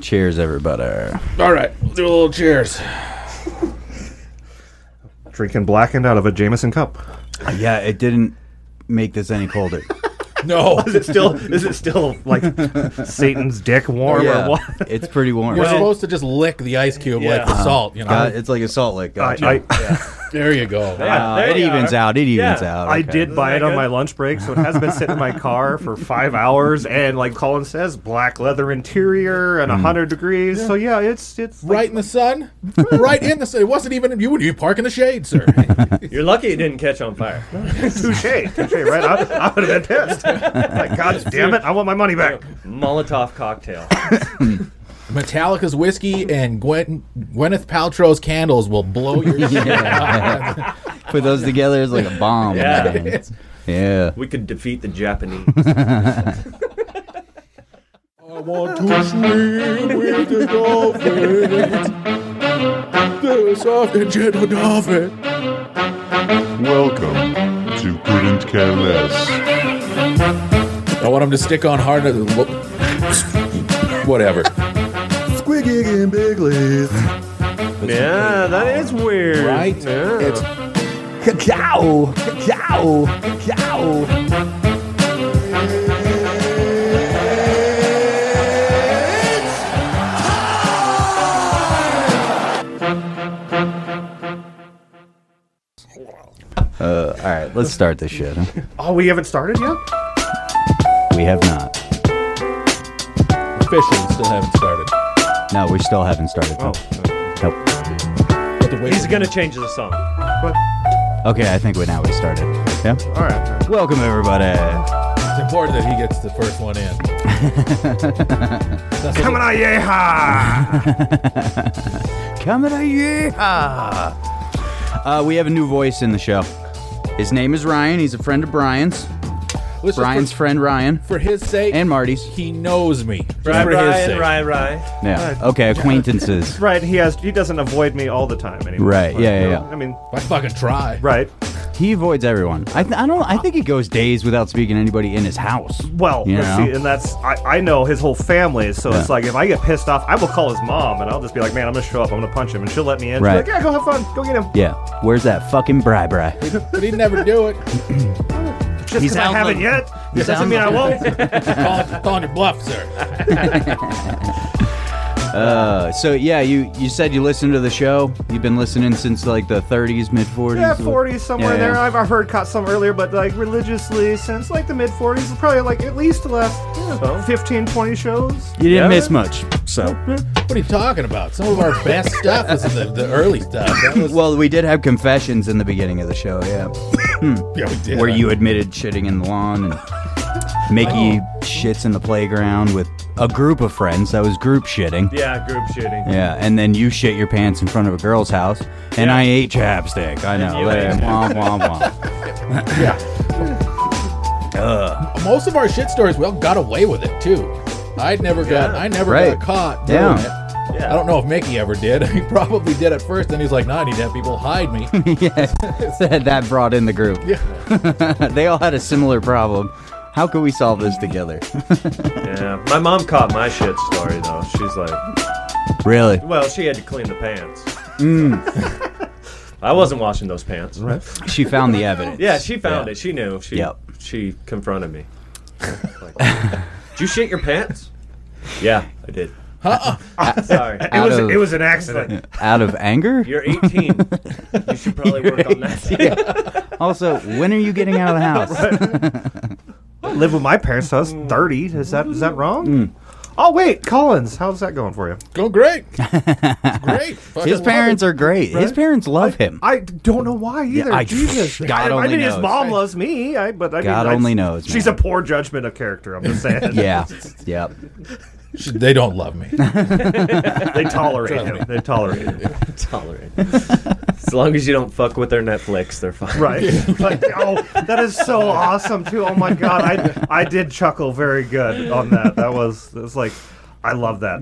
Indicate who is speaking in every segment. Speaker 1: Cheers, everybody.
Speaker 2: All right, we'll do a little cheers.
Speaker 3: Drinking blackened out of a Jameson cup.
Speaker 1: Yeah, it didn't make this any colder.
Speaker 2: No,
Speaker 3: Is it still? is it still like Satan's dick warm or what?
Speaker 1: it's pretty warm.
Speaker 2: you're
Speaker 1: It's
Speaker 2: supposed to just lick the ice cube
Speaker 3: Yeah.
Speaker 2: like the salt. You know,
Speaker 1: got- it's like a salt lake. Gotcha.
Speaker 3: I, I,
Speaker 2: there you go.
Speaker 1: Wow,
Speaker 4: there
Speaker 1: it
Speaker 4: you
Speaker 1: evens
Speaker 4: are.
Speaker 1: out. It evens
Speaker 4: Yeah,
Speaker 1: out.
Speaker 3: I
Speaker 1: okay.
Speaker 3: did buy it
Speaker 4: that
Speaker 3: on
Speaker 4: good?
Speaker 3: my lunch break, so it has been sitting in my car for five hours. And like Colin says, black leather interior
Speaker 1: Hmm.
Speaker 3: and hundred degrees. So yeah, it's it's like-
Speaker 2: Right in the sun, right in the sun. It wasn't even you. You park in the shade, sir.
Speaker 4: You're lucky it didn't catch on fire.
Speaker 3: touche, touche. Right, I, I would have been pissed. Like, God damn it, I want my money back.
Speaker 4: Molotov cocktail.
Speaker 2: Metallica's whiskey and Gwen, Gwyneth Paltrow's candles will blow your.
Speaker 1: Yeah. Put those together is like a bomb.
Speaker 4: Yeah.
Speaker 1: man. Yeah.
Speaker 4: We could defeat the Japanese.
Speaker 2: I want to sleep with the dolphins. The soft and gentle dolphin.
Speaker 5: Welcome to Couldn't Care Less.
Speaker 2: I want him to stick on hard. Whatever.
Speaker 5: Squiggy and Big Leaf.
Speaker 4: yeah, that is weird.
Speaker 2: Right?
Speaker 4: Yeah.
Speaker 2: It's
Speaker 1: Cacao, cacao, cacao. Uh, all right, let's start this shit. huh?
Speaker 3: Oh, we haven't started yet.
Speaker 1: We have not.
Speaker 2: officially still haven't started.
Speaker 1: No, we still haven't started.
Speaker 3: Oh,
Speaker 1: Nope.
Speaker 2: But the way
Speaker 4: He's gonna change the song.
Speaker 1: Okay, I think we now we started. Yeah.
Speaker 3: all right.
Speaker 1: Welcome everybody.
Speaker 2: It's important that he gets the first one in. That's what
Speaker 3: Coming out, yeah.
Speaker 1: Coming at you. Uh, we have a new voice in the show. His name is Ryan. He's a friend of Brian's.
Speaker 2: Let's just-
Speaker 1: Brian's friend Ryan
Speaker 2: for, for his sake,
Speaker 1: and Marty's.
Speaker 2: he knows me. Just
Speaker 4: Right,
Speaker 2: for his
Speaker 4: right,
Speaker 2: sake.
Speaker 4: right, right.
Speaker 1: Yeah. Okay. Acquaintances.
Speaker 3: Right, he has. He doesn't avoid me all the time anymore.
Speaker 1: Right, yeah, yeah, yeah.
Speaker 3: I mean,
Speaker 2: I fucking try.
Speaker 3: right.
Speaker 1: He avoids everyone. I, th- I don't. I think he goes days without speaking to anybody in his house.
Speaker 3: Well,
Speaker 1: You
Speaker 3: let's
Speaker 1: know?
Speaker 3: see, and that's I, I know his whole family, so it's like if I get pissed off, I will call his mom, and I'll just be like, "Man, I'm gonna show up. I'm gonna punch him," and she'll let me in. She's
Speaker 1: Right.
Speaker 3: like, yeah, go have fun. Go get him.
Speaker 1: Yeah. Where's that fucking Bri Bri?
Speaker 2: But he'd never do it.
Speaker 3: Just
Speaker 1: He's
Speaker 3: because I
Speaker 1: out
Speaker 3: haven't
Speaker 1: on-
Speaker 3: yet,
Speaker 1: he's
Speaker 3: doesn't
Speaker 1: out
Speaker 3: mean I
Speaker 1: on-
Speaker 3: won't.
Speaker 2: Calling calling your bluff, sir.
Speaker 1: Uh, so yeah, you you said you listened to the show. You've been listening since like the 30s, mid 40s.
Speaker 3: yeah, 40s somewhere
Speaker 1: Yeah, yeah.
Speaker 3: there. I've, I've heard caught some earlier, but like religiously since like the mid 40s, probably like at least the last yeah, 15, 20 shows.
Speaker 1: You didn't
Speaker 4: Yeah.
Speaker 1: miss much. So.
Speaker 2: What are you talking about? Some of our best stuff is in the, the early stuff. That was,
Speaker 1: Well, we did have confessions in the beginning of the show, yeah.
Speaker 2: yeah, we did.
Speaker 1: where you admitted shitting in the lawn and Mickey
Speaker 4: Oh.
Speaker 1: shits in the playground with a group of friends. That was group shitting.
Speaker 4: Yeah, group shooting.
Speaker 1: Yeah, and then you shit your pants in front of a girl's house, and I ate chapstick. I know.
Speaker 4: you ate
Speaker 1: Womp, womp, womp.
Speaker 2: Most of our shit stories, we all got away with it too. I never got,
Speaker 4: Yeah.
Speaker 2: I never
Speaker 1: Right.
Speaker 2: got caught doing
Speaker 1: Yeah.
Speaker 2: it.
Speaker 4: Yeah.
Speaker 2: I don't know if Mickey ever did. He probably did at first, and he's like, "No, I need to have people hide me."
Speaker 1: yeah, that brought in the group. they all had a similar problem. How could we solve this together?
Speaker 4: Yeah. My mom caught my shit story though. She's like,
Speaker 1: really?
Speaker 4: well, she had to clean the pants. I wasn't washing those pants. Right.
Speaker 1: She found the evidence.
Speaker 4: Yeah, she found
Speaker 1: Yeah.
Speaker 4: it. She knew. She
Speaker 1: Yep.
Speaker 4: she confronted me. Like, Did you shit your pants? Yeah, I did. Sorry.
Speaker 3: It
Speaker 1: Out
Speaker 3: was
Speaker 1: of-
Speaker 3: it was an accident.
Speaker 1: Out of anger?
Speaker 4: You're 18. you should probably work on that.
Speaker 1: Also, when are you getting out of the house?
Speaker 3: I live with my parents. So I was 30. Is that is that wrong?
Speaker 1: Hmm.
Speaker 3: Oh wait, Collins, how's that going for you?
Speaker 2: Going great, It's great. Fucking
Speaker 1: His
Speaker 2: love
Speaker 1: parents
Speaker 2: it.
Speaker 1: are great. His parents love him.
Speaker 3: I don't know why either.
Speaker 1: I-
Speaker 3: Jesus,
Speaker 1: God
Speaker 3: I, I
Speaker 1: only
Speaker 3: mean, his
Speaker 1: knows.
Speaker 3: mom loves me. I, but I
Speaker 1: God
Speaker 3: mean, I-
Speaker 1: only knows,
Speaker 3: She's
Speaker 1: man.
Speaker 3: a poor judgment of character. I'm just saying.
Speaker 1: Yeah. Yep.
Speaker 2: They don't love me.
Speaker 3: they tolerate him. They tolerate him.
Speaker 4: Tolerate. As long as you don't fuck with their Netflix, they're fine.
Speaker 3: Right. Like, oh, that is so awesome too. Oh my god, I I did chuckle very good on that. That was it was like I love that.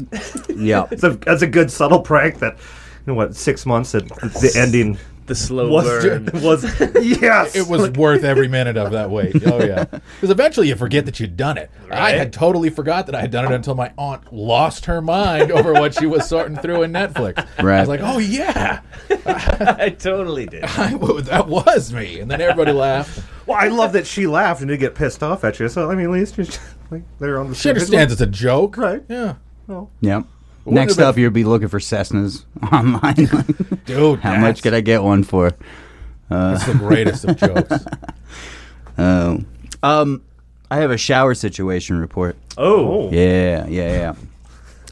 Speaker 1: Yep.
Speaker 3: It's a that's a good subtle prank that you know what, six months at the ending
Speaker 6: the slow burn.
Speaker 3: was was yes.
Speaker 2: It was worth every minute of that wait. Oh yeah, because eventually you forget that you'd done it. I had totally forgot that I had done it until my aunt lost her mind over what she was sorting through in Netflix. I
Speaker 1: Right.
Speaker 2: was like, oh yeah,
Speaker 6: I totally did.
Speaker 4: Oh.
Speaker 2: I, that was me. And then everybody laughed.
Speaker 3: Well, I love that she laughed and did get pissed off at you. So I mean, at least you're, like they're on the.
Speaker 2: She understands it's a joke,
Speaker 3: Right.
Speaker 2: Yeah,
Speaker 1: Yep. Next
Speaker 2: have been-
Speaker 1: up, you'll be looking for Cessnas online.
Speaker 2: dude.
Speaker 1: How much could I get one for?
Speaker 2: That's the greatest of jokes.
Speaker 1: Oh. Um, I have a shower situation report.
Speaker 4: Oh,
Speaker 1: Yeah, yeah, yeah.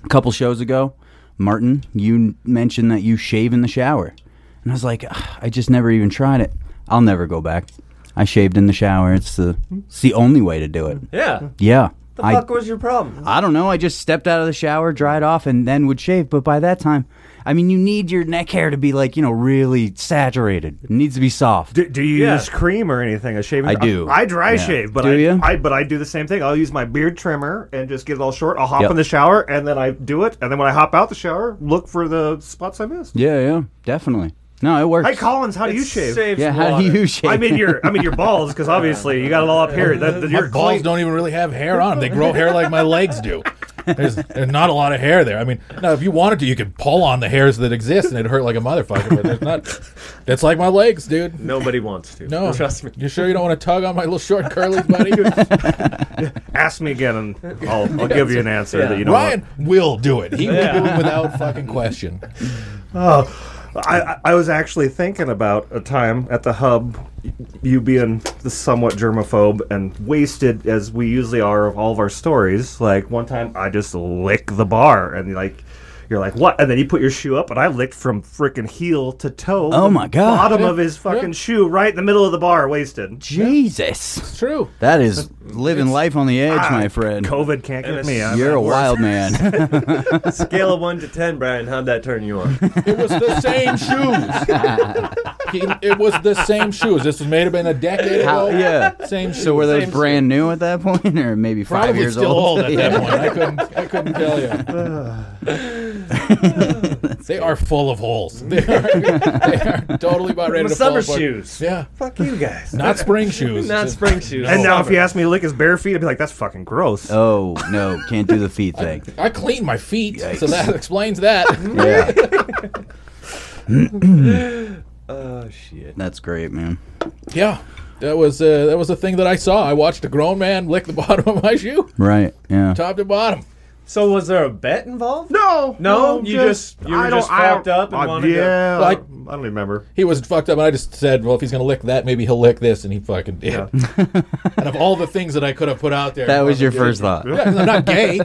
Speaker 1: A couple shows ago, Martin, you n- mentioned that you shave in the shower. And I was like, "Ugh, I just never even tried it. I'll never go back. I shaved in the shower. It's the it's the only way to do it.
Speaker 4: yeah.
Speaker 1: Yeah.
Speaker 4: The
Speaker 1: I
Speaker 4: fuck was your problem?
Speaker 1: I don't know. I just stepped out of the shower, dried off, and then would shave. But by that time, I mean, you need your neck hair to be like, you know, really saturated. It needs to be soft.
Speaker 3: Do, do you
Speaker 4: Yeah.
Speaker 3: use cream or anything? A shaving?
Speaker 1: I do.
Speaker 3: I, dry
Speaker 1: Yeah.
Speaker 3: shave, but
Speaker 1: Do
Speaker 3: I,
Speaker 1: you?
Speaker 3: I but I do the same thing. I'll use my beard trimmer and just get it all short. I'll hop
Speaker 1: Yep.
Speaker 3: in the shower and then I do it. And then when I hop out the shower, look for the spots I missed.
Speaker 1: Yeah, yeah, definitely. No, it works.
Speaker 3: Hey Collins, how do you
Speaker 4: It
Speaker 3: shave?
Speaker 4: saves
Speaker 1: yeah, how do
Speaker 4: water.
Speaker 1: you shave?
Speaker 3: I mean your I mean your balls because obviously you got it all up here. That, that
Speaker 2: My
Speaker 3: you're
Speaker 2: balls
Speaker 3: clean.
Speaker 2: don't even really have hair on them. They grow hair like my legs do. There's, there's not a lot of hair there. I mean, now if you wanted to, you could pull on the hairs that exist and it'd hurt like a motherfucker. But there's not. That's like my legs, dude.
Speaker 4: Nobody wants to.
Speaker 2: No,
Speaker 4: trust me.
Speaker 2: You sure you don't want to tug on my little short curlies, buddy?
Speaker 3: Ask me again and I'll, I'll give you an answer
Speaker 4: Yeah.
Speaker 3: that you don't. want.
Speaker 2: Ryan will do it. He will do it without fucking question.
Speaker 3: I, I- I was actually thinking about a time at the hub, y- you being the somewhat germaphobe and wasted as we usually are of all of our stories. Like one time, I just lick the bar, and like you're like, "What?" And then you put your shoe up, and I licked from freaking heel to toe.
Speaker 1: Oh
Speaker 3: the
Speaker 1: my God.
Speaker 3: Bottom of his fucking shoe, right in the middle of the bar, wasted.
Speaker 1: Jesus.
Speaker 2: It's true.
Speaker 1: That is living life on the edge, my friend.
Speaker 3: COVID can't get
Speaker 4: it's-
Speaker 3: me. I'm
Speaker 1: You're
Speaker 3: at
Speaker 1: a
Speaker 3: work.
Speaker 1: wild man.
Speaker 4: Scale of one to ten, Brian. How'd that turn you on?
Speaker 2: It was the same shoes. He- it was the same shoes. This was made up in a decade
Speaker 1: How-
Speaker 2: ago.
Speaker 1: yeah.
Speaker 2: Same shoes.
Speaker 1: so were those
Speaker 2: Same shoes.
Speaker 1: brand new at that point, or maybe five
Speaker 2: Probably
Speaker 1: years
Speaker 2: still old, at
Speaker 1: Yeah.
Speaker 2: that point. I couldn't, I couldn't tell you. they are full of holes. They are, they are totally about ready to
Speaker 6: Summer
Speaker 2: fall apart.
Speaker 6: shoes.
Speaker 2: Yeah,
Speaker 4: fuck you guys.
Speaker 2: not spring shoes.
Speaker 6: Not
Speaker 2: Just-
Speaker 6: spring shoes.
Speaker 3: And now, if you ask me to lick his bare feet, I'd be like, "That's fucking gross."
Speaker 1: Oh no, can't do the feet thing.
Speaker 2: I clean my feet, so that explains that. Mm-hmm.
Speaker 1: Yeah,
Speaker 4: Oh shit.
Speaker 1: that's great, man.
Speaker 2: yeah, that was uh, that was a thing that I saw. I watched a grown man lick the bottom of my shoe,
Speaker 1: Right? Yeah.
Speaker 2: top to bottom.
Speaker 4: So was there a bet involved?
Speaker 3: No,
Speaker 4: No, you just- you were
Speaker 3: don't-
Speaker 4: just fucked
Speaker 3: don't-
Speaker 4: up and
Speaker 3: I-
Speaker 4: wanted to-
Speaker 3: Yeah,
Speaker 2: Like-
Speaker 3: I don't remember.
Speaker 2: He was fucked up, and I just said, "Well, if he's gonna lick that, maybe he'll lick this," and he fucking did. and of all the things that I could have put out there,
Speaker 1: That was your
Speaker 2: Yeah,
Speaker 1: first thought.
Speaker 2: I'm not gay.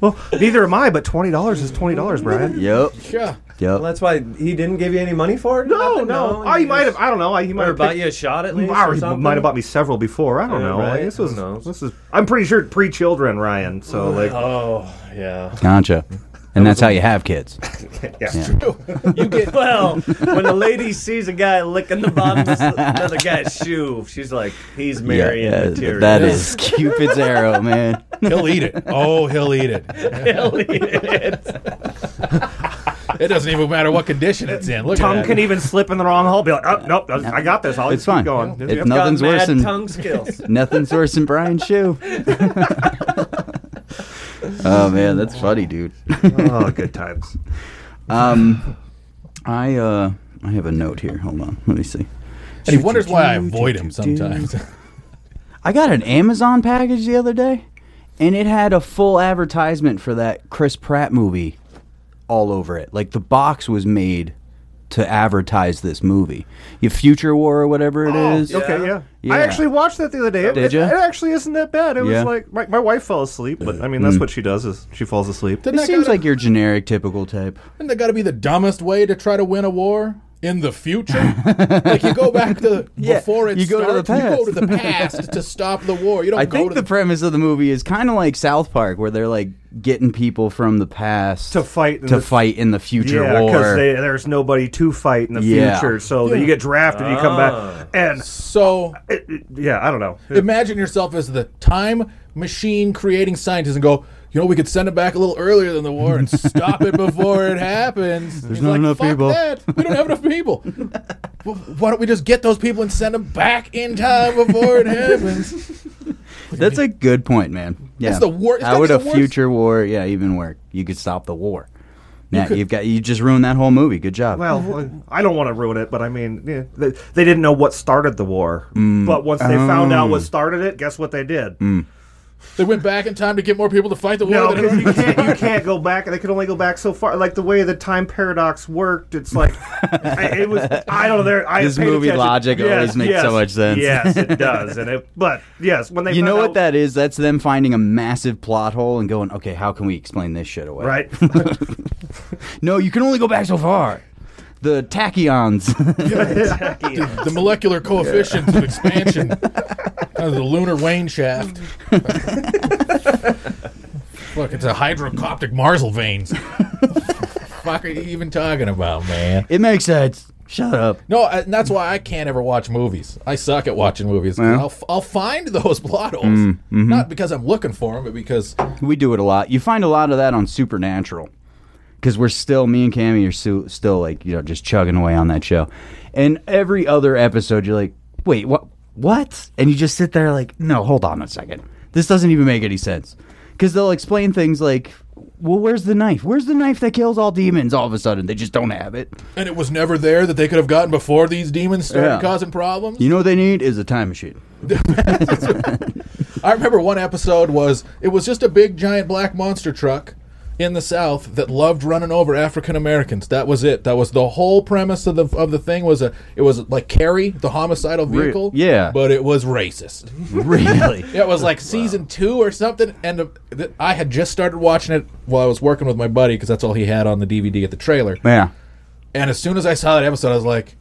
Speaker 3: Well, neither am I, but twenty dollars is twenty dollars, Brian.
Speaker 1: Yep.
Speaker 2: Yeah.
Speaker 4: Well,
Speaker 1: Yep.
Speaker 4: that's why he didn't give you any money for it.
Speaker 3: No,
Speaker 4: Nothing?
Speaker 3: no. I he
Speaker 4: you
Speaker 3: might have.
Speaker 4: just-
Speaker 3: I don't know. I- He might
Speaker 4: Or
Speaker 3: have
Speaker 4: bought
Speaker 3: bought
Speaker 4: you a shot at least. or
Speaker 3: he
Speaker 4: something?
Speaker 3: might have bought me several before. I don't
Speaker 4: Yeah,
Speaker 3: know.
Speaker 4: right.
Speaker 3: Like, This
Speaker 4: Who
Speaker 3: was.
Speaker 4: knows?
Speaker 3: This is. I'm pretty sure pre-children Ryan. So like,
Speaker 4: Oh yeah.
Speaker 1: Gotcha. And that's how you have kids.
Speaker 3: yeah.
Speaker 2: You get
Speaker 4: Well, when a lady sees a guy licking the bottom of another guy's shoe, she's like, he's marrying
Speaker 1: yeah,
Speaker 4: material.
Speaker 1: that is Cupid's arrow, man.
Speaker 2: He'll eat it. Oh, he'll eat it.
Speaker 4: Hell, yeah.
Speaker 2: It doesn't even matter what condition it's in. Look
Speaker 3: Tongue
Speaker 2: at
Speaker 3: can
Speaker 2: that.
Speaker 3: even slip in the wrong hole. Be like, oh, nope, I got this. I'll
Speaker 1: It's
Speaker 3: just keep
Speaker 1: fine.
Speaker 3: going.
Speaker 1: It's
Speaker 3: Yep.
Speaker 1: not-
Speaker 4: Got
Speaker 1: Nothing's
Speaker 4: mad
Speaker 1: worse than-
Speaker 4: tongue skills.
Speaker 1: Nothing's worse than Brian's shoe. oh man, that's funny, dude.
Speaker 3: oh, good times.
Speaker 1: Um, I uh, I have a note here. Hold on, let me see.
Speaker 2: And he wonders why I avoid him sometimes.
Speaker 1: I got an Amazon package the other day, and it had a full advertisement for that Chris Pratt movie all over it. Like the box was made to advertise this movie, your Future War or whatever it is.
Speaker 3: Oh, Okay, yeah.
Speaker 1: Yeah.
Speaker 3: I actually watched that the other day. It,
Speaker 1: Did
Speaker 3: it,
Speaker 1: ya?
Speaker 3: it actually isn't that bad. It
Speaker 1: Yeah. Mm.
Speaker 3: was like my, my wife fell asleep, but I mean that's what she does is she falls asleep.
Speaker 1: It seems like your generic, typical type.
Speaker 2: Isn't that got to be the dumbest way to try to win a war in the future? like you go back to
Speaker 1: Yeah,
Speaker 2: before it
Speaker 1: you go to the
Speaker 2: starts. You go to the past to stop the war. You don't
Speaker 1: I
Speaker 2: go
Speaker 1: think
Speaker 2: to
Speaker 1: the premise of the movie is kind of like South Park, where they're like getting people from the past
Speaker 3: To fight in
Speaker 1: to
Speaker 3: the-
Speaker 1: fight in the future
Speaker 3: Yeah,
Speaker 1: war.
Speaker 3: because there's nobody to fight in the
Speaker 1: Yeah.
Speaker 3: future, so that you get drafted,
Speaker 4: Ah.
Speaker 3: you come back, and
Speaker 2: so
Speaker 3: it, it- yeah, I don't know.
Speaker 2: imagine yourself as the time machine creating scientists and go, you know, we could send it back a little earlier than the war and stop it before it happens. There's
Speaker 1: not enough
Speaker 2: Fuck
Speaker 1: people."
Speaker 2: That. We don't have enough people. Well, Why don't we just get those people and send them back in time before it happens?
Speaker 1: That's a good point, man. Yeah,
Speaker 2: It's the wor- it's
Speaker 1: How
Speaker 2: gotta
Speaker 1: would
Speaker 2: be
Speaker 1: a
Speaker 2: the worst-
Speaker 1: future war? Yeah, even work. You could stop the war. Yeah, you have got you just ruined that whole movie. Good job.
Speaker 3: Well, I don't want to ruin it, but I mean, yeah, they, they didn't know what started the war.
Speaker 1: Mm.
Speaker 3: But once they found
Speaker 1: Oh.
Speaker 3: out what started it, guess what they did?
Speaker 2: They went back in time to get more people to fight the war.
Speaker 3: No,
Speaker 2: than
Speaker 3: because you
Speaker 2: everybody-
Speaker 3: can't, you can't go back. They could only go back so far. Like the way the time paradox worked, it's like I, it was. I don't know. There, I
Speaker 1: This
Speaker 3: paid
Speaker 1: movie
Speaker 3: attention.
Speaker 1: logic always makes so much sense.
Speaker 3: Yes, it does. And it, but yes, when they
Speaker 1: you
Speaker 3: found
Speaker 1: know what
Speaker 3: out-
Speaker 1: that is? That's them finding a massive plot hole and going, okay, how can we explain this shit away?
Speaker 3: right.
Speaker 1: No, you can only go back so far. The tachyons.
Speaker 2: the molecular coefficients of expansion. That was the lunar Wayne shaft. Look, it's a hydrocoptic marsal veins. fuck are you even talking about, man?
Speaker 1: it makes sense. Shut up.
Speaker 2: No, I- and that's why I can't ever watch movies. I suck at watching movies. 'cause I'll, f- I'll find those plot holes. Not because I'm looking for them, but because
Speaker 1: We do it a lot. You find a lot of that on Supernatural because we're still me and Cammy are su- still like you know just chugging away on that show, and every other episode you're like, wait, what? What? And you just sit there like, no, hold on a second, this doesn't even make any sense because they'll explain things like. Well, where's the knife? Where's the knife that kills all demons? All of a sudden, they just don't have it.
Speaker 2: and it was never there that they could have gotten before these demons started
Speaker 1: Yeah.
Speaker 2: causing problems.
Speaker 1: You know what they need is a time machine.
Speaker 2: I remember one episode was it was just a big giant black monster truck in the South that loved running over African Americans. That was it. That was the whole premise of the of the thing was a it was like Carrie, the homicidal vehicle.
Speaker 1: yeah.
Speaker 2: but it was racist.
Speaker 1: Really?
Speaker 2: It was like season two or something, and uh, th- I had just started watching it while I was working with my buddy because that's all he had on the DVD at the trailer.
Speaker 1: yeah.
Speaker 2: And as soon as I saw that episode, I was like,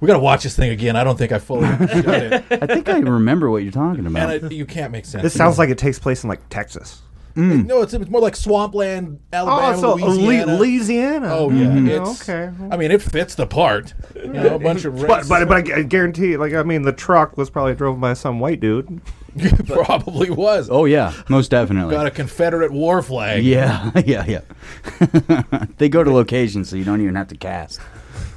Speaker 2: "We got to watch this thing again." I don't think I fully understood it,
Speaker 1: I think I remember what you're talking about.
Speaker 2: and I, you can't make sense.
Speaker 3: This sounds like it takes place in like Texas.
Speaker 2: No, it's, it's more like swampland, Alabama,
Speaker 3: Oh, so
Speaker 2: Louisiana.
Speaker 3: Louisiana. Louisiana. Mm-hmm.
Speaker 2: oh yeah,
Speaker 1: Mm-hmm.
Speaker 2: it's,
Speaker 3: Okay.
Speaker 2: I mean, it fits the part. You know, a bunch of
Speaker 3: But,
Speaker 2: racists.
Speaker 3: but but I guarantee, like I mean, the truck was probably driven by some white dude.
Speaker 2: it probably was.
Speaker 1: oh yeah, most definitely.
Speaker 2: Got a Confederate war flag.
Speaker 1: Yeah, yeah, yeah. they go to locations, so you don't even have to cast.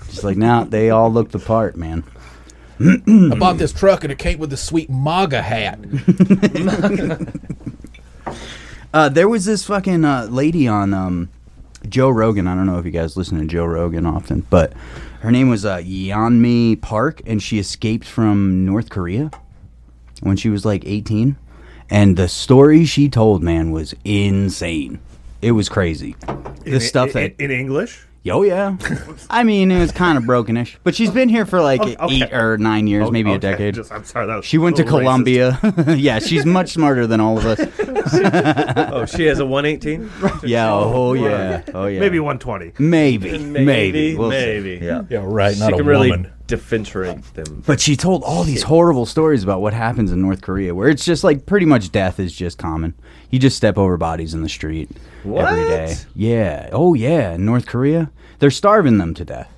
Speaker 1: Just like now, they all look the part, man.
Speaker 2: I bought this truck and it came with the sweet MAGA hat.
Speaker 1: Uh, there was this fucking uh, lady on um, Joe Rogan. I don't know if you guys listen to Joe Rogan often, but her name was uh, Yeonmi Park, and she escaped from North Korea when she was like 18. And the story she told, man, was insane. It was crazy. The stuff that
Speaker 3: in, in English.
Speaker 1: Oh yeah, I mean it was kind of brokenish, but she's been here for like
Speaker 3: Oh, okay.
Speaker 1: eight or nine years, maybe a
Speaker 3: Okay,
Speaker 1: decade.
Speaker 3: Just, I'm sorry. That was
Speaker 1: she went
Speaker 3: a
Speaker 1: to
Speaker 3: little racist.
Speaker 1: Columbia. yeah, she's much smarter than all of us.
Speaker 4: Oh, she has a 118?
Speaker 1: Yeah, oh yeah, oh yeah.
Speaker 3: Maybe 120.
Speaker 1: maybe, maybe,
Speaker 4: Maybe,
Speaker 1: We'll see.
Speaker 4: maybe.
Speaker 1: Yeah.
Speaker 2: Yeah, right.
Speaker 4: She
Speaker 2: Not a
Speaker 4: can really
Speaker 2: woman.
Speaker 4: differentiate them.
Speaker 1: But she told all these horrible stories about what happens in North Korea, where it's just like pretty much death is just common. You just step over bodies in the street every
Speaker 4: What?
Speaker 1: day. Yeah. Oh yeah. In North Korea, they're starving them to death.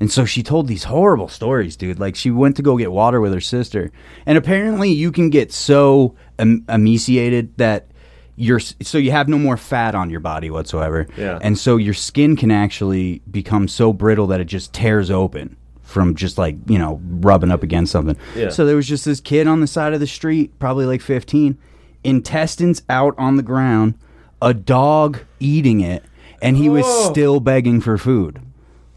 Speaker 1: And so she told these horrible stories, dude. Like she went to go get water with her sister, and apparently you can get so em- emaciated that you're s- so you have no more fat on your body whatsoever.
Speaker 4: Yeah.
Speaker 1: And so your skin can actually become so brittle that it just tears open from just like you know rubbing up against something.
Speaker 4: Yeah.
Speaker 1: So there was just this kid on the side of the street, probably like 15, intestines out on the ground, a dog eating it, and he was still begging for food.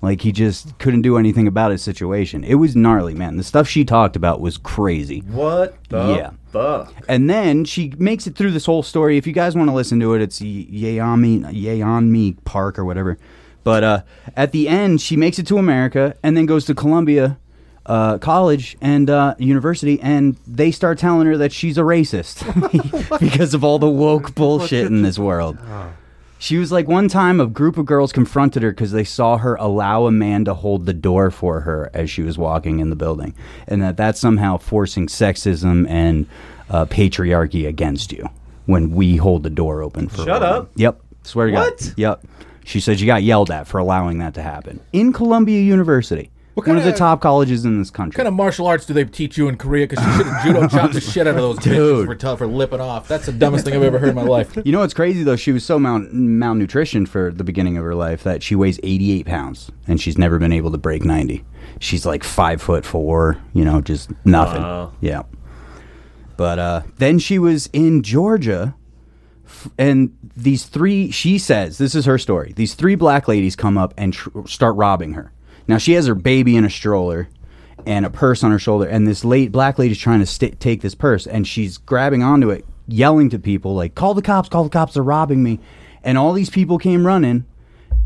Speaker 1: Like he just couldn't do anything about his situation. It was gnarly, man. The stuff she talked about was crazy.
Speaker 4: What the
Speaker 1: Yeah.
Speaker 4: fuck?
Speaker 1: And then she makes it through this whole story. If you guys want to listen to it, it's Yeonmi Yeonmi Park or whatever. But uh, at the end, she makes it to America and then goes to Columbia uh, College and uh, University, and they start telling her that she's a racist because of all the woke bullshit in this world. She was like, one time a group of girls confronted her because they saw her allow a man to hold the door for her as she was walking in the building, and that that's somehow forcing sexism and uh, patriarchy against you when we hold the door open for.
Speaker 4: Shut
Speaker 1: women.
Speaker 4: up.
Speaker 1: Yep. Swear to
Speaker 4: What?
Speaker 1: God. Yep. She said she got yelled at for allowing that to happen in Columbia University.
Speaker 2: What
Speaker 1: One of the
Speaker 2: kinda-
Speaker 1: top colleges in this country.
Speaker 2: kind of martial arts do they teach you in Korea? Because you should have judo chopped the shit out of those bitches
Speaker 1: Dude.
Speaker 2: for, t- for lipping off. That's the dumbest thing I've ever heard in my life.
Speaker 1: you know what's crazy though? She was so mal- malnutritioned for the beginning of her life that she weighs 88 pounds and she's never been able to break 90. She's like five foot four, you know, just nothing.
Speaker 4: Wow.
Speaker 1: Yeah. But uh, then she was in Georgia, f- and these three, she says, this is her story. These three black ladies come up and tr- start robbing her. Now, she has her baby in a stroller and a purse on her shoulder, and this late black lady's trying to st- take this purse, and she's grabbing onto it, yelling to people, like, call the cops, call the cops, they're robbing me. And all these people came running,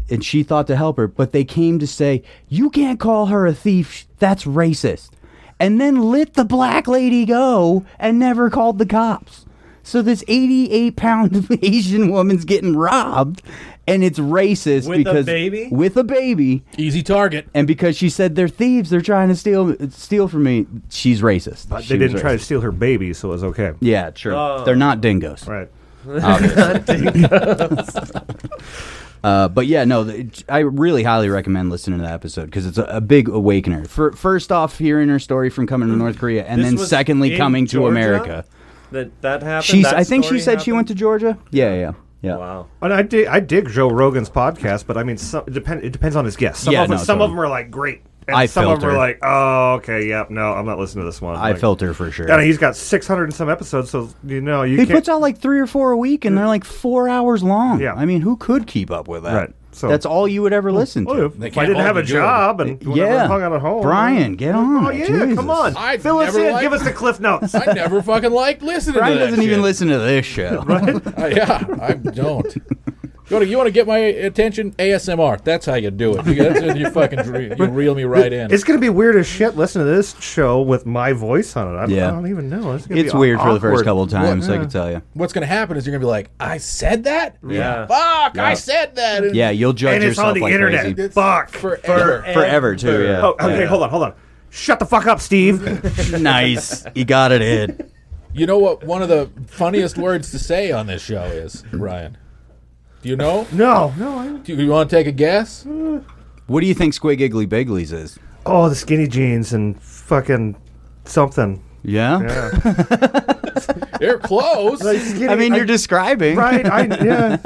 Speaker 1: and she thought to help her, but they came to say, You can't call her a thief. That's racist. And then let the black lady go and never called the cops. So this 88 pound Asian woman's getting robbed, and it's racist
Speaker 4: With a
Speaker 1: because
Speaker 4: baby?
Speaker 1: with a baby,
Speaker 2: Easy target.
Speaker 1: and because she said they're thieves, they're trying to steal steal from me. She's racist.
Speaker 3: But they didn't try to Oh. steal her baby, so it was okay.
Speaker 1: Yeah, true. They're not dingoes.
Speaker 3: Right.
Speaker 1: Uh, but yeah, no, the, I really highly recommend listening to that episode because it's a, a big awakener. For, first off, hearing her story from coming to North Korea, and
Speaker 4: This
Speaker 1: then
Speaker 4: was
Speaker 1: secondly,
Speaker 4: in
Speaker 1: coming to
Speaker 4: Georgia?
Speaker 1: America.
Speaker 4: That that happened.
Speaker 1: She's,
Speaker 4: That
Speaker 1: I think she
Speaker 4: story
Speaker 1: said she went to
Speaker 4: happened?
Speaker 1: Georgia. Yeah, yeah, yeah.
Speaker 4: Wow.
Speaker 3: And I dig, I dig Joe Rogan's podcast, but I mean, some, it, depend, it depends on his guests. Some,
Speaker 1: Yeah,
Speaker 3: of, them,
Speaker 1: no,
Speaker 3: some
Speaker 1: totally.
Speaker 3: of them are like great, and
Speaker 1: I
Speaker 3: some of them are
Speaker 1: filter.
Speaker 3: like, oh, okay, yep, no, I'm not listening to this one.
Speaker 1: I
Speaker 3: like,
Speaker 1: felt her for sure.
Speaker 3: And he's got 600 and some episodes, so you know you
Speaker 1: he
Speaker 3: can't.
Speaker 1: puts out like three or four a week, and they're like four hours long.
Speaker 3: Yeah.
Speaker 1: I mean, who could keep up with that?
Speaker 3: Right, so-
Speaker 1: that's all you would ever listen to.
Speaker 3: Oh,
Speaker 2: They
Speaker 3: if I
Speaker 2: can't all
Speaker 3: didn't have
Speaker 2: be
Speaker 3: a
Speaker 2: good.
Speaker 3: job and whenever
Speaker 1: yeah.
Speaker 3: I hung out at home.
Speaker 1: Brian, get on
Speaker 3: Oh
Speaker 1: it.
Speaker 3: yeah,
Speaker 1: Jesus.
Speaker 3: come on,
Speaker 2: I've
Speaker 3: fill us
Speaker 2: never
Speaker 3: in.
Speaker 2: liked-
Speaker 3: Give us the cliff notes.
Speaker 2: I never fucking liked listening
Speaker 1: Brian
Speaker 2: to that
Speaker 1: doesn't even
Speaker 2: shit.
Speaker 1: listen to this show.
Speaker 2: Uh, yeah, I don't. You want, to, you want to get my attention? ASMR. That's how you do it. You, that's when you fucking dre- you reel me right in.
Speaker 3: It's gonna be weird as shit listening to this show with my voice on it. I,
Speaker 1: Yeah.
Speaker 3: I don't even know. It's, gonna
Speaker 1: It's
Speaker 3: be
Speaker 1: weird for the first
Speaker 3: awkward.
Speaker 1: couple of times, I can tell you.
Speaker 2: What's going to happen is you're going to be like, I said that?
Speaker 4: Yeah.
Speaker 2: Fuck, I said that. And
Speaker 1: Yeah, you'll judge
Speaker 3: And it's
Speaker 1: yourself
Speaker 3: on the
Speaker 1: like
Speaker 3: internet.
Speaker 1: crazy.
Speaker 2: It's
Speaker 3: Fuck.
Speaker 2: Forever.
Speaker 1: Forever too. Yeah.
Speaker 3: Oh, okay, hold on, hold on. Shut the fuck up, Steve.
Speaker 1: nice. You got it in.
Speaker 2: You know what one of the funniest words to say on this show is, Ryan? Do you know?
Speaker 3: no, no. I,
Speaker 2: Do you want to take a guess?
Speaker 1: What do you think Squig Iggly Biglies is?
Speaker 3: oh, the skinny jeans and fucking something.
Speaker 1: Yeah.
Speaker 2: They're close.
Speaker 3: Skinny-
Speaker 1: I mean, you're describing.
Speaker 3: right. I yeah.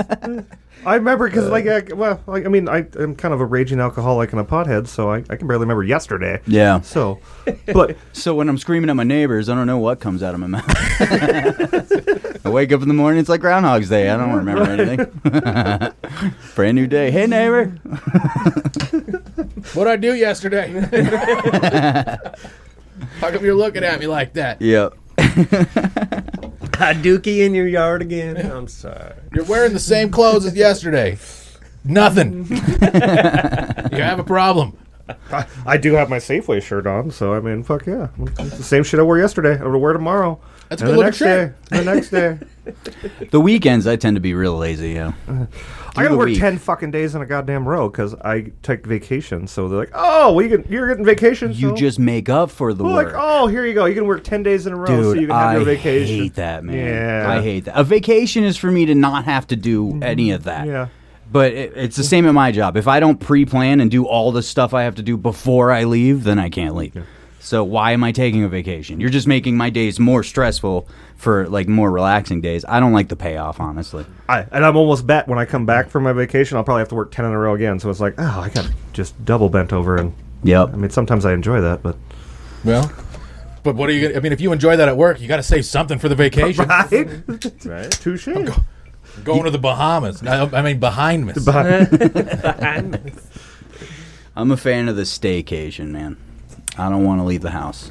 Speaker 3: I remember because like I, well, like, I mean, I am kind of a raging alcoholic and a pothead, so I, I can barely remember yesterday.
Speaker 1: Yeah.
Speaker 3: So, but
Speaker 1: So when I'm screaming at my neighbors, I don't know what comes out of my mouth. I wake up in the morning, it's like Groundhog's Day. I don't remember anything. Brand new day. Hey, neighbor.
Speaker 2: What'd I do yesterday? How come you're looking at me like that?
Speaker 1: Yep.
Speaker 4: Hadouki in your yard again. I'm sorry.
Speaker 2: You're wearing the same clothes as yesterday. Nothing. you have a problem.
Speaker 3: I, I do have my Safeway shirt on, so I mean, fuck yeah, it's the same shit I wore yesterday. I'm gonna wear tomorrow.
Speaker 2: That's a
Speaker 3: and
Speaker 2: good
Speaker 3: the
Speaker 2: looking
Speaker 3: next
Speaker 2: shirt.
Speaker 3: day. The next day.
Speaker 1: The weekends, I tend to be real lazy. Yeah.
Speaker 3: Oh, I gotta
Speaker 1: the
Speaker 3: work
Speaker 1: week.
Speaker 3: ten fucking days in a goddamn row because I take vacation. So they're like, "Oh, well, you can, you're getting vacation.
Speaker 1: You
Speaker 3: so-
Speaker 1: just make up for the
Speaker 3: Well,
Speaker 1: work.
Speaker 3: like, oh, here you go. You can work ten days in a row,
Speaker 1: Dude,
Speaker 3: so you can have
Speaker 1: I
Speaker 3: your vacation."
Speaker 1: hate that, man.
Speaker 3: Yeah,
Speaker 1: I hate that. A vacation is for me to not have to do any of that.
Speaker 3: Yeah.
Speaker 1: But it, it's the same at my job. If I don't pre-plan and do all the stuff I have to do before I leave, then I can't leave. So why am I taking a vacation? You're just making my days more stressful for like more relaxing days. I don't like the payoff, honestly.
Speaker 3: I, and I'm almost bet when I come back from my vacation, I'll probably have to work ten in a row again. So it's like, oh, I got just double bent over. And
Speaker 1: Yep.
Speaker 3: I mean, sometimes I enjoy that, but
Speaker 2: Well, but what are you gonna I mean, if you enjoy that at work, you gotta save something for the vacation.
Speaker 3: right,
Speaker 4: Right?
Speaker 3: touche.
Speaker 1: Oh,
Speaker 2: Going to the Bahamas. I, I mean behind me.
Speaker 1: I'm a fan of the staycation, man. I don't want to leave the house,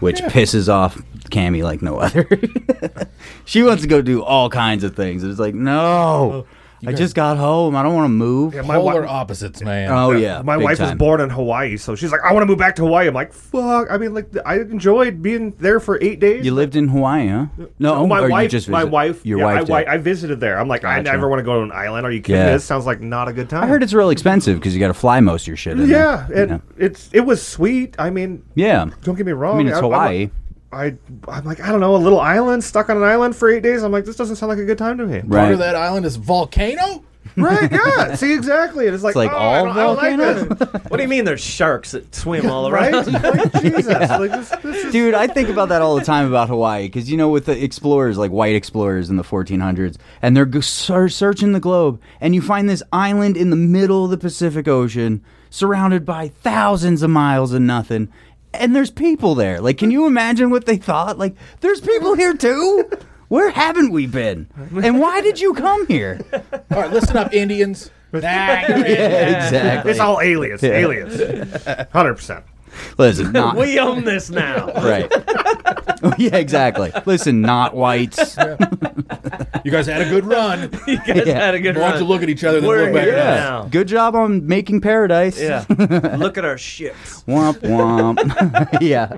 Speaker 1: which pisses off Cammy like no other. she wants to go do all kinds of things. It's like, no, I just got home. I don't want to move.
Speaker 3: Oh, Yeah, my
Speaker 2: Polar
Speaker 3: wi-
Speaker 2: opposites, man.
Speaker 1: oh yeah,
Speaker 3: my
Speaker 1: big
Speaker 3: wife was
Speaker 1: time.
Speaker 3: born in Hawaii, so she's like, I want to move back to Hawaii. I'm like, fuck. I mean, like, th- I enjoyed being there for eight days. Oh,
Speaker 1: You lived in Hawaii, huh? No, oh,
Speaker 3: my
Speaker 1: or you
Speaker 3: wife,
Speaker 1: just
Speaker 3: my
Speaker 1: visit-
Speaker 3: wife,
Speaker 1: your
Speaker 3: yeah, I,
Speaker 1: wife.
Speaker 3: wi-
Speaker 1: did.
Speaker 3: I visited there. I'm like, I
Speaker 1: Gotcha.
Speaker 3: never want to go to an island. Are you kidding? me?
Speaker 1: Yeah.
Speaker 3: This sounds like not a good time.
Speaker 1: I heard it's real expensive because you got to fly most of your shit. In
Speaker 3: Yeah,
Speaker 1: there, you
Speaker 3: and
Speaker 1: know?
Speaker 3: it's it was sweet. I mean,
Speaker 1: yeah.
Speaker 3: don't get me wrong.
Speaker 1: I mean, it's
Speaker 3: I'm
Speaker 1: Hawaii.
Speaker 3: like- I I'm like, I don't know, a little island stuck on an island for eight days. I'm like, this doesn't sound like a good time to me.
Speaker 1: Right.
Speaker 2: Under that island is volcano?
Speaker 3: Right? Yeah. See, exactly. And it's like,
Speaker 1: like
Speaker 3: oh,
Speaker 1: all
Speaker 3: I don't, I don't like
Speaker 1: volcanoes?
Speaker 3: this.
Speaker 4: What do you mean there's sharks that swim all
Speaker 3: Right?
Speaker 4: around?
Speaker 3: Like, Jesus. Like, this, this is.
Speaker 1: Dude, I think about that all the time about Hawaii because you know, with the explorers, like white explorers in the 1400s, and they're go- ser- searching the globe, and you find this island in the middle of the Pacific Ocean, surrounded by thousands of miles of nothing, and there's people there. Like, can you imagine what they thought? Like, there's people here too. Where haven't we been? And why did you come here?
Speaker 2: All right, listen up, Indians. Nah, you're in.
Speaker 1: exactly.
Speaker 3: It's all aliens. Aliens. 100%.
Speaker 1: Listen, not
Speaker 4: we own this now.
Speaker 1: right. yeah, exactly. Listen, not whites.
Speaker 2: You guys had a good run.
Speaker 4: You guys
Speaker 1: Yeah.
Speaker 4: had a good
Speaker 2: Why don't
Speaker 4: run.
Speaker 2: you look at each other then
Speaker 4: We're
Speaker 2: look back
Speaker 4: here
Speaker 2: at us?
Speaker 4: now.
Speaker 1: Good job on making paradise.
Speaker 4: Yeah. look at our ships.
Speaker 1: Womp womp. yeah.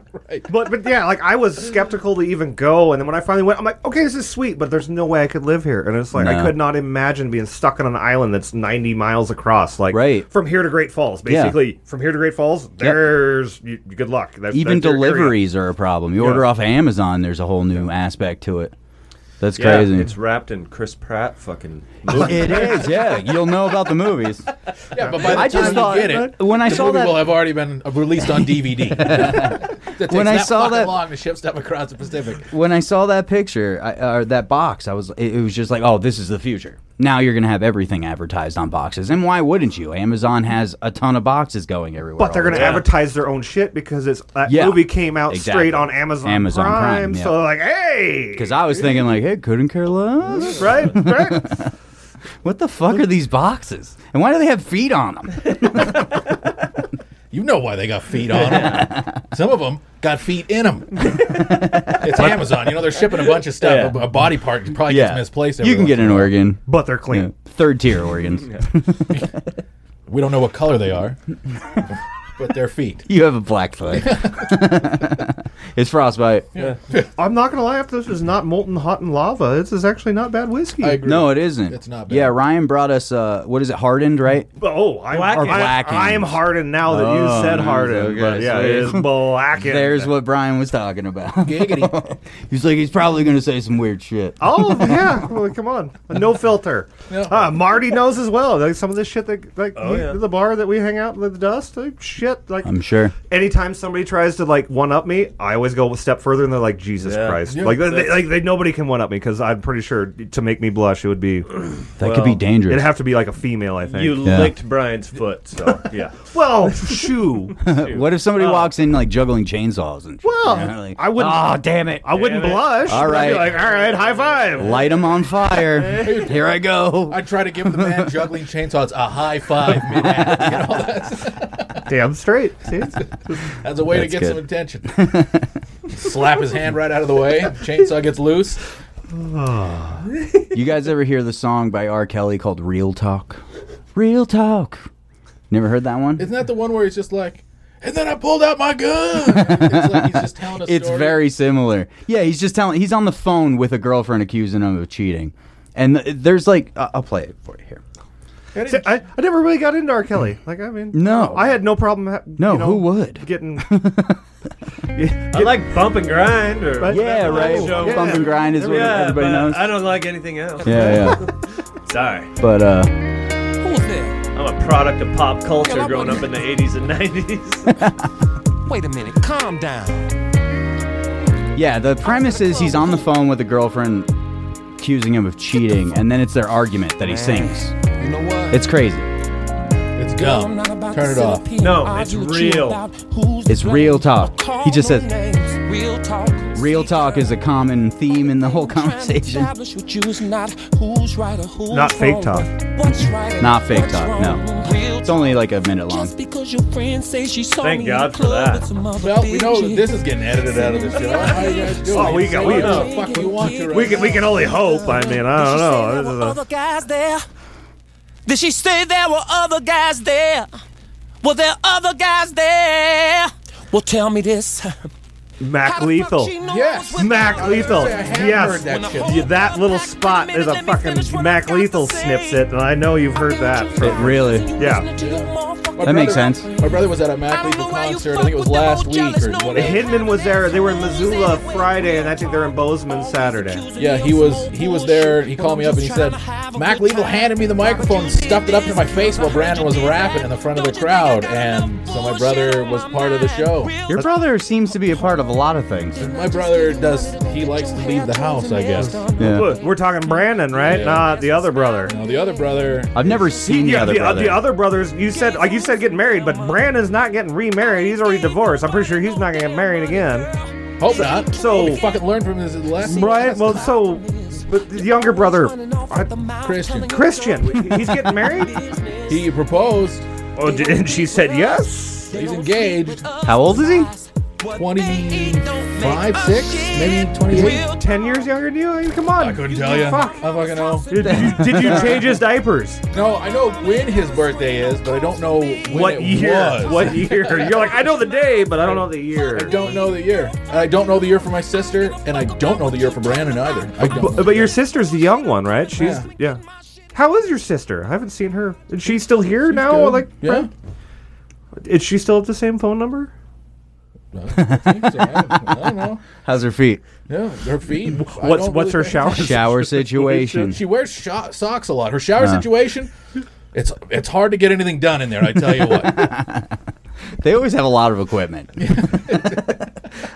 Speaker 3: But but yeah, like I was skeptical to even go, and then when I finally went, I'm like, okay, this is sweet, but there's no way I could live here, and it's like I
Speaker 1: No.
Speaker 3: could not imagine being stuck on an island that's 90 miles across, like
Speaker 1: Right.
Speaker 3: from here to Great Falls,
Speaker 1: Yeah.
Speaker 3: basically from here to Great Falls. There's you, you- good luck. That's,
Speaker 1: Even
Speaker 3: that's your area.
Speaker 1: deliveries are a problem. You order
Speaker 3: Yeah.
Speaker 1: off Amazon, there's a whole new aspect to it. That's
Speaker 4: Yeah,
Speaker 1: crazy.
Speaker 4: it's wrapped in Chris Pratt fucking
Speaker 1: it is, yeah. You'll know about the movies.
Speaker 2: Yeah, but by the
Speaker 1: I
Speaker 2: time
Speaker 1: just thought
Speaker 2: you get it,
Speaker 1: when I
Speaker 2: the
Speaker 1: saw
Speaker 2: movie will
Speaker 1: that
Speaker 2: have already been released on DVD. That takes
Speaker 1: When I
Speaker 2: that
Speaker 1: saw
Speaker 2: fucking
Speaker 1: that-
Speaker 2: long to ship stuff across the Pacific.
Speaker 1: when I saw that picture I, or that box, I was it, it was just like, oh, this is the future. Now you're gonna have everything advertised on boxes, and why wouldn't you? Amazon has a ton of boxes going everywhere.
Speaker 3: But they're
Speaker 1: all
Speaker 3: going to
Speaker 1: the time.
Speaker 3: advertize their own shit because it's that
Speaker 1: Yeah.
Speaker 3: movie came out
Speaker 1: Exactly.
Speaker 3: straight on Amazon,
Speaker 1: Amazon Prime, yeah.
Speaker 3: so like, hey,
Speaker 1: Because I was thinking like, hey, couldn't care less.
Speaker 3: right, right.
Speaker 1: What the fuck are these boxes? And why do they have feet on them?
Speaker 2: You know why they got feet on them. Some of them got feet in them. it's Amazon. You know, they're shipping a bunch of stuff. A, a body part probably gets misplaced. every
Speaker 1: You can
Speaker 2: once
Speaker 1: get
Speaker 2: in
Speaker 1: an
Speaker 2: a while.
Speaker 1: organ.
Speaker 3: but they're clean.
Speaker 1: Yeah, Third tier organs.
Speaker 2: We don't know what color they are, but they're feet.
Speaker 1: You have a black foot. it's frostbite.
Speaker 3: I'm not going to lie, if this is not molten hot and lava, this is actually not bad whiskey.
Speaker 2: I agree.
Speaker 1: No, it isn't.
Speaker 2: It's not bad.
Speaker 1: Yeah, Ryan brought us. Uh, what is it? Hardened, right?
Speaker 3: Oh, I'm
Speaker 4: Blackened.
Speaker 3: I,
Speaker 1: Blackened.
Speaker 3: I am hardened now that
Speaker 1: Oh,
Speaker 3: you said
Speaker 1: nice.
Speaker 3: hardened.
Speaker 1: Okay,
Speaker 3: but yeah, it is
Speaker 1: sweet.
Speaker 3: blackened.
Speaker 1: There's what Brian was talking about.
Speaker 2: Giggity.
Speaker 1: he's like, he's probably gonna say some weird shit.
Speaker 3: Oh yeah, well, come on, no filter. Uh, Marty knows as well. Like some of this shit that like he-
Speaker 4: yeah.
Speaker 3: the bar that we hang out in the dust, like shit. Like
Speaker 1: I'm sure.
Speaker 3: anytime somebody tries to like one up me, I always go a step further, and they're like Jesus
Speaker 4: Yeah.
Speaker 3: Christ,
Speaker 4: Yeah,
Speaker 3: like they, they,
Speaker 4: that's-
Speaker 3: like they, nobody can one up me because I'm pretty sure to make me blush it would be
Speaker 1: That could be
Speaker 4: Well,
Speaker 1: dangerous.
Speaker 3: it'd have to be like a female. I think.
Speaker 4: You
Speaker 1: Yeah.
Speaker 4: licked Brian's foot, so yeah.
Speaker 3: well, shoo.
Speaker 1: what if somebody walks in like juggling chainsaws and?
Speaker 3: Uh. Well,
Speaker 1: you know, like,
Speaker 3: I wouldn't-
Speaker 1: Oh damn it!
Speaker 3: I wouldn't
Speaker 4: Damn it.
Speaker 3: blush.
Speaker 1: All
Speaker 3: I'd be
Speaker 1: right.
Speaker 3: like all right, high five.
Speaker 1: Light them on fire. Here I go.
Speaker 2: I try to give the man juggling chainsaws a high five. mid act, You know, that's,
Speaker 3: Damn straight. See?
Speaker 2: that's a way
Speaker 1: That's
Speaker 2: to get
Speaker 1: good.
Speaker 2: some attention. Slap his hand right out of the way. Chainsaw gets loose.
Speaker 1: You guys ever hear the song by R. Kelly called Real Talk? Real Talk. Never heard that one?
Speaker 2: Isn't that the one where he's just like, and then I pulled out my gun? It's like he's just telling a story.
Speaker 1: It's very similar. Yeah, he's just telling, he's on the phone with a girlfriend accusing him of cheating. And th- there's like, I- I'll play it for you here.
Speaker 3: See, I, I never really got into R. Kelly. Like, I mean,
Speaker 1: No.
Speaker 3: I had no problem. Ha-
Speaker 1: No,
Speaker 3: you know,
Speaker 1: who would?
Speaker 3: getting?
Speaker 4: I like bump and grind or
Speaker 1: Yeah, right.
Speaker 4: Show.
Speaker 1: Bump and grind is what
Speaker 4: Yeah,
Speaker 1: everybody
Speaker 4: but
Speaker 1: knows.
Speaker 4: I don't like anything else.
Speaker 1: yeah, yeah.
Speaker 4: Sorry.
Speaker 1: But uh,
Speaker 7: Who's there?
Speaker 4: I'm a product of pop culture
Speaker 7: Yeah, I'm
Speaker 4: growing
Speaker 7: on-
Speaker 4: up in the 80s and 90s.
Speaker 7: Wait a minute, calm down.
Speaker 1: yeah, the premise is he's on the phone with a girlfriend accusing him of cheating, and then it's their argument that he sings.
Speaker 7: You know what?
Speaker 1: It's crazy.
Speaker 2: It's
Speaker 1: Oh,
Speaker 2: gum. Turn it off.
Speaker 4: No, it's real.
Speaker 1: It's real talk. He just says-
Speaker 7: real talk.
Speaker 1: Real talk is a common theme in the whole conversation.
Speaker 3: Not fake talk.
Speaker 1: Not fake talk, no. It's
Speaker 7: It's
Speaker 1: only like a minute long.
Speaker 7: Just because your friend says she saw
Speaker 4: Thank
Speaker 7: me in
Speaker 4: God
Speaker 7: the
Speaker 4: for
Speaker 7: club
Speaker 4: that.
Speaker 7: with some other
Speaker 2: Well,
Speaker 7: bitch.
Speaker 2: we know that this is getting edited out of this show. How you guys doing?
Speaker 3: Oh, we got- we-
Speaker 2: You know what the fuck you want to
Speaker 3: we
Speaker 2: right
Speaker 3: can we can only hope. I mean, I don't know. This is a-
Speaker 7: other guys there? Did she say there were other guys there? Were there other guys there? Well, tell me this.
Speaker 3: Mac Lethal.
Speaker 2: Yes.
Speaker 3: Mac Lethal.
Speaker 2: say, I have
Speaker 3: Yes. oh,
Speaker 2: heard that
Speaker 3: That,
Speaker 2: shit.
Speaker 3: yeah, that little spot is a fucking Mac Lethal snips it, and I know you've heard that.
Speaker 1: It
Speaker 3: From,
Speaker 1: really.
Speaker 3: Yeah.
Speaker 1: That makes sense.
Speaker 2: My brother was at a Mac
Speaker 7: don't
Speaker 2: Legal
Speaker 7: know why you
Speaker 2: concert. I
Speaker 7: fuck
Speaker 2: think it was
Speaker 7: with them
Speaker 2: last
Speaker 7: old
Speaker 2: week
Speaker 7: jealous
Speaker 2: or
Speaker 7: no
Speaker 2: whatever.
Speaker 7: man.
Speaker 3: Hidman was there. They were in Missoula Friday, and I think they're in Bozeman Saturday.
Speaker 2: Yeah, he was he was there. He called me up and he said, "Mac Legal handed me the microphone, and stuffed it up to my face while Brandon was rapping in the front of the crowd." And so my brother was part of the show.
Speaker 1: Your brother seems to be a part of a lot of things.
Speaker 2: My brother does he likes to leave the house, I guess. Now
Speaker 1: Yeah.
Speaker 3: Look, We're talking Brandon, right?
Speaker 2: Yeah.
Speaker 3: Not the other brother.
Speaker 2: the other brother,
Speaker 1: I've never seen the
Speaker 3: Yeah,
Speaker 1: other
Speaker 3: the,
Speaker 1: brother.
Speaker 3: the other brothers. You said, like you said, getting married, but Brandon's not getting remarried. He's already divorced. I'm pretty sure he's not gonna get married again.
Speaker 2: hope not.
Speaker 3: So-
Speaker 2: he fucking learned from his last
Speaker 3: Right? Well, so, but the younger brother, I-
Speaker 2: Christian.
Speaker 3: Christian, he's getting married.
Speaker 2: He proposed.
Speaker 3: Oh, d- and she said yes.
Speaker 2: He's engaged.
Speaker 1: How old is he?
Speaker 2: 25, 6, maybe 28.
Speaker 3: Ten years younger than you? I mean, Come on.
Speaker 2: I couldn't tell you.
Speaker 3: Fuck.
Speaker 2: I fucking know.
Speaker 3: Did you, did you change his diapers?
Speaker 2: No, I know when his birthday is, but I don't know when
Speaker 3: What
Speaker 2: it
Speaker 3: year?
Speaker 2: was.
Speaker 3: What year? You're like, I know the day, but I don't know the year.
Speaker 2: I don't know the year. And I don't know the year for my sister, and I don't know the year for Brandon either. I don't. know.
Speaker 3: But, but your sister's the young one, right? She's yeah. How is your sister? I haven't seen her. Is she still here now?
Speaker 2: Good.
Speaker 3: Like,
Speaker 2: yeah.
Speaker 3: is she still at the same phone number?
Speaker 2: I think so. I don't- I don't know.
Speaker 1: How's her feet?
Speaker 2: Yeah, her feet. I
Speaker 3: What's
Speaker 2: don't
Speaker 3: what's
Speaker 2: really
Speaker 3: her
Speaker 2: think-
Speaker 3: shower?
Speaker 1: Shower situation.
Speaker 2: She wears sho- socks a lot. Her shower situation. It's it's hard to get anything done in there. I tell you what.
Speaker 1: They always have a lot of equipment.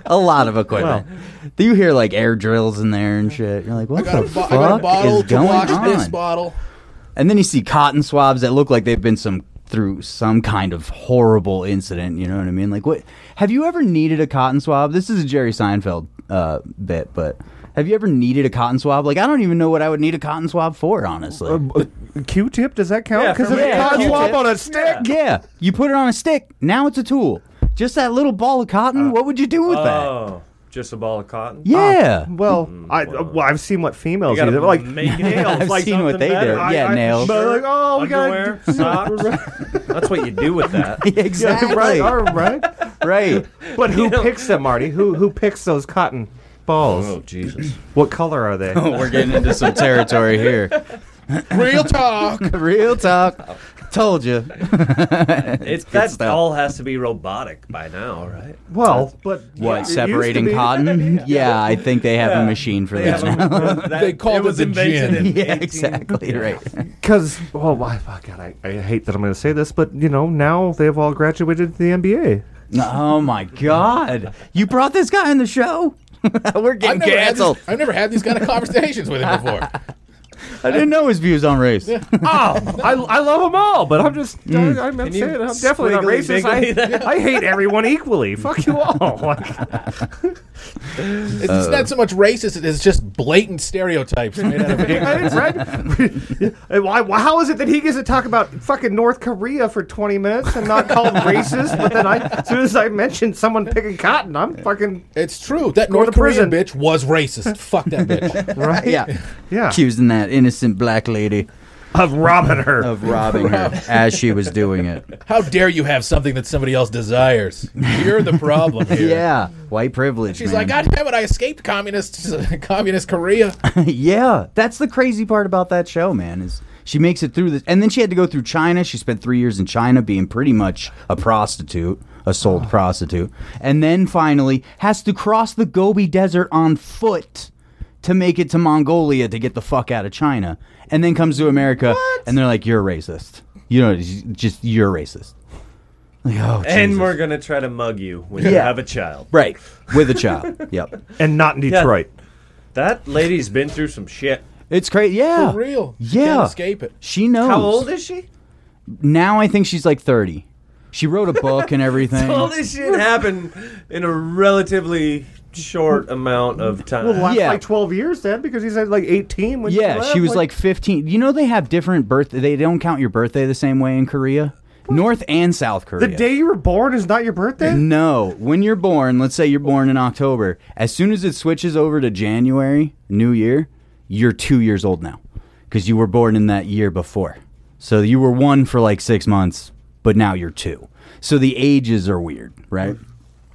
Speaker 1: a lot of equipment. Do you hear like air drills in there and shit? You're like, what
Speaker 2: Got a
Speaker 1: the
Speaker 2: bo- I
Speaker 1: fuck
Speaker 2: got a bottle
Speaker 1: is
Speaker 2: to
Speaker 1: going
Speaker 2: wash this
Speaker 1: on?
Speaker 2: bottle.
Speaker 1: And then you see cotton swabs that look like they've been some through some kind of horrible incident. You know what I mean? Like, what have you ever needed a cotton swab? This is a Jerry Seinfeld uh, bit, but have you ever needed a cotton swab? Like, I don't even know what I would need a cotton swab for, honestly.
Speaker 3: Uh, Q-tip? Does that count?
Speaker 4: Yeah,
Speaker 3: Because
Speaker 4: for me,
Speaker 3: it's a
Speaker 4: yeah,
Speaker 3: cotton
Speaker 4: Q-tip.
Speaker 3: swab on a stick.
Speaker 1: yeah, you put it on a stick. Now it's a tool. Just that little ball of cotton. what would you do with that?
Speaker 4: Oh, just a ball of cotton.
Speaker 1: uh, Yeah.
Speaker 3: Well, I Hmm. well I've seen what females
Speaker 4: You
Speaker 3: do.
Speaker 4: gotta
Speaker 3: They're like
Speaker 4: make nails.
Speaker 1: I've
Speaker 4: like
Speaker 1: seen what they
Speaker 4: something
Speaker 1: do.
Speaker 4: better. I-
Speaker 1: Yeah,
Speaker 4: I-
Speaker 1: nails.
Speaker 3: But like, oh, we
Speaker 4: Underwear,
Speaker 3: gotta
Speaker 4: socks. That's what you do with that.
Speaker 1: exactly.
Speaker 3: Yeah, right, all right.
Speaker 1: right.
Speaker 3: But who picks them, Marty? Who who picks those cotton balls?
Speaker 4: Oh Jesus!
Speaker 3: What color are they?
Speaker 1: We're getting into some territory here.
Speaker 2: Real talk.
Speaker 1: Real talk. Told you.
Speaker 4: It's that
Speaker 1: stuff.
Speaker 4: all has to be robotic by now, right?
Speaker 3: Well, but
Speaker 1: What,
Speaker 3: it used to
Speaker 1: separating
Speaker 3: be-
Speaker 1: cotton? yeah. I think they have a machine for this now.
Speaker 2: They called it the gin.
Speaker 1: yeah, exactly right.
Speaker 3: Because, oh, my oh, God, I, I hate that I'm going to say this, but, you know, now they've all graduated to the NBA.
Speaker 1: oh my god. You brought this guy on the show? We're
Speaker 2: I've
Speaker 1: getting
Speaker 2: never, had
Speaker 1: canceled.
Speaker 2: these, I've never had these kind of conversations with him before.
Speaker 1: I didn't know his views on race.
Speaker 3: Oh, I, I love them all, but I'm just, I, I'm, I'm
Speaker 4: you
Speaker 3: saying, I'm definitely not
Speaker 4: squiggly
Speaker 3: racist.
Speaker 4: wiggly that?
Speaker 3: I, I hate everyone equally. Fuck you all. Like,
Speaker 2: It's,
Speaker 1: Uh.
Speaker 2: it's not so much racist; it's just blatant stereotypes made out of
Speaker 3: right? Why, why- how is it that he gets to talk about fucking North Korea for 20 minutes and not called racist, but then I, as soon as I mention someone picking cotton, I'm fucking,
Speaker 2: It's true. That
Speaker 3: Go to
Speaker 2: North Korean
Speaker 3: prison.
Speaker 2: bitch was racist. Fuck that bitch.
Speaker 3: right?
Speaker 1: Yeah.
Speaker 3: Yeah.
Speaker 1: Accusing that innocent black lady
Speaker 3: Of robbing her.
Speaker 1: of robbing her as she was doing it.
Speaker 2: How dare you have something that somebody else desires? You're the problem here.
Speaker 1: Yeah. White privilege.
Speaker 2: She's
Speaker 1: man.
Speaker 2: like, God damn it, I escaped communist communist Korea.
Speaker 1: Yeah, that's the crazy part about that show, man. Is she makes it through this, and then she had to go through China. She spent three years in China being pretty much a prostitute, a
Speaker 4: Oh.
Speaker 1: sold prostitute, and then finally has to cross the Gobi Desert on foot to make it to Mongolia to get the fuck out of China, and then comes to America, and they're like, "You're racist. You know, just you're racist." Like, oh,
Speaker 4: And
Speaker 1: Jesus.
Speaker 4: we're gonna try to mug you when you
Speaker 1: Yeah.
Speaker 4: have a child.
Speaker 1: right with a child. yep,
Speaker 3: and not in Detroit.
Speaker 4: That lady's been through some shit.
Speaker 1: it's crazy. Yeah,
Speaker 2: For real. You
Speaker 1: Oh, Yeah,
Speaker 2: Can't escape it.
Speaker 1: She knows.
Speaker 4: How old is she?
Speaker 1: now I think she's like 30. She wrote a book and everything.
Speaker 4: All this shit happened in a relatively short amount of time.
Speaker 3: Well, last
Speaker 1: Yeah.
Speaker 3: like 12 years then because he said like 18 when
Speaker 1: yeah,
Speaker 3: left,
Speaker 1: she was like 15. You know they have different birth they don't count your birthday the same way in Korea. North and South Korea.
Speaker 3: the day you were born is not your birthday
Speaker 1: No, when you're born, let's say you're born in October, as soon as it switches over to January, New Year, you're 2 years old now cuz you were born in that year before. So you were 1 for like 6 months, but now you're 2. So the ages are weird, right?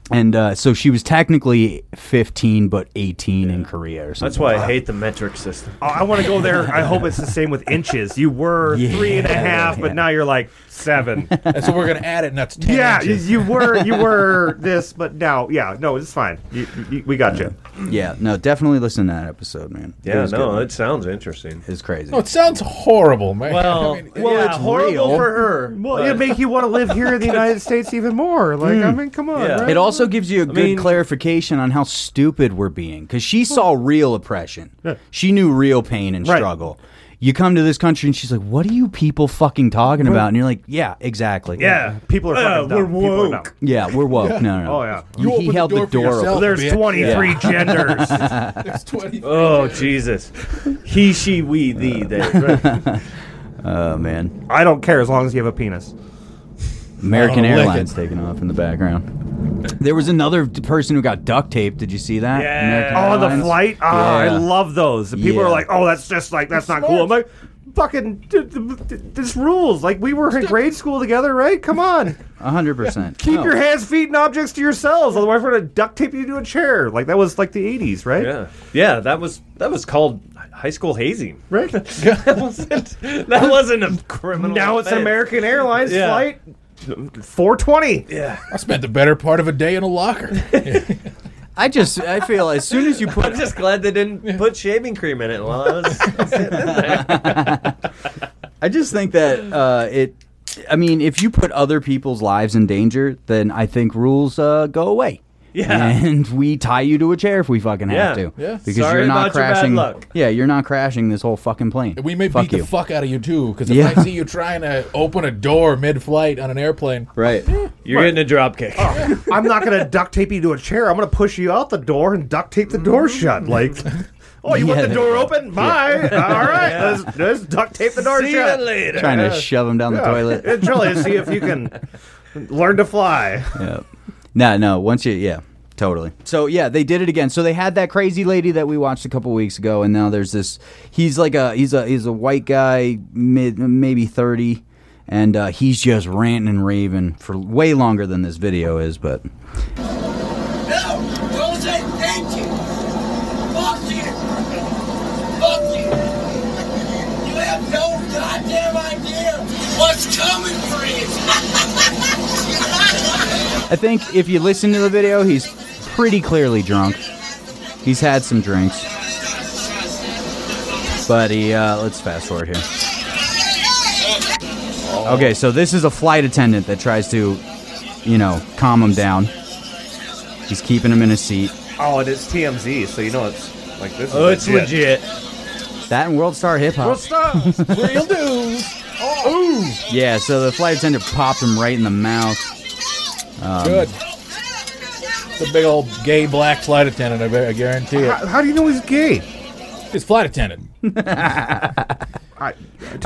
Speaker 1: And uh, so she was technically 15, but 18 in Korea or something.
Speaker 6: That's why I hate the metric system.
Speaker 3: Oh, I want to go there. I hope it's the same with inches. You were three and a half, but now you're like seven.
Speaker 2: And so we're gonna add it, and that's ten
Speaker 3: yeah, you,
Speaker 2: inches.
Speaker 3: you were you were this, but now yeah, no, it's fine. You, you, we got you.
Speaker 1: Yeah, no, definitely listen to that episode, man. It
Speaker 4: Yeah,
Speaker 1: was
Speaker 4: no,
Speaker 1: good.
Speaker 4: it sounds interesting.
Speaker 1: it's crazy.
Speaker 2: No, Oh, it sounds horrible, man.
Speaker 6: Well,
Speaker 2: I mean,
Speaker 6: well,
Speaker 3: yeah,
Speaker 6: it's horrible
Speaker 1: real.
Speaker 6: for her.
Speaker 3: Well,
Speaker 6: but-
Speaker 3: it'd make you want to live here in the United States even more. Like, I mean, come on.
Speaker 4: Yeah.
Speaker 3: right?
Speaker 1: It also gives you a good
Speaker 4: mean-
Speaker 1: clarification on how stupid we're being because she saw real oppression. She knew real pain and
Speaker 3: Right.
Speaker 1: struggle. You come to this country and she's like, "What are you people fucking talking about?" And you're like, "Yeah, exactly.
Speaker 3: yeah, Uh, people are fucking dumb.
Speaker 6: we're
Speaker 3: People are
Speaker 6: woke.
Speaker 3: dumb.
Speaker 1: yeah, we're woke. No, no, no.
Speaker 3: Oh, yeah.
Speaker 1: You,
Speaker 2: You
Speaker 1: he
Speaker 2: open the
Speaker 1: held
Speaker 2: door
Speaker 1: the
Speaker 2: for
Speaker 1: door,
Speaker 2: yourself.
Speaker 1: open.
Speaker 3: There's
Speaker 2: Yeah.
Speaker 3: 23 genders.
Speaker 2: it's 20.
Speaker 6: Oh Jesus, he, she, we, thee, they.
Speaker 1: Oh man,
Speaker 3: I don't care as long as you have a penis.
Speaker 1: American
Speaker 2: lick
Speaker 1: Airlines
Speaker 2: it.
Speaker 1: taking off in the background. There was another d- person who got duct taped. Did you see that? American
Speaker 3: Oh, the
Speaker 1: Airlines.
Speaker 3: flight! Ah,
Speaker 1: Yeah.
Speaker 3: I love those. And people
Speaker 1: Yeah.
Speaker 3: are like, "Oh, that's just like that's not cool." I'm like, "Fucking, d- d- d- this rules!" Like we were in grade school together, right? Come on,
Speaker 1: A hundred percent.
Speaker 3: keep your hands, feet, and objects to yourselves. Otherwise, we're gonna duct tape you to a chair. Like that was like the '80s, right?
Speaker 4: Yeah, yeah, that was that was called high school hazing.
Speaker 3: Right.
Speaker 4: That wasn't that wasn't a criminal.
Speaker 3: now it's an
Speaker 4: offense.
Speaker 3: American Airlines
Speaker 4: Yeah.
Speaker 3: flight 420.
Speaker 2: I spent the better part of a day in a locker.
Speaker 1: I just I feel as soon as you put
Speaker 4: I'm just glad they didn't put shaving cream in it while I was sitting there.
Speaker 1: I just think that
Speaker 4: Mm.
Speaker 1: uh, it. I mean, if you put other people's lives in danger, then I think rules uh, go away.
Speaker 4: Yeah.
Speaker 1: and we tie you to a chair if we fucking
Speaker 4: Yeah.
Speaker 1: have to.
Speaker 2: Yeah.
Speaker 1: because
Speaker 4: Sorry
Speaker 1: you're not
Speaker 4: about your bad
Speaker 1: crashing.
Speaker 4: luck.
Speaker 1: Yeah, you're not crashing this whole fucking plane.
Speaker 2: we may
Speaker 1: Fuck
Speaker 2: beat
Speaker 1: you.
Speaker 2: the fuck out of you too, because if
Speaker 1: Yeah.
Speaker 2: I see you trying to open a door mid-flight on an airplane,
Speaker 1: right.
Speaker 6: You're getting a drop kick.
Speaker 4: Oh,
Speaker 3: I'm not gonna duct tape you to a chair. I'm gonna push you out the door and duct tape the door shut. Like, oh, you
Speaker 1: Yeah,
Speaker 3: want the
Speaker 1: that-
Speaker 3: door open? Bye. All right, let's, let's duct tape the door
Speaker 4: See you
Speaker 3: shut.
Speaker 4: later.
Speaker 1: Trying to shove him down the toilet.
Speaker 3: It's really to see if you can learn to fly.
Speaker 1: Yeah. No, no. Once you, yeah, totally. So yeah, they did it again. So they had that crazy lady that we watched a couple weeks ago, and now there's this. He's like a he's a he's a white guy, mid maybe thirty, and uh, he's just ranting and raving for way longer than this video is. But
Speaker 8: No! Don't say thank you! Fuck you! Fuck you! You have no goddamn idea what's coming for you!
Speaker 1: I think if you listen to the video, he's pretty clearly drunk. He's had some drinks. But he, uh, let's fast forward here. Okay, so this is a flight attendant that tries to, you know, calm him down. He's keeping him in his seat.
Speaker 3: Oh, and it's TMZ, so you know it's like this.
Speaker 6: Oh, it's legit.
Speaker 1: That and World Star Hip Hop.
Speaker 2: real news.
Speaker 1: Yeah, so the flight attendant popped him right in the mouth. Um,
Speaker 2: Good. The big old gay black flight attendant, I bet- I guarantee it.
Speaker 3: How, how do you know he's gay?
Speaker 2: His flight attendant.
Speaker 1: I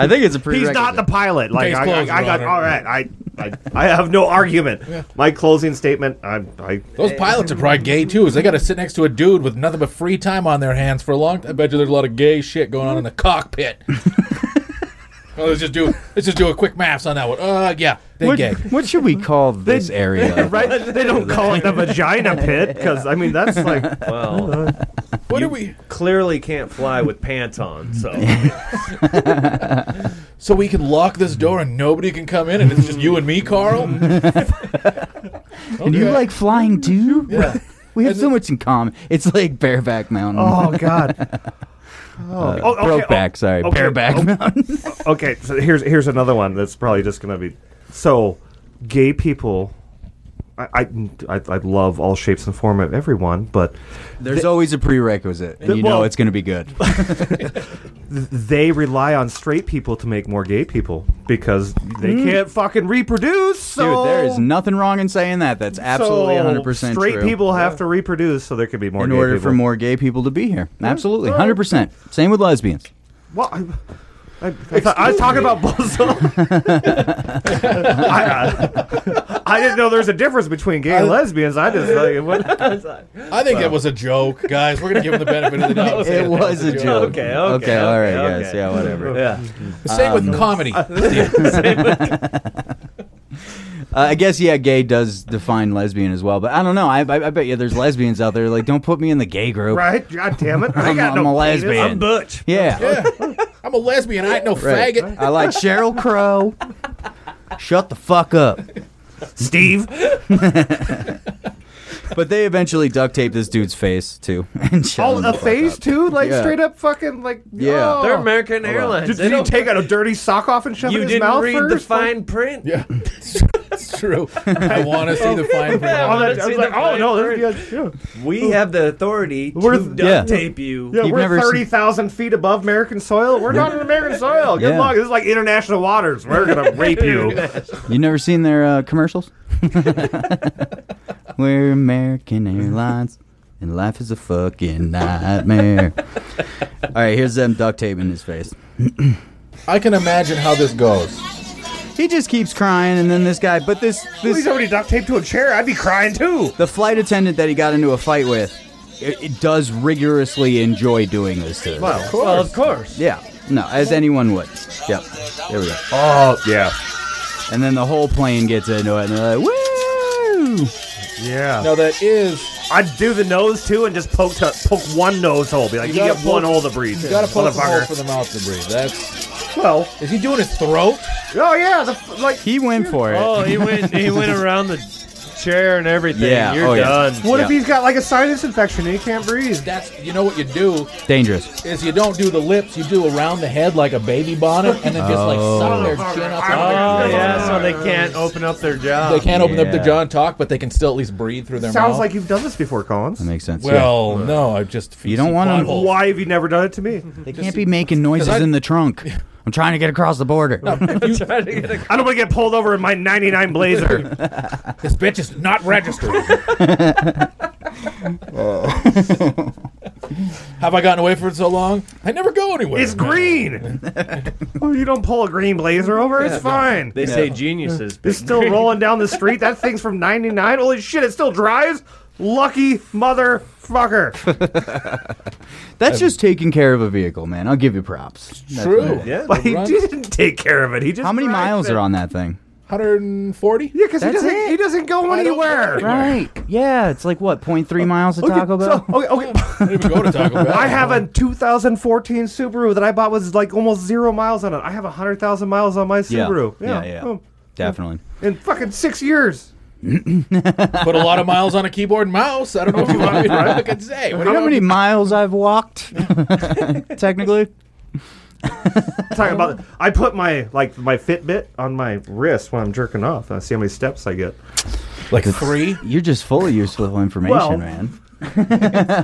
Speaker 1: think it's a pretty.
Speaker 3: He's not the pilot. Like
Speaker 2: Case
Speaker 3: I,
Speaker 2: closed,
Speaker 3: I, I
Speaker 2: Your
Speaker 3: got
Speaker 2: Honor.
Speaker 3: all right. I, I I have no argument. My closing statement. I I
Speaker 2: Those pilots are probably gay too, is they got to sit next to a dude with nothing but free time on their hands for a long. I bet you there's a lot of gay shit going on in the cockpit. well, let's just do let's just do a quick maths on that one. Uh, yeah, they
Speaker 1: What,
Speaker 2: gay.
Speaker 1: what should we call this area?
Speaker 3: right. They don't call it the vagina pit because I mean that's like
Speaker 4: Well,
Speaker 2: What do we?
Speaker 4: clearly can't fly with pants on, so
Speaker 2: So we can lock this door and nobody can come in, and it's just you and me, Carl.
Speaker 1: And you
Speaker 2: Okay.
Speaker 1: like flying too?
Speaker 2: Yeah.
Speaker 1: We have so much in common. It's like Bareback Mountain.
Speaker 3: Oh God. Oh, oh, okay,
Speaker 1: Brokeback,
Speaker 3: oh,
Speaker 1: Uh, sorry.
Speaker 3: okay,
Speaker 1: Bareback
Speaker 3: oh,
Speaker 1: Mountain.
Speaker 3: Okay, so here's here's another one that's probably just gonna be so gay people. I I, I, I love all shapes and form of everyone, but
Speaker 1: There's always a prerequisite, and
Speaker 3: The-
Speaker 1: you know
Speaker 3: well-
Speaker 1: it's going to be good.
Speaker 3: they rely on straight people to make more gay people because they can't fucking reproduce. So
Speaker 1: Mm. Dude, there is nothing wrong in saying that. That's absolutely 100%
Speaker 3: straight
Speaker 1: true.
Speaker 3: people have to reproduce so there could be more
Speaker 1: in
Speaker 3: gay
Speaker 1: order
Speaker 3: people.
Speaker 1: for more gay people to be here. Absolutely.
Speaker 3: Alright.
Speaker 1: 100%. Same with lesbians.
Speaker 3: Well, I, I, I, thought- I was talking about both. of them. I, I, I didn't know there's a difference between gay and lesbians. I just like, what,
Speaker 2: I think that was a joke, guys. We're gonna give him the benefit of the doubt.
Speaker 1: It was a joke.
Speaker 4: Okay, okay,
Speaker 1: Okay, all right,
Speaker 4: okay,
Speaker 1: guys.
Speaker 4: okay.
Speaker 1: Yeah, Uh, whatever. Um,
Speaker 4: yeah.
Speaker 2: Same with comedy.
Speaker 1: Uh, I guess yeah, gay does define lesbian as well, but I don't know. I, I, I bet you there's lesbians out there like don't put me in the gay group.
Speaker 3: Right? God damn it. I
Speaker 1: I'm-
Speaker 3: got
Speaker 1: I'm
Speaker 3: no
Speaker 1: a
Speaker 3: penis.
Speaker 1: lesbian.
Speaker 3: I'm butch.
Speaker 1: Yeah,
Speaker 2: Yeah. I'm a lesbian. I ain't no
Speaker 1: right.
Speaker 2: faggot.
Speaker 1: I like Cheryl Crow. Shut the fuck up.
Speaker 3: Steve.
Speaker 1: But they eventually duct tape this dude's face too. And shut him
Speaker 3: Oh,
Speaker 1: the
Speaker 3: a
Speaker 1: fuck
Speaker 3: face
Speaker 1: up.
Speaker 3: too? Like
Speaker 1: Yeah.
Speaker 3: straight up fucking like
Speaker 1: Yeah.
Speaker 3: oh.
Speaker 4: They're American Airlines.
Speaker 3: Did,
Speaker 4: They
Speaker 3: did he
Speaker 4: don't-
Speaker 3: take out a dirty sock off and shove
Speaker 4: you
Speaker 3: it in his
Speaker 4: didn't
Speaker 3: mouth
Speaker 4: read the
Speaker 3: first?
Speaker 4: fine print.
Speaker 2: Yeah, it's true. I want to see the fine print.
Speaker 4: Yeah,
Speaker 3: Oh,
Speaker 2: on
Speaker 4: well,
Speaker 2: that.
Speaker 3: that,
Speaker 4: It's
Speaker 3: I was
Speaker 4: in the
Speaker 3: like, oh no,
Speaker 4: fine
Speaker 3: there's, yeah,
Speaker 4: We have the authority to
Speaker 3: We're-
Speaker 4: duct
Speaker 1: yeah.
Speaker 4: tape you.
Speaker 3: yeah,
Speaker 1: You've
Speaker 3: we're
Speaker 1: never seen-
Speaker 3: thirty thousand feet above American soil. We're not in American soil. Good
Speaker 1: Yeah.
Speaker 3: luck. This is like international waters. We're gonna rape you.
Speaker 1: You never seen their uh, commercials? We're American Airlines, and life is a fucking nightmare. All right, here's them duct taping his face.
Speaker 2: I can imagine how this goes.
Speaker 1: He just keeps crying, and then this guy. But this
Speaker 3: Please,
Speaker 1: this
Speaker 3: somebody duct taped to a chair. I'd be crying too.
Speaker 1: the flight attendant that he got into a fight with, it, it does rigorously enjoy doing this to. Wow.
Speaker 4: Well, of course.
Speaker 1: Yeah. No, as anyone would. Yep. There we go.
Speaker 3: Oh yeah,
Speaker 1: And then the whole plane gets into it, and they're like, "Woo!"
Speaker 3: yeah.
Speaker 2: Now that is
Speaker 3: I'd do the nose too, and just poke to, poke one nose hole. Be like, you,
Speaker 2: gotta
Speaker 3: get one
Speaker 2: poke-
Speaker 3: hole to breathe.
Speaker 2: you gotta poke a hole
Speaker 3: motherfucker.
Speaker 2: for the mouth to breathe. That's
Speaker 3: Well,
Speaker 2: is he doing his throat?
Speaker 3: oh yeah, the, f- like
Speaker 1: He went for it.
Speaker 4: Oh, he went. He went around the chair and everything.
Speaker 1: Yeah,
Speaker 4: You're
Speaker 1: oh, yeah.
Speaker 4: done.
Speaker 3: What if
Speaker 1: Yeah.
Speaker 3: he's got like a sinus infection and he can't breathe?
Speaker 2: That's you know what you do
Speaker 1: Dangerous.
Speaker 2: is you don't do the lips, you do around the head like a baby bonnet, and then just like suck their chin up.
Speaker 4: Oh yeah, so they can't open up their jaw.
Speaker 2: They can't open up their
Speaker 1: yeah.
Speaker 2: jaw and talk, but they can still at least breathe through their
Speaker 3: Sounds
Speaker 2: mouth.
Speaker 3: like you've done this before, Collins.
Speaker 1: That makes sense. yeah.
Speaker 2: well, no, I just
Speaker 1: You don't want 'em-
Speaker 2: butthole.
Speaker 3: Why have you never done it to me?
Speaker 1: They can't be making noises
Speaker 2: I-
Speaker 1: in the trunk. I'm trying to get across the border.
Speaker 4: Trying to get a-
Speaker 3: I don't want to get pulled over in my 99 Blazer.
Speaker 2: This bitch is not registered. Have I gotten away for so long? I never go anywhere.
Speaker 3: it's green. oh, you don't pull a green Blazer over. It's fine.
Speaker 4: They say geniuses.
Speaker 3: It's still rolling down the street. That thing's from 99. Holy shit, it still drives. Lucky motherfucker.
Speaker 1: That's just taking care of a vehicle, man. I'll give you props. That's what
Speaker 2: True.
Speaker 1: it is.
Speaker 4: Yeah.
Speaker 3: Like, he
Speaker 2: Run.
Speaker 3: didn't take care of it. He just
Speaker 1: How many
Speaker 3: drives
Speaker 1: miles
Speaker 3: it.
Speaker 1: are on that thing?
Speaker 2: 140?
Speaker 3: Yeah, because he
Speaker 1: That's
Speaker 3: doesn't.
Speaker 1: it.
Speaker 3: He doesn't go
Speaker 2: I don't go
Speaker 3: anywhere.
Speaker 2: anywhere.
Speaker 1: Right. Yeah, it's like what, 0.3 miles to Taco
Speaker 3: Okay,
Speaker 1: Bell?
Speaker 3: so- okay, okay.
Speaker 2: I didn't even go to Taco Bell.
Speaker 3: I have a 2014 Subaru that I bought with like almost zero miles on it. I have 100,000 miles on my
Speaker 1: yeah.
Speaker 3: Subaru.
Speaker 1: yeah, yeah.
Speaker 3: Oh,
Speaker 1: Definitely.
Speaker 3: In fucking six years.
Speaker 2: put a lot of miles on a keyboard and mouse. I don't know if you want me to fucking say. What
Speaker 1: You
Speaker 2: do
Speaker 1: know
Speaker 2: you
Speaker 1: how many miles I've walked? Technically.
Speaker 3: I'm talking about, I put my like my Fitbit on my wrist when I'm jerking off. I see how many steps I get.
Speaker 2: Like three?
Speaker 1: You're just full of useful information,
Speaker 3: Well-
Speaker 1: man.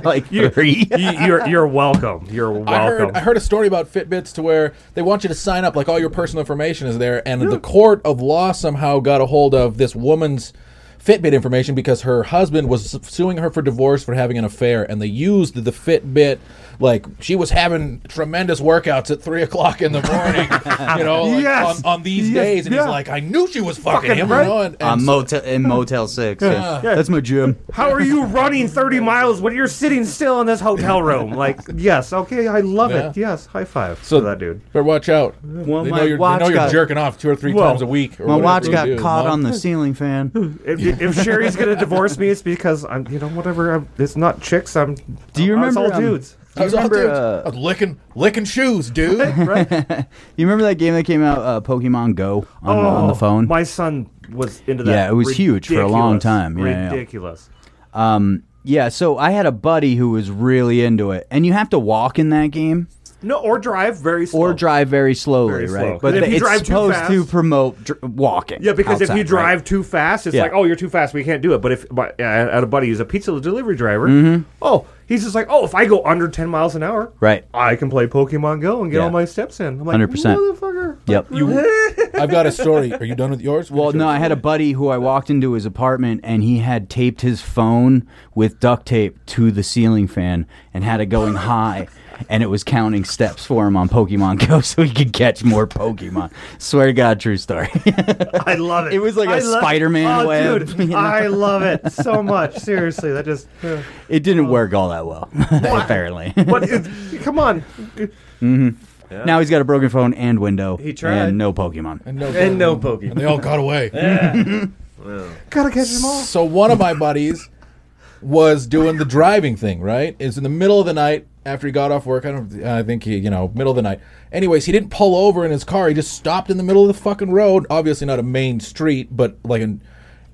Speaker 1: like three.
Speaker 3: You, you're you're welcome. You're
Speaker 2: I heard, I
Speaker 3: welcome.
Speaker 2: heard a story about Fitbits to where they want you to sign up, like all your personal information is there, and the court of law somehow got a hold of this woman's Fitbit information because her husband was su- suing her for divorce for having an affair, and they used the Fitbit. Like she was having tremendous workouts at three o'clock in the morning, you know, like,
Speaker 3: Yes.
Speaker 2: on, on these
Speaker 3: Yes.
Speaker 2: days, and
Speaker 3: Yeah.
Speaker 2: he's like, "I knew she was fucking, him."
Speaker 3: right.
Speaker 2: You know, and, and
Speaker 1: On motel in Motel Six. yeah. That's my gym.
Speaker 3: How are you running 30 miles when you're sitting still in this hotel room? Like, yes, okay, I love it. Yes, high five so,
Speaker 2: So-
Speaker 3: for that dude.
Speaker 2: Better watch out. they
Speaker 1: my
Speaker 2: know you're,
Speaker 1: watch
Speaker 2: they know you're
Speaker 1: got-
Speaker 2: jerking off two or three
Speaker 3: Well,
Speaker 2: times a week. Or
Speaker 1: My
Speaker 2: whatever
Speaker 1: watch
Speaker 2: you
Speaker 1: got
Speaker 2: do,
Speaker 1: caught
Speaker 2: Mom.
Speaker 1: on the ceiling fan.
Speaker 3: If, if Sherry's gonna divorce me, it's because I'm, you know, whatever. I'm, it's not chicks. I'm.
Speaker 1: Do you
Speaker 3: I was
Speaker 1: remember,
Speaker 3: all
Speaker 1: um,
Speaker 3: dudes?
Speaker 2: I was, all
Speaker 1: remember,
Speaker 2: dudes.
Speaker 1: uh,
Speaker 2: I was licking, licking shoes, dude.
Speaker 3: Right?
Speaker 1: You remember that game that came out, uh, Pokemon Go, on, the- on the phone?
Speaker 3: Oh, My son was into that.
Speaker 1: Yeah, it was huge for a long
Speaker 3: Ridiculous.
Speaker 1: time. Yeah, yeah.
Speaker 3: ridiculous.
Speaker 1: Um, yeah, so I had a buddy who was really into it, and you have to walk in that game
Speaker 3: No, or drive very slow.
Speaker 1: or drive very slowly,
Speaker 3: Very slow.
Speaker 1: right?
Speaker 3: 'Cause
Speaker 1: But
Speaker 3: if
Speaker 1: the-
Speaker 3: you
Speaker 1: it's
Speaker 3: drive too
Speaker 1: supposed
Speaker 3: fast-
Speaker 1: to promote dr- walking.
Speaker 3: Yeah, because if you
Speaker 1: outside,
Speaker 3: drive
Speaker 1: right?
Speaker 3: too fast, it's
Speaker 1: Yeah.
Speaker 3: like, oh, you're too fast. We can't do it. But if my, I had a buddy who's a pizza delivery driver,
Speaker 1: Mm-hmm.
Speaker 3: oh, he's just like, oh, if I go under 10 miles an hour,
Speaker 1: Right.
Speaker 3: I can play Pokemon Go and get
Speaker 1: Yeah.
Speaker 3: all my steps in. I'm like,
Speaker 1: 100%.
Speaker 3: motherfucker.
Speaker 1: Yep.
Speaker 2: I've got a story. Are you done with yours?
Speaker 1: well, no, I had a buddy who I walked into his apartment, and he had taped his phone with duct tape to the ceiling fan and had it going high. And it was counting steps for him on Pokemon Go so he could catch more Pokemon. Swear to God, true story.
Speaker 3: I love it.
Speaker 1: It was like
Speaker 3: a
Speaker 1: a Spider-Man
Speaker 3: oh,
Speaker 1: web,
Speaker 3: Dude,
Speaker 1: you know?
Speaker 3: I love it so much. Seriously, that just. yeah.
Speaker 1: it didn't work all that well, apparently.
Speaker 3: But it, come on.
Speaker 1: Now he's got a broken phone and window.
Speaker 4: He tried.
Speaker 1: And no Pokemon.
Speaker 2: And no,
Speaker 4: And no
Speaker 2: and they
Speaker 4: Pokemon.
Speaker 2: all got away.
Speaker 3: Gotta catch them all.
Speaker 2: So one of my buddies was doing the driving thing, right? It's in the middle of the night after he got off work. I don't I think he, you know, middle of the night. Anyways, he didn't pull over in his car. He just stopped in the middle of the fucking road. Obviously not a main street, but like an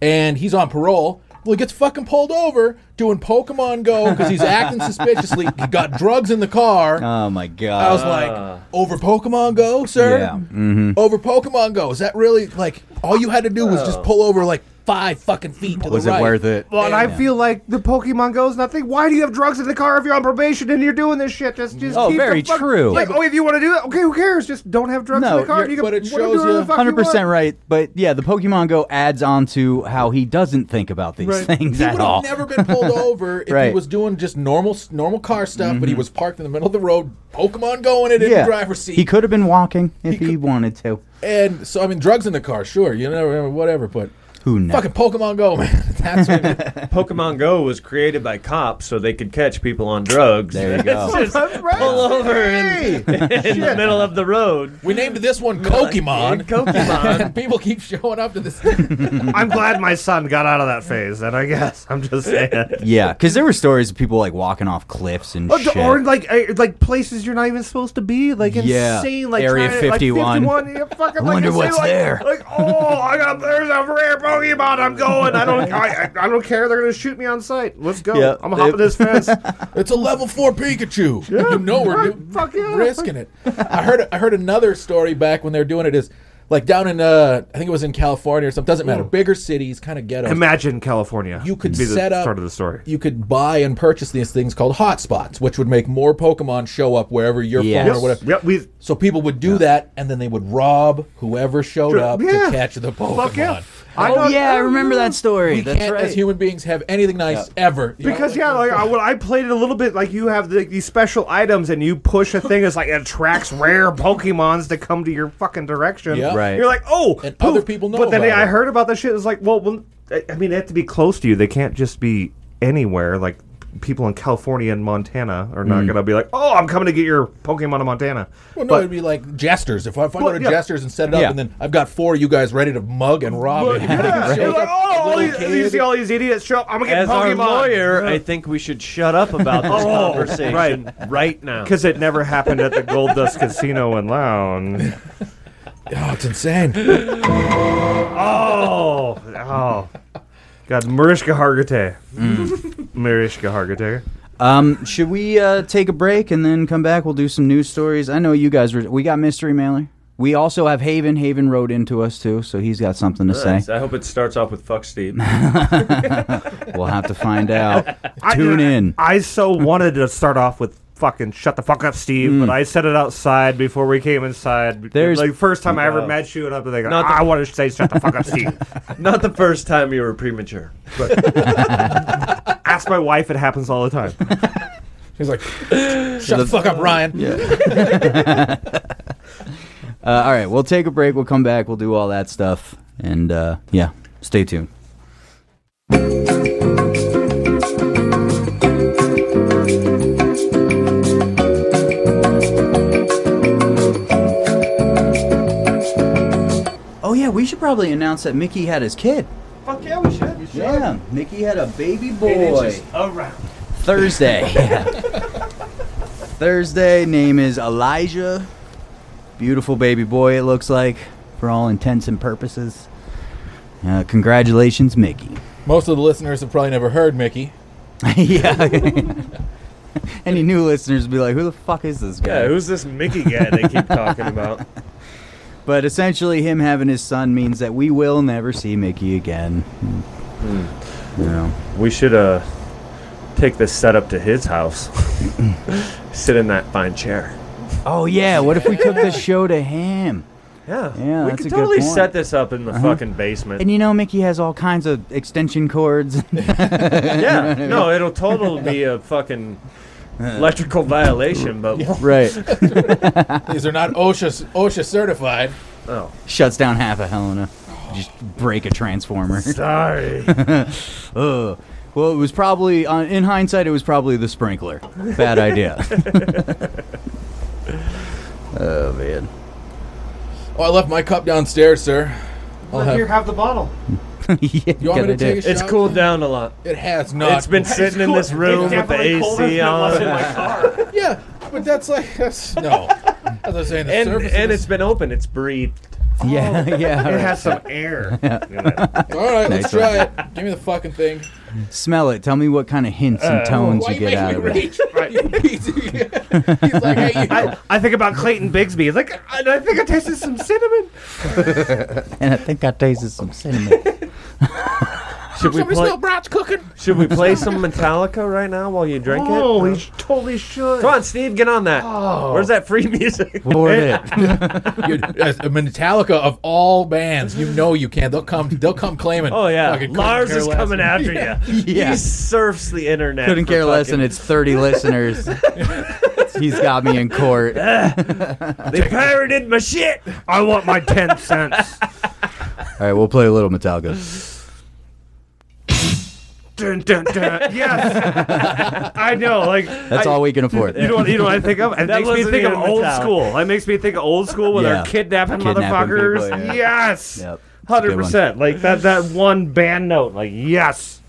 Speaker 2: and he's on parole. Well, he gets fucking pulled over doing Pokemon Go because he's acting suspiciously. He got drugs in the car.
Speaker 1: Oh my
Speaker 2: I was
Speaker 1: god.
Speaker 2: like, over Pokemon Go, sir?
Speaker 1: Yeah, Mm-hmm.
Speaker 2: Over Pokemon Go. Is that really like all you had to do was just pull over like five fucking feet to
Speaker 1: Was
Speaker 2: the
Speaker 1: it
Speaker 2: right?
Speaker 1: worth it?
Speaker 3: Well, and I
Speaker 2: Yeah.
Speaker 3: feel like the Pokemon Go's nothing. Why do you have drugs in the car if you're on probation and you're doing this shit? Just, just
Speaker 1: Oh,
Speaker 3: keep the
Speaker 1: very
Speaker 3: fuck-
Speaker 1: true.
Speaker 3: Like, oh, if you want to do that, okay, who cares? Just don't have drugs
Speaker 1: No,
Speaker 3: in the car.
Speaker 1: you're-
Speaker 3: and You can,
Speaker 2: but it
Speaker 3: you
Speaker 2: shows
Speaker 3: do whatever
Speaker 2: you-
Speaker 3: the fuck you
Speaker 1: Hundred percent
Speaker 3: want.
Speaker 1: right, but yeah, the Pokemon Go adds on to how he doesn't think about these
Speaker 3: Right.
Speaker 1: things
Speaker 2: He
Speaker 1: at
Speaker 2: would
Speaker 1: all.
Speaker 2: have never been pulled over if he
Speaker 1: Right. Mm-hmm.
Speaker 2: was doing just normal normal car stuff, but he was parked in the middle of the road, Pokemon Go in it in the driver's seat.
Speaker 1: He could have been walking if he, wanted to.
Speaker 2: and so, I mean, drugs in the car, sure, you know, uh, whatever, but
Speaker 1: Who knows?
Speaker 2: fucking Pokemon Go, man. That's what
Speaker 4: Pokemon Go was created by cops so they could catch people on drugs.
Speaker 1: There you go.
Speaker 3: That's right.
Speaker 4: Pull over in, in the middle of the road.
Speaker 2: we named this one Pokemon.
Speaker 4: Pokemon.
Speaker 2: and people keep showing up to this.
Speaker 3: I'm glad my son got out of that phase, and I guess I'm just saying.
Speaker 1: yeah, because there were stories of people like walking off cliffs and
Speaker 2: Oh,
Speaker 3: Or,
Speaker 1: shit.
Speaker 3: or like eh, like places you're not even supposed to be, like
Speaker 1: Yeah.
Speaker 3: insane, like
Speaker 1: Area
Speaker 3: trying to- like
Speaker 1: 51.
Speaker 3: 51 yeah, fucking, like,
Speaker 1: wonder
Speaker 3: insane,
Speaker 1: what's
Speaker 3: like-
Speaker 1: there.
Speaker 3: Like, oh, I got there's a rare Pokemon. I'm going. I don't, I, I I don't care. They're gonna shoot me on sight. Let's go.
Speaker 1: Yeah.
Speaker 3: I'm hopping this fence.
Speaker 2: It's a level four Pikachu. you know we're
Speaker 3: right,
Speaker 2: do-
Speaker 3: fuck yeah.
Speaker 2: risking it. I heard I heard another story back when they were doing it is like down in uh I think it was in California or something. Doesn't matter. Bigger cities, kind of ghetto.
Speaker 3: Imagine California.
Speaker 2: You could
Speaker 3: Be the
Speaker 2: set up
Speaker 3: start of the story.
Speaker 2: You could buy and purchase these things called hotspots, which would make more Pokemon show up wherever your
Speaker 1: Yes.
Speaker 2: phone or whatever.
Speaker 3: Yep, we
Speaker 2: So people would do that, and then they would rob whoever showed
Speaker 3: Sure,
Speaker 2: up
Speaker 3: yeah.
Speaker 2: to catch the Pokemon.
Speaker 3: fuck yeah. I
Speaker 1: oh
Speaker 3: don't-
Speaker 1: yeah, I remember that story.
Speaker 2: We
Speaker 1: That's
Speaker 2: can't,
Speaker 1: right.
Speaker 2: as human beings, have anything nice ever. You know,
Speaker 3: Because
Speaker 2: like-
Speaker 3: yeah, like I, when I played it a little bit, like you have the, these special items and you push a thing, it's like it attracts rare Pokemons to come to your fucking direction.
Speaker 2: Yeah.
Speaker 1: Right.
Speaker 3: You're like, oh,
Speaker 2: And other people know
Speaker 3: But then
Speaker 2: about
Speaker 3: I
Speaker 2: it.
Speaker 3: heard about this shit. It's like, well, well, I- I mean, they have to be close to you. They can't just be anywhere. Like people in California and Montana are not gonna be like, oh, I'm coming to get your Pokemon in Montana.
Speaker 2: Well, no,
Speaker 3: But-
Speaker 2: it'd be like Jesters. If I, if I go
Speaker 3: Well,
Speaker 2: to
Speaker 3: yeah.
Speaker 2: Jesters and set it up,
Speaker 1: Yeah.
Speaker 2: and then I've got four of you guys ready to mug and rob it.
Speaker 3: yeah, you're like, oh, all these, you see all these idiots show up. I'm gonna get
Speaker 4: As our
Speaker 3: Pokemon. Oh,
Speaker 4: lawyer, I think we should shut up about this conversation right, now.
Speaker 3: because it never happened at the Gold Dust Casino and Lounge.
Speaker 2: Oh, it's insane.
Speaker 3: Oh, oh. God, Mariska Hargitay.
Speaker 4: Mm.
Speaker 3: Mariska Hargitay.
Speaker 1: Um, should we uh, take a break and then come back? We'll do some news stories. I know you guys were. We got mystery mailer. We also have Haven. Haven wrote into us too, so he's got something to say.
Speaker 4: I hope it starts off with fuck Steve.
Speaker 1: We'll have to find out.
Speaker 3: I-
Speaker 1: Tune in.
Speaker 3: I so wanted to start off with fucking shut the fuck up, Steve,
Speaker 4: Mm.
Speaker 3: but I said it outside before we came inside.
Speaker 1: There's-
Speaker 3: like first time I ever met you, and I'm like,
Speaker 4: Not the-
Speaker 3: I want to say shut the fuck up, Steve.
Speaker 4: Not the first time you were premature.
Speaker 3: Ask my wife; it happens all the time.
Speaker 2: She's like, shut the fuck up, Ryan.
Speaker 1: Uh, all right, we'll take a break. We'll come back. We'll do all that stuff, and uh, yeah, stay tuned. Oh yeah, we should probably announce that Mickey had his kid.
Speaker 4: Fuck yeah, we should. We should.
Speaker 1: Yeah, Mickey had a baby boy. Thursday. Thursday. Name is Elijah. Beautiful baby boy. It looks like, for all intents and purposes. Uh, congratulations, Mickey.
Speaker 2: Most of the listeners have probably never heard Mickey.
Speaker 1: yeah. Any new listeners would be like, "Who the fuck is this guy?"
Speaker 4: Yeah, who's this Mickey guy they keep talking about?
Speaker 1: but essentially, him having his son means that we will never see Mickey again. You know.
Speaker 4: We should uh take this setup to his house. Sit in that fine chair.
Speaker 1: Oh yeah. What if we took the show to him?
Speaker 4: Yeah,
Speaker 1: Yeah,
Speaker 4: we
Speaker 1: that's
Speaker 4: could
Speaker 1: a good
Speaker 4: totally
Speaker 1: point.
Speaker 4: set this up in the fucking basement.
Speaker 1: And you know, Mickey has all kinds of extension cords.
Speaker 4: yeah, no, it'll totally be a fucking electrical violation, but
Speaker 1: right.
Speaker 2: These are not OSHA, OSHA certified.
Speaker 4: oh,
Speaker 1: shuts down half of Helena. Just break a transformer.
Speaker 4: sorry.
Speaker 1: Ugh. Well, it was probably, uh, in hindsight, it was probably the sprinkler. Bad idea. Oh man.
Speaker 2: Oh, I left my cup downstairs, sir. I'll
Speaker 9: Well,
Speaker 2: have-
Speaker 9: Here, have the bottle.
Speaker 1: yeah,
Speaker 2: You want me to take a shot?
Speaker 4: It's cooled down a lot.
Speaker 2: It has not.
Speaker 4: it's been sitting in this room with the
Speaker 9: Definitely colder than
Speaker 4: AC
Speaker 9: it was in
Speaker 4: on,
Speaker 9: my car.
Speaker 2: Yeah, but that's like that's, no. As I was saying, the
Speaker 4: and
Speaker 2: surface
Speaker 4: and
Speaker 2: of
Speaker 4: it's been open. It's breathed.
Speaker 1: yeah, yeah.
Speaker 3: It has some air. in it.
Speaker 2: this- all right. Let's try it. Give me the fucking thing.
Speaker 1: Smell it. Tell me what kind of hints and tones
Speaker 2: Why
Speaker 1: you
Speaker 2: you
Speaker 1: get
Speaker 2: making
Speaker 1: out
Speaker 2: me
Speaker 1: of it.
Speaker 2: reach? He's like, hey, you.
Speaker 3: I, I think about Clayton Bigsby. It's Like, and I think I tasted some cinnamon.
Speaker 1: And I think I tasted some cinnamon.
Speaker 4: Should we
Speaker 2: Somebody
Speaker 4: play?
Speaker 2: smell brats cooking.
Speaker 4: Should we play some Metallica right now while you drink
Speaker 3: Oh,
Speaker 4: it?
Speaker 3: we sh- totally should. Oh.
Speaker 4: Come on, Steve, get on that. Where's that free music?
Speaker 1: Pour it.
Speaker 2: You, as a Metallica of all bands, you know you can. They'll come. They'll come claiming.
Speaker 4: Oh yeah,
Speaker 2: fucking couldn't
Speaker 4: Lars
Speaker 2: care
Speaker 4: is
Speaker 2: less.
Speaker 4: coming after you.
Speaker 1: Yeah.
Speaker 4: He surfs the internet.
Speaker 1: Couldn't
Speaker 4: for
Speaker 1: care less, and
Speaker 4: fucking-
Speaker 1: it's 30 listeners. He's got me in court.
Speaker 4: They pirated my shit.
Speaker 3: I want my ten cents.
Speaker 1: All right, we'll play a little Metallica.
Speaker 3: dun, dun, dun. Yes, I know. Like
Speaker 1: That's
Speaker 3: I,
Speaker 1: all we can afford.
Speaker 3: You know, what, you know what I think of? It makes me
Speaker 4: wasn't
Speaker 3: think of
Speaker 4: even
Speaker 3: old
Speaker 4: Metallica.
Speaker 3: school. That makes me think of old school when
Speaker 1: Yeah.
Speaker 3: they're kidnapping,
Speaker 1: Kidnapping
Speaker 3: motherfuckers.
Speaker 1: people, yeah.
Speaker 3: Yes,
Speaker 1: Yep. It's a
Speaker 3: hundred
Speaker 1: good one.
Speaker 3: percent. Like that that one band note. Like yes,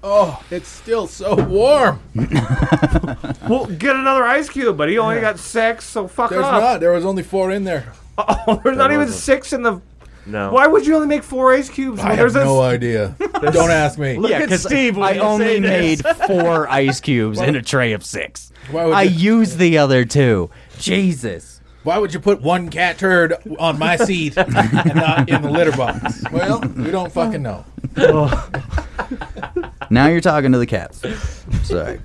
Speaker 2: Oh, it's still so warm.
Speaker 3: well, get another ice cube, but he only got six. So fuck
Speaker 2: There's
Speaker 3: up.
Speaker 2: not. There was only four in there.
Speaker 3: Oh, there's not even
Speaker 4: wasn't.
Speaker 3: six in the.
Speaker 4: No.
Speaker 3: Why would you only make four ice cubes?
Speaker 2: I
Speaker 3: when
Speaker 2: have
Speaker 3: there's a-
Speaker 2: no idea. Don't ask me.
Speaker 3: Look at
Speaker 1: 'cause
Speaker 3: Steve. when
Speaker 1: I
Speaker 3: you
Speaker 1: only
Speaker 3: say this.
Speaker 1: made four ice cubes in a tray of six.
Speaker 2: Why would
Speaker 1: I
Speaker 2: you-
Speaker 1: used the other two. Jesus.
Speaker 2: Why would you put one cat turd on my seat and not in the litter box? Well, we don't fucking know.
Speaker 1: Now you're talking to the cats. Sorry.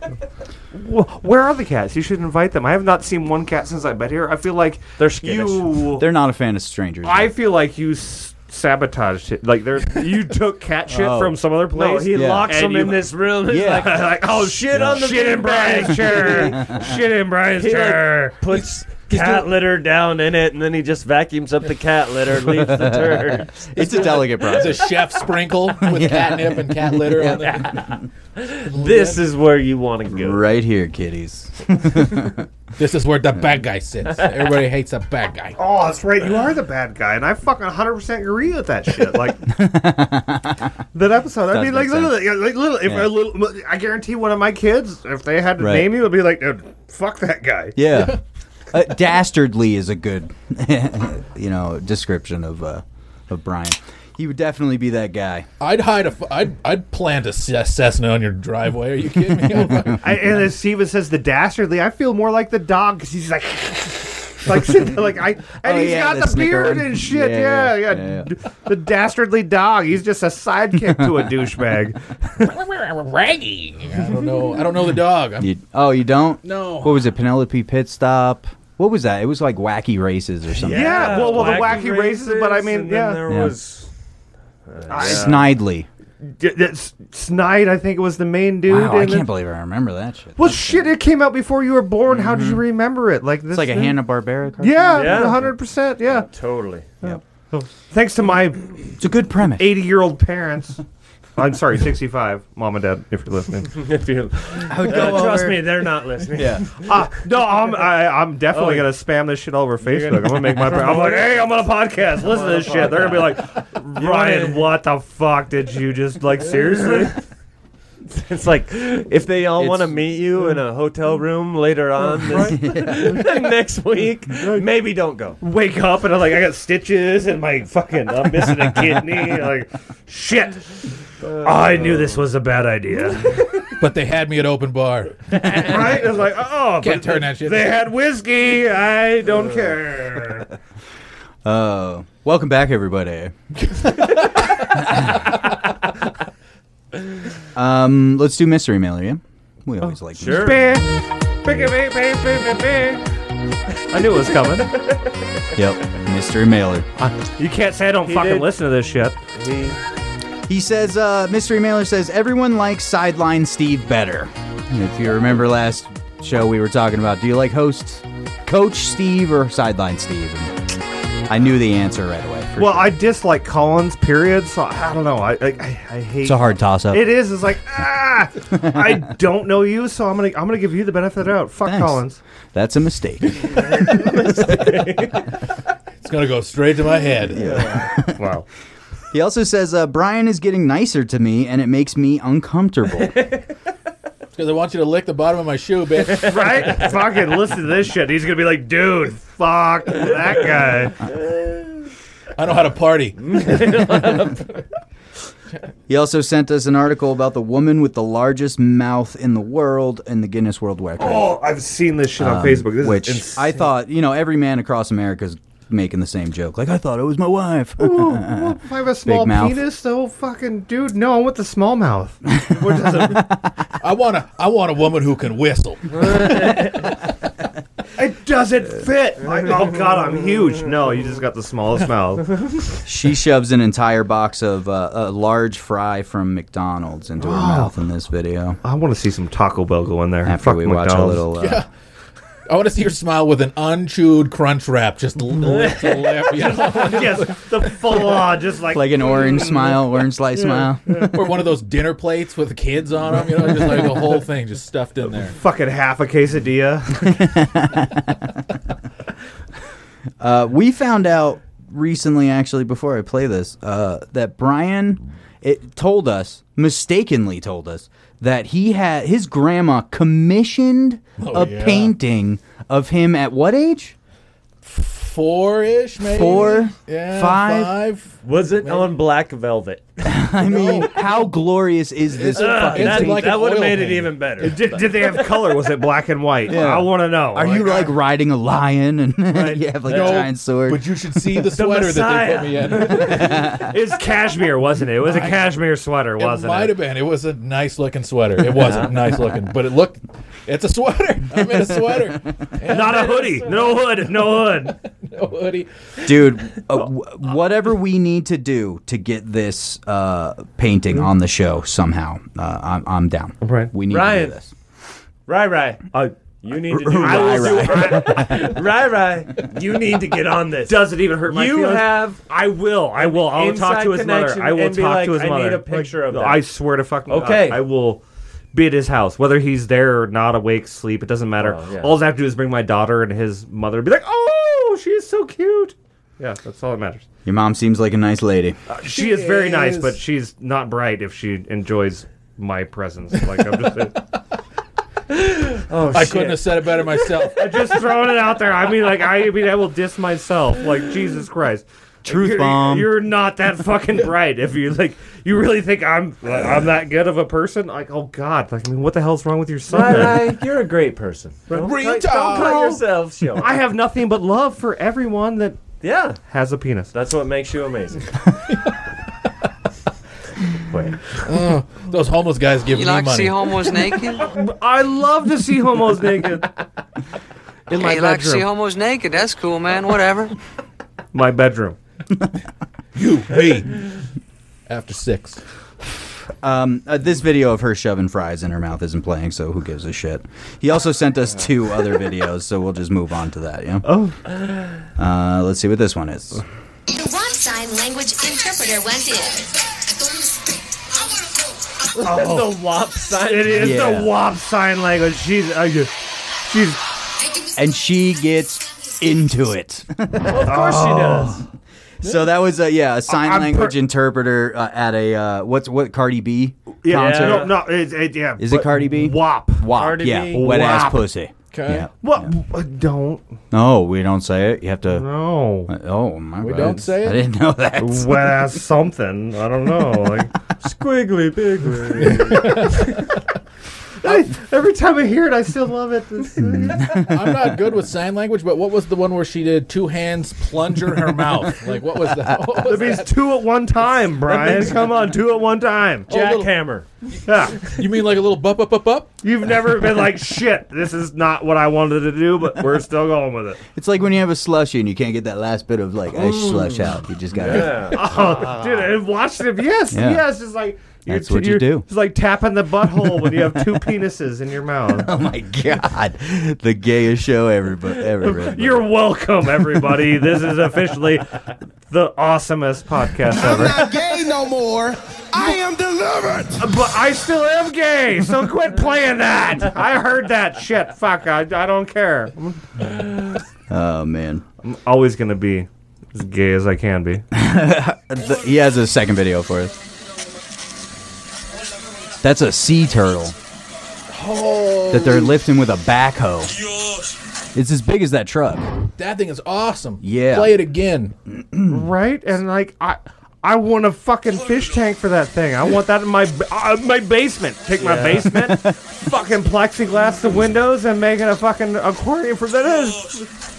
Speaker 3: Wh- Where are the cats? You should invite them. I have not seen one cat since I've been here. I feel like
Speaker 4: They're skittish.
Speaker 3: You,
Speaker 1: They're not a fan of strangers.
Speaker 3: I feel like you s- sabotaged it. Like there, you took cat shit
Speaker 1: Oh.
Speaker 3: from some other
Speaker 4: No,
Speaker 3: place.
Speaker 4: he
Speaker 1: Yeah.
Speaker 4: locks
Speaker 3: And
Speaker 4: them
Speaker 3: you-
Speaker 4: in this room. He's
Speaker 1: Yeah.
Speaker 4: like,
Speaker 3: like oh shit
Speaker 4: on the
Speaker 3: shit in Brian's chair, shit in Brian's
Speaker 4: like,
Speaker 3: chair.
Speaker 4: puts cat litter down in it, and then he just vacuums up the cat litter, and leaves the turd.
Speaker 1: it's a delicate
Speaker 2: It's a
Speaker 1: process.
Speaker 2: chef sprinkle with catnip and cat litter on there.
Speaker 4: This is where you want to go.
Speaker 1: Right here, kitties.
Speaker 2: This is where the bad guy sits. Everybody hates a bad guy.
Speaker 3: Oh, that's right. You are the bad guy, and I fucking 100 percent agree with that shit. Like that episode. I
Speaker 1: Does
Speaker 3: mean,
Speaker 1: make
Speaker 3: like literally, yeah, like little. If
Speaker 1: Yeah.
Speaker 3: a little, I guarantee one of my kids, if they had to
Speaker 1: Right.
Speaker 3: name you, would be like, "Dude, fuck that guy.
Speaker 1: Yeah. uh, dastardly is a good, you know, description of uh, of Brian. He would definitely be that guy.
Speaker 2: I'd hide a. f- I'd I'd plant a Ce- Cessna on your driveway. Are you kidding me?
Speaker 3: I, and as Steven says, the dastardly. I feel more like the dog because he's like, like, sitting there, like I, and
Speaker 1: Oh,
Speaker 3: he's
Speaker 1: yeah, the
Speaker 3: got the
Speaker 1: snicker
Speaker 3: beard
Speaker 1: one.
Speaker 3: and shit.
Speaker 1: Yeah,
Speaker 3: Yeah
Speaker 1: yeah,
Speaker 3: yeah,
Speaker 1: yeah, yeah.
Speaker 3: D- The dastardly dog. He's just a sidekick to a douchebag.
Speaker 2: Raggy. I don't know. I don't know the dog. I'm,
Speaker 1: You, oh, you don't?
Speaker 2: No.
Speaker 1: What was it? Penelope Pit Stop. What was that? It was like wacky races or something.
Speaker 3: Yeah. well, well, the wacky races, but I mean,
Speaker 4: and then
Speaker 3: yeah.
Speaker 4: there
Speaker 1: Yeah.
Speaker 4: was
Speaker 1: Snidely.
Speaker 3: D- that's- Snide, I think it was the main dude.
Speaker 1: Wow, I
Speaker 3: and
Speaker 1: can't
Speaker 3: it-
Speaker 1: believe I remember that shit.
Speaker 3: well,
Speaker 1: That's
Speaker 3: shit, it came out before you were born. How did you remember it? Like this?
Speaker 1: It's like a
Speaker 3: thing?
Speaker 1: Hanna Barbera cartoon.
Speaker 3: Yeah,
Speaker 4: Yeah.
Speaker 3: a hundred percent. Yeah.
Speaker 4: totally.
Speaker 3: Thanks to my
Speaker 1: It's a good premise.
Speaker 3: eighty-year-old parents. I'm sorry, sixty-five, mom and dad, if you're listening.
Speaker 4: If you-
Speaker 1: I would
Speaker 4: Uh,
Speaker 1: go
Speaker 4: trust
Speaker 1: over-
Speaker 4: me, they're not listening.
Speaker 1: Yeah.
Speaker 3: Uh, no, I'm I, I'm definitely gonna spam this shit all over Facebook. I'm Oh, gonna make my. I'm like, hey, I'm on a podcast. Listen to this shit. They're gonna be like, Ryan, what the fuck did you just like? Seriously?
Speaker 4: It's like if they all
Speaker 1: It's-
Speaker 4: want to meet you in a hotel room later on this, next week, maybe don't go.
Speaker 3: Wake up and I'm like, I got stitches and my fucking. I'm missing a kidney. Like, shit. I knew this was a bad idea.
Speaker 2: but they had me at open bar.
Speaker 3: right? It's like, oh,
Speaker 2: Can't
Speaker 3: but
Speaker 2: turn that shit.
Speaker 3: they had whiskey. I don't care.
Speaker 1: Oh, welcome back, everybody. um, let's do mystery mailer. Yeah, we always like mystery.
Speaker 3: I knew it was coming.
Speaker 1: Yep, mystery mailer.
Speaker 3: You can't say I don't fucking
Speaker 4: did.
Speaker 3: listen to this shit.
Speaker 1: He says, uh, mystery mailer says everyone likes sideline Steve better. And If you remember last show, we were talking about do you like host Coach Steve or sideline Steve? And I knew the answer right away. for
Speaker 3: well,
Speaker 1: sure.
Speaker 3: I dislike Collins. Period. So I don't know. I I, I I hate.
Speaker 1: it's a hard toss up.
Speaker 3: It is. It's like ah, I don't know you, so I'm gonna I'm gonna give you the benefit of the doubt. Fuck
Speaker 1: Thanks.
Speaker 3: Collins.
Speaker 1: That's a mistake.
Speaker 2: It's gonna go straight to my head.
Speaker 3: Wow.
Speaker 1: he also says uh, Brian is getting nicer to me, and it makes me uncomfortable.
Speaker 2: Because I want you to lick the bottom of my shoe, bitch.
Speaker 3: right? Fucking listen to this shit. He's gonna be like, dude, fuck that guy.
Speaker 2: I know how to party.
Speaker 1: He also sent us an article about the woman with the largest mouth in the world in the Guinness World Record.
Speaker 3: Oh, I've seen this shit on Facebook. This
Speaker 1: Um, which
Speaker 3: is ins-
Speaker 1: I thought, you know, every man across America is making the same joke. Like, I thought it was my wife.
Speaker 3: Well, if I have a small
Speaker 1: uh, mouth.
Speaker 3: penis, though, fucking dude, no, I want the small mouth. What is it?
Speaker 2: I want a I want a woman who can whistle.
Speaker 3: it doesn't fit. Like, oh god, I'm huge. No, you just got the smallest mouth.
Speaker 1: she shoves an entire box of uh, a large fry from McDonald's into her mouth in this video.
Speaker 3: I want to see some Taco Bell go in there.
Speaker 1: After
Speaker 3: Fuck
Speaker 1: we watch
Speaker 3: McDonald's.
Speaker 1: a little, uh,
Speaker 2: I want to see her smile with an unchewed crunch wrap, just l- lip to lip, you know,
Speaker 3: yes, the full on, just like
Speaker 1: like an orange
Speaker 6: mm.
Speaker 1: smile, orange slice smile.
Speaker 2: or one of those dinner plates with the kids on them, you know, just like the whole thing just stuffed in there.
Speaker 3: fucking half a quesadilla.
Speaker 1: Uh, we found out recently, actually, before I play this, uh, that Brian it told us mistakenly told us that he had his grandma commissioned
Speaker 2: Oh,
Speaker 1: a
Speaker 2: yeah.
Speaker 1: painting of him at what age?
Speaker 2: Four ish, maybe
Speaker 1: Four,
Speaker 2: yeah,
Speaker 1: five.
Speaker 2: five.
Speaker 6: Was it on black velvet?
Speaker 1: I mean, how glorious is this?
Speaker 2: It's-
Speaker 1: fucking
Speaker 2: it's
Speaker 6: that
Speaker 1: painting?
Speaker 2: like an
Speaker 6: that would have
Speaker 2: oil
Speaker 6: made it
Speaker 2: painting.
Speaker 6: even better.
Speaker 3: did, did they have color? Was it black and white?
Speaker 1: Yeah.
Speaker 3: I want to know.
Speaker 1: Are
Speaker 2: Oh
Speaker 1: you like riding a lion and you have like a
Speaker 2: No,
Speaker 1: giant sword?
Speaker 2: But you should see the sweater that they put me in.
Speaker 3: It's cashmere, wasn't it? It was a cashmere sweater,
Speaker 2: It
Speaker 3: wasn't
Speaker 2: might have been. It was a nice looking sweater. It wasn't nice looking, but it looked. It's a sweater. I'm in a sweater, and
Speaker 3: Not a hoodie. No hood. No hood.
Speaker 2: a hoodie.
Speaker 1: Dude, uh, w- whatever we need to do to get this uh, painting
Speaker 2: Mm-hmm.
Speaker 1: on the show somehow, uh, I'm, I'm down.
Speaker 3: Right.
Speaker 1: We need to
Speaker 6: Ryan.
Speaker 1: do this.
Speaker 6: Rai Rai,
Speaker 3: Uh,
Speaker 6: you need to do
Speaker 3: I
Speaker 6: this.
Speaker 3: will do
Speaker 6: Rai Rai, you need to get on this.
Speaker 3: Doesn't even hurt my
Speaker 6: you
Speaker 3: feelings.
Speaker 6: have
Speaker 3: I will. I will. I will talk
Speaker 6: inside
Speaker 3: to his mother.
Speaker 6: connection
Speaker 3: I will
Speaker 6: and be
Speaker 3: talk
Speaker 6: like,
Speaker 3: to his
Speaker 6: "I need
Speaker 3: mother.
Speaker 6: a picture of
Speaker 3: Like,
Speaker 6: that."
Speaker 3: I swear to fucking God,
Speaker 6: Okay.
Speaker 3: I will be at his house, whether he's there or not, awake, sleep. It doesn't matter.
Speaker 6: Oh, yeah.
Speaker 3: All I have to do is bring my daughter and his mother and be like, "Oh, she is so cute." Yeah, that's all that matters.
Speaker 1: Your mom seems like a nice lady.
Speaker 3: She, is, very nice,
Speaker 2: is.
Speaker 3: but she's not bright if she enjoys my presence. Like I'm just,
Speaker 6: Oh,
Speaker 2: I couldn't have said it better myself.
Speaker 3: I'm just throwing it out there. I mean, like I mean, I will diss myself. Like Jesus Christ.
Speaker 1: Truth
Speaker 3: you're,
Speaker 1: bomb.
Speaker 3: You're not that fucking bright. If you like, you really think I'm like, I'm that good of a person? Like, oh God! Like, I mean, what the hell's wrong with your son?
Speaker 6: Rai
Speaker 3: man?
Speaker 6: Rai, you're a great person. Don't
Speaker 2: Real
Speaker 6: cut-
Speaker 2: talk.
Speaker 6: Don't cut yourself short.
Speaker 3: I have nothing but love for everyone that
Speaker 6: Yeah,
Speaker 3: has a penis.
Speaker 6: that's what makes you amazing. Wait.
Speaker 2: Those homeless guys give
Speaker 9: You
Speaker 2: me
Speaker 9: like to
Speaker 2: money.
Speaker 9: see homos naked?
Speaker 3: I love to see homos naked. In my
Speaker 9: Hey, you like to see
Speaker 3: bedroom.
Speaker 9: homos naked? That's cool, man. Whatever.
Speaker 3: my bedroom.
Speaker 2: you, me. After six.
Speaker 1: Um, uh, this video of her shoving fries in her mouth isn't playing, so who gives a shit? He also sent us two other videos, so we'll just move on to that. Yeah.
Speaker 3: Oh.
Speaker 1: Uh, let's see what this one is.
Speaker 10: One sign language interpreter went in.
Speaker 6: The wop sign.
Speaker 3: It is
Speaker 1: Yeah.
Speaker 3: the WAP sign language. She's, uh, she's
Speaker 1: And she gets into it.
Speaker 6: Of course
Speaker 3: oh.
Speaker 6: she does.
Speaker 1: so that was a yeah, a sign
Speaker 3: I'm per-
Speaker 1: language interpreter uh, at a uh, what's what Cardi B
Speaker 3: yeah,
Speaker 1: concert.
Speaker 3: No, no, it, it, yeah.
Speaker 1: Is it
Speaker 3: but
Speaker 1: Cardi B?
Speaker 3: WAP.
Speaker 1: Wop,
Speaker 6: Cardi
Speaker 1: yeah,
Speaker 6: B.
Speaker 1: wet ass
Speaker 3: Wop.
Speaker 1: pussy.
Speaker 2: 'Kay.
Speaker 1: Yeah.
Speaker 3: What? Don't.
Speaker 1: No, we don't say it. You have to.
Speaker 3: No.
Speaker 1: Oh my
Speaker 2: We
Speaker 1: bad.
Speaker 2: don't say it?
Speaker 1: I didn't know that.
Speaker 3: wet ass something. I don't know. Like squiggly piggly. I, every time I hear it, I still love it. This-
Speaker 2: I'm not good with sign language, but what was the one where she did two hands plunger her mouth? Like what was that? What was
Speaker 3: that means
Speaker 2: that?
Speaker 3: two at one time, Brian. Come on, two at one time.
Speaker 6: Jackhammer.
Speaker 3: Yeah.
Speaker 2: You mean like a little bup up up up?
Speaker 3: You've never been like, shit, this is not what I wanted to do, but we're still going with it.
Speaker 1: It's like when you have a slushy and you can't get that last bit of like ice slush out. You just gotta.
Speaker 6: Yeah.
Speaker 3: Oh, dude, and watched him. Yes,
Speaker 1: Yeah.
Speaker 3: yes. It's like, you're-
Speaker 1: That's what you
Speaker 3: you're-
Speaker 1: do.
Speaker 3: It's like tapping the butthole when you have two penises in your mouth.
Speaker 1: Oh my god, the gayest show ever, but ever.
Speaker 3: You're welcome, everybody. this is officially the awesomest podcast ever.
Speaker 11: I'm not gay no more. I am delivered.
Speaker 3: But I still am gay, so quit playing that. I heard that shit. Fuck, I, I don't care.
Speaker 1: Oh man,
Speaker 3: I'm always gonna be as gay as I can be.
Speaker 1: The- he has a second video for us. That's a sea turtle
Speaker 2: Oh,
Speaker 1: that they're lifting with a backhoe. It's as big as that truck.
Speaker 2: that thing is awesome.
Speaker 1: Yeah.
Speaker 2: Play it again.
Speaker 3: right? And like I I want a fucking fish tank for that thing. I want that in my ba- uh, my basement. Take my
Speaker 4: Yeah.
Speaker 3: basement, fucking plexiglass the windows, and make it a fucking aquarium for that is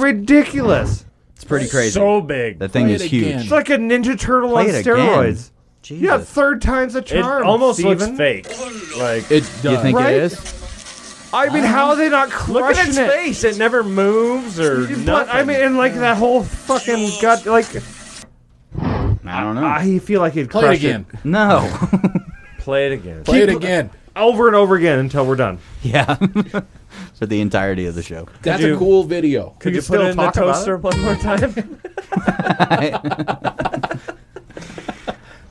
Speaker 3: ridiculous.
Speaker 1: It's pretty crazy.
Speaker 4: So big.
Speaker 1: that thing
Speaker 2: Play
Speaker 1: is
Speaker 2: it
Speaker 1: huge.
Speaker 2: again.
Speaker 3: It's like a Ninja Turtle
Speaker 1: Play
Speaker 3: on
Speaker 1: it again.
Speaker 3: steroids. Yeah,
Speaker 1: Jesus.
Speaker 3: third time's a
Speaker 4: It
Speaker 3: charm.
Speaker 4: almost
Speaker 3: Steven.
Speaker 4: looks fake. Like
Speaker 2: It does.
Speaker 1: You think
Speaker 3: Right?
Speaker 1: it is?
Speaker 3: I mean, how are they not
Speaker 4: look at
Speaker 3: crushing
Speaker 4: its
Speaker 3: it?
Speaker 4: face. It never moves or nothing.
Speaker 3: But I mean, and like that whole fucking gut. Like
Speaker 1: I don't know.
Speaker 3: I feel like he'd
Speaker 2: Play it
Speaker 3: crush
Speaker 2: again.
Speaker 1: no.
Speaker 4: play it again.
Speaker 2: Play it again.
Speaker 3: over and over again until we're done.
Speaker 1: yeah. For the entirety of the show.
Speaker 2: That's
Speaker 4: you-
Speaker 2: a cool video.
Speaker 4: Could
Speaker 3: you
Speaker 4: you,
Speaker 3: still
Speaker 4: put it in the
Speaker 3: talk about
Speaker 4: toaster one more time?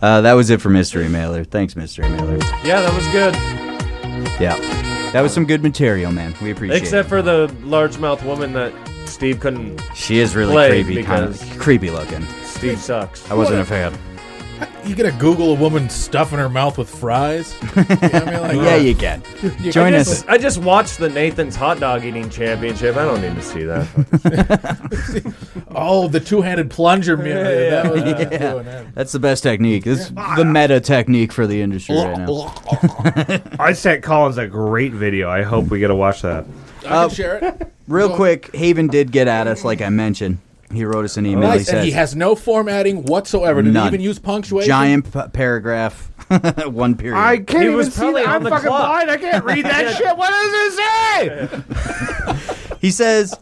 Speaker 1: Uh, that was it for Mystery Mailer. Thanks, Mystery Mailer.
Speaker 4: yeah, that was good.
Speaker 1: Yeah. That was some good material, man. We appreciate
Speaker 4: Except
Speaker 1: it.
Speaker 4: for the largemouth woman that Steve couldn't.
Speaker 1: She is really
Speaker 4: Play,
Speaker 1: creepy, kind of
Speaker 4: because-
Speaker 1: creepy looking.
Speaker 4: Steve sucks.
Speaker 1: I wasn't a fan.
Speaker 2: You gonna Google a woman stuffing her mouth with fries? You know what I mean? Like,
Speaker 1: Yeah, you can.
Speaker 4: I
Speaker 1: Join us.
Speaker 4: just, I just watched the Nathan's hot dog eating championship. I don't need to see that.
Speaker 2: Oh, the two-handed plunger move. That was-
Speaker 1: That's the best technique. This is the meta technique for the industry right now.
Speaker 3: I sent Collins a great video. I hope we get to watch that.
Speaker 1: Uh,
Speaker 2: I can share it.
Speaker 1: Real quick, Haven did get at us, like I mentioned. He wrote us an email. He
Speaker 2: Nice. And
Speaker 1: says,
Speaker 2: he has no formatting whatsoever. Did
Speaker 1: None.
Speaker 2: he even use punctuation?
Speaker 1: giant p- paragraph, one period.
Speaker 3: can't
Speaker 4: He was probably on the clock.
Speaker 3: I can't read that shit. What does it say?
Speaker 1: he says,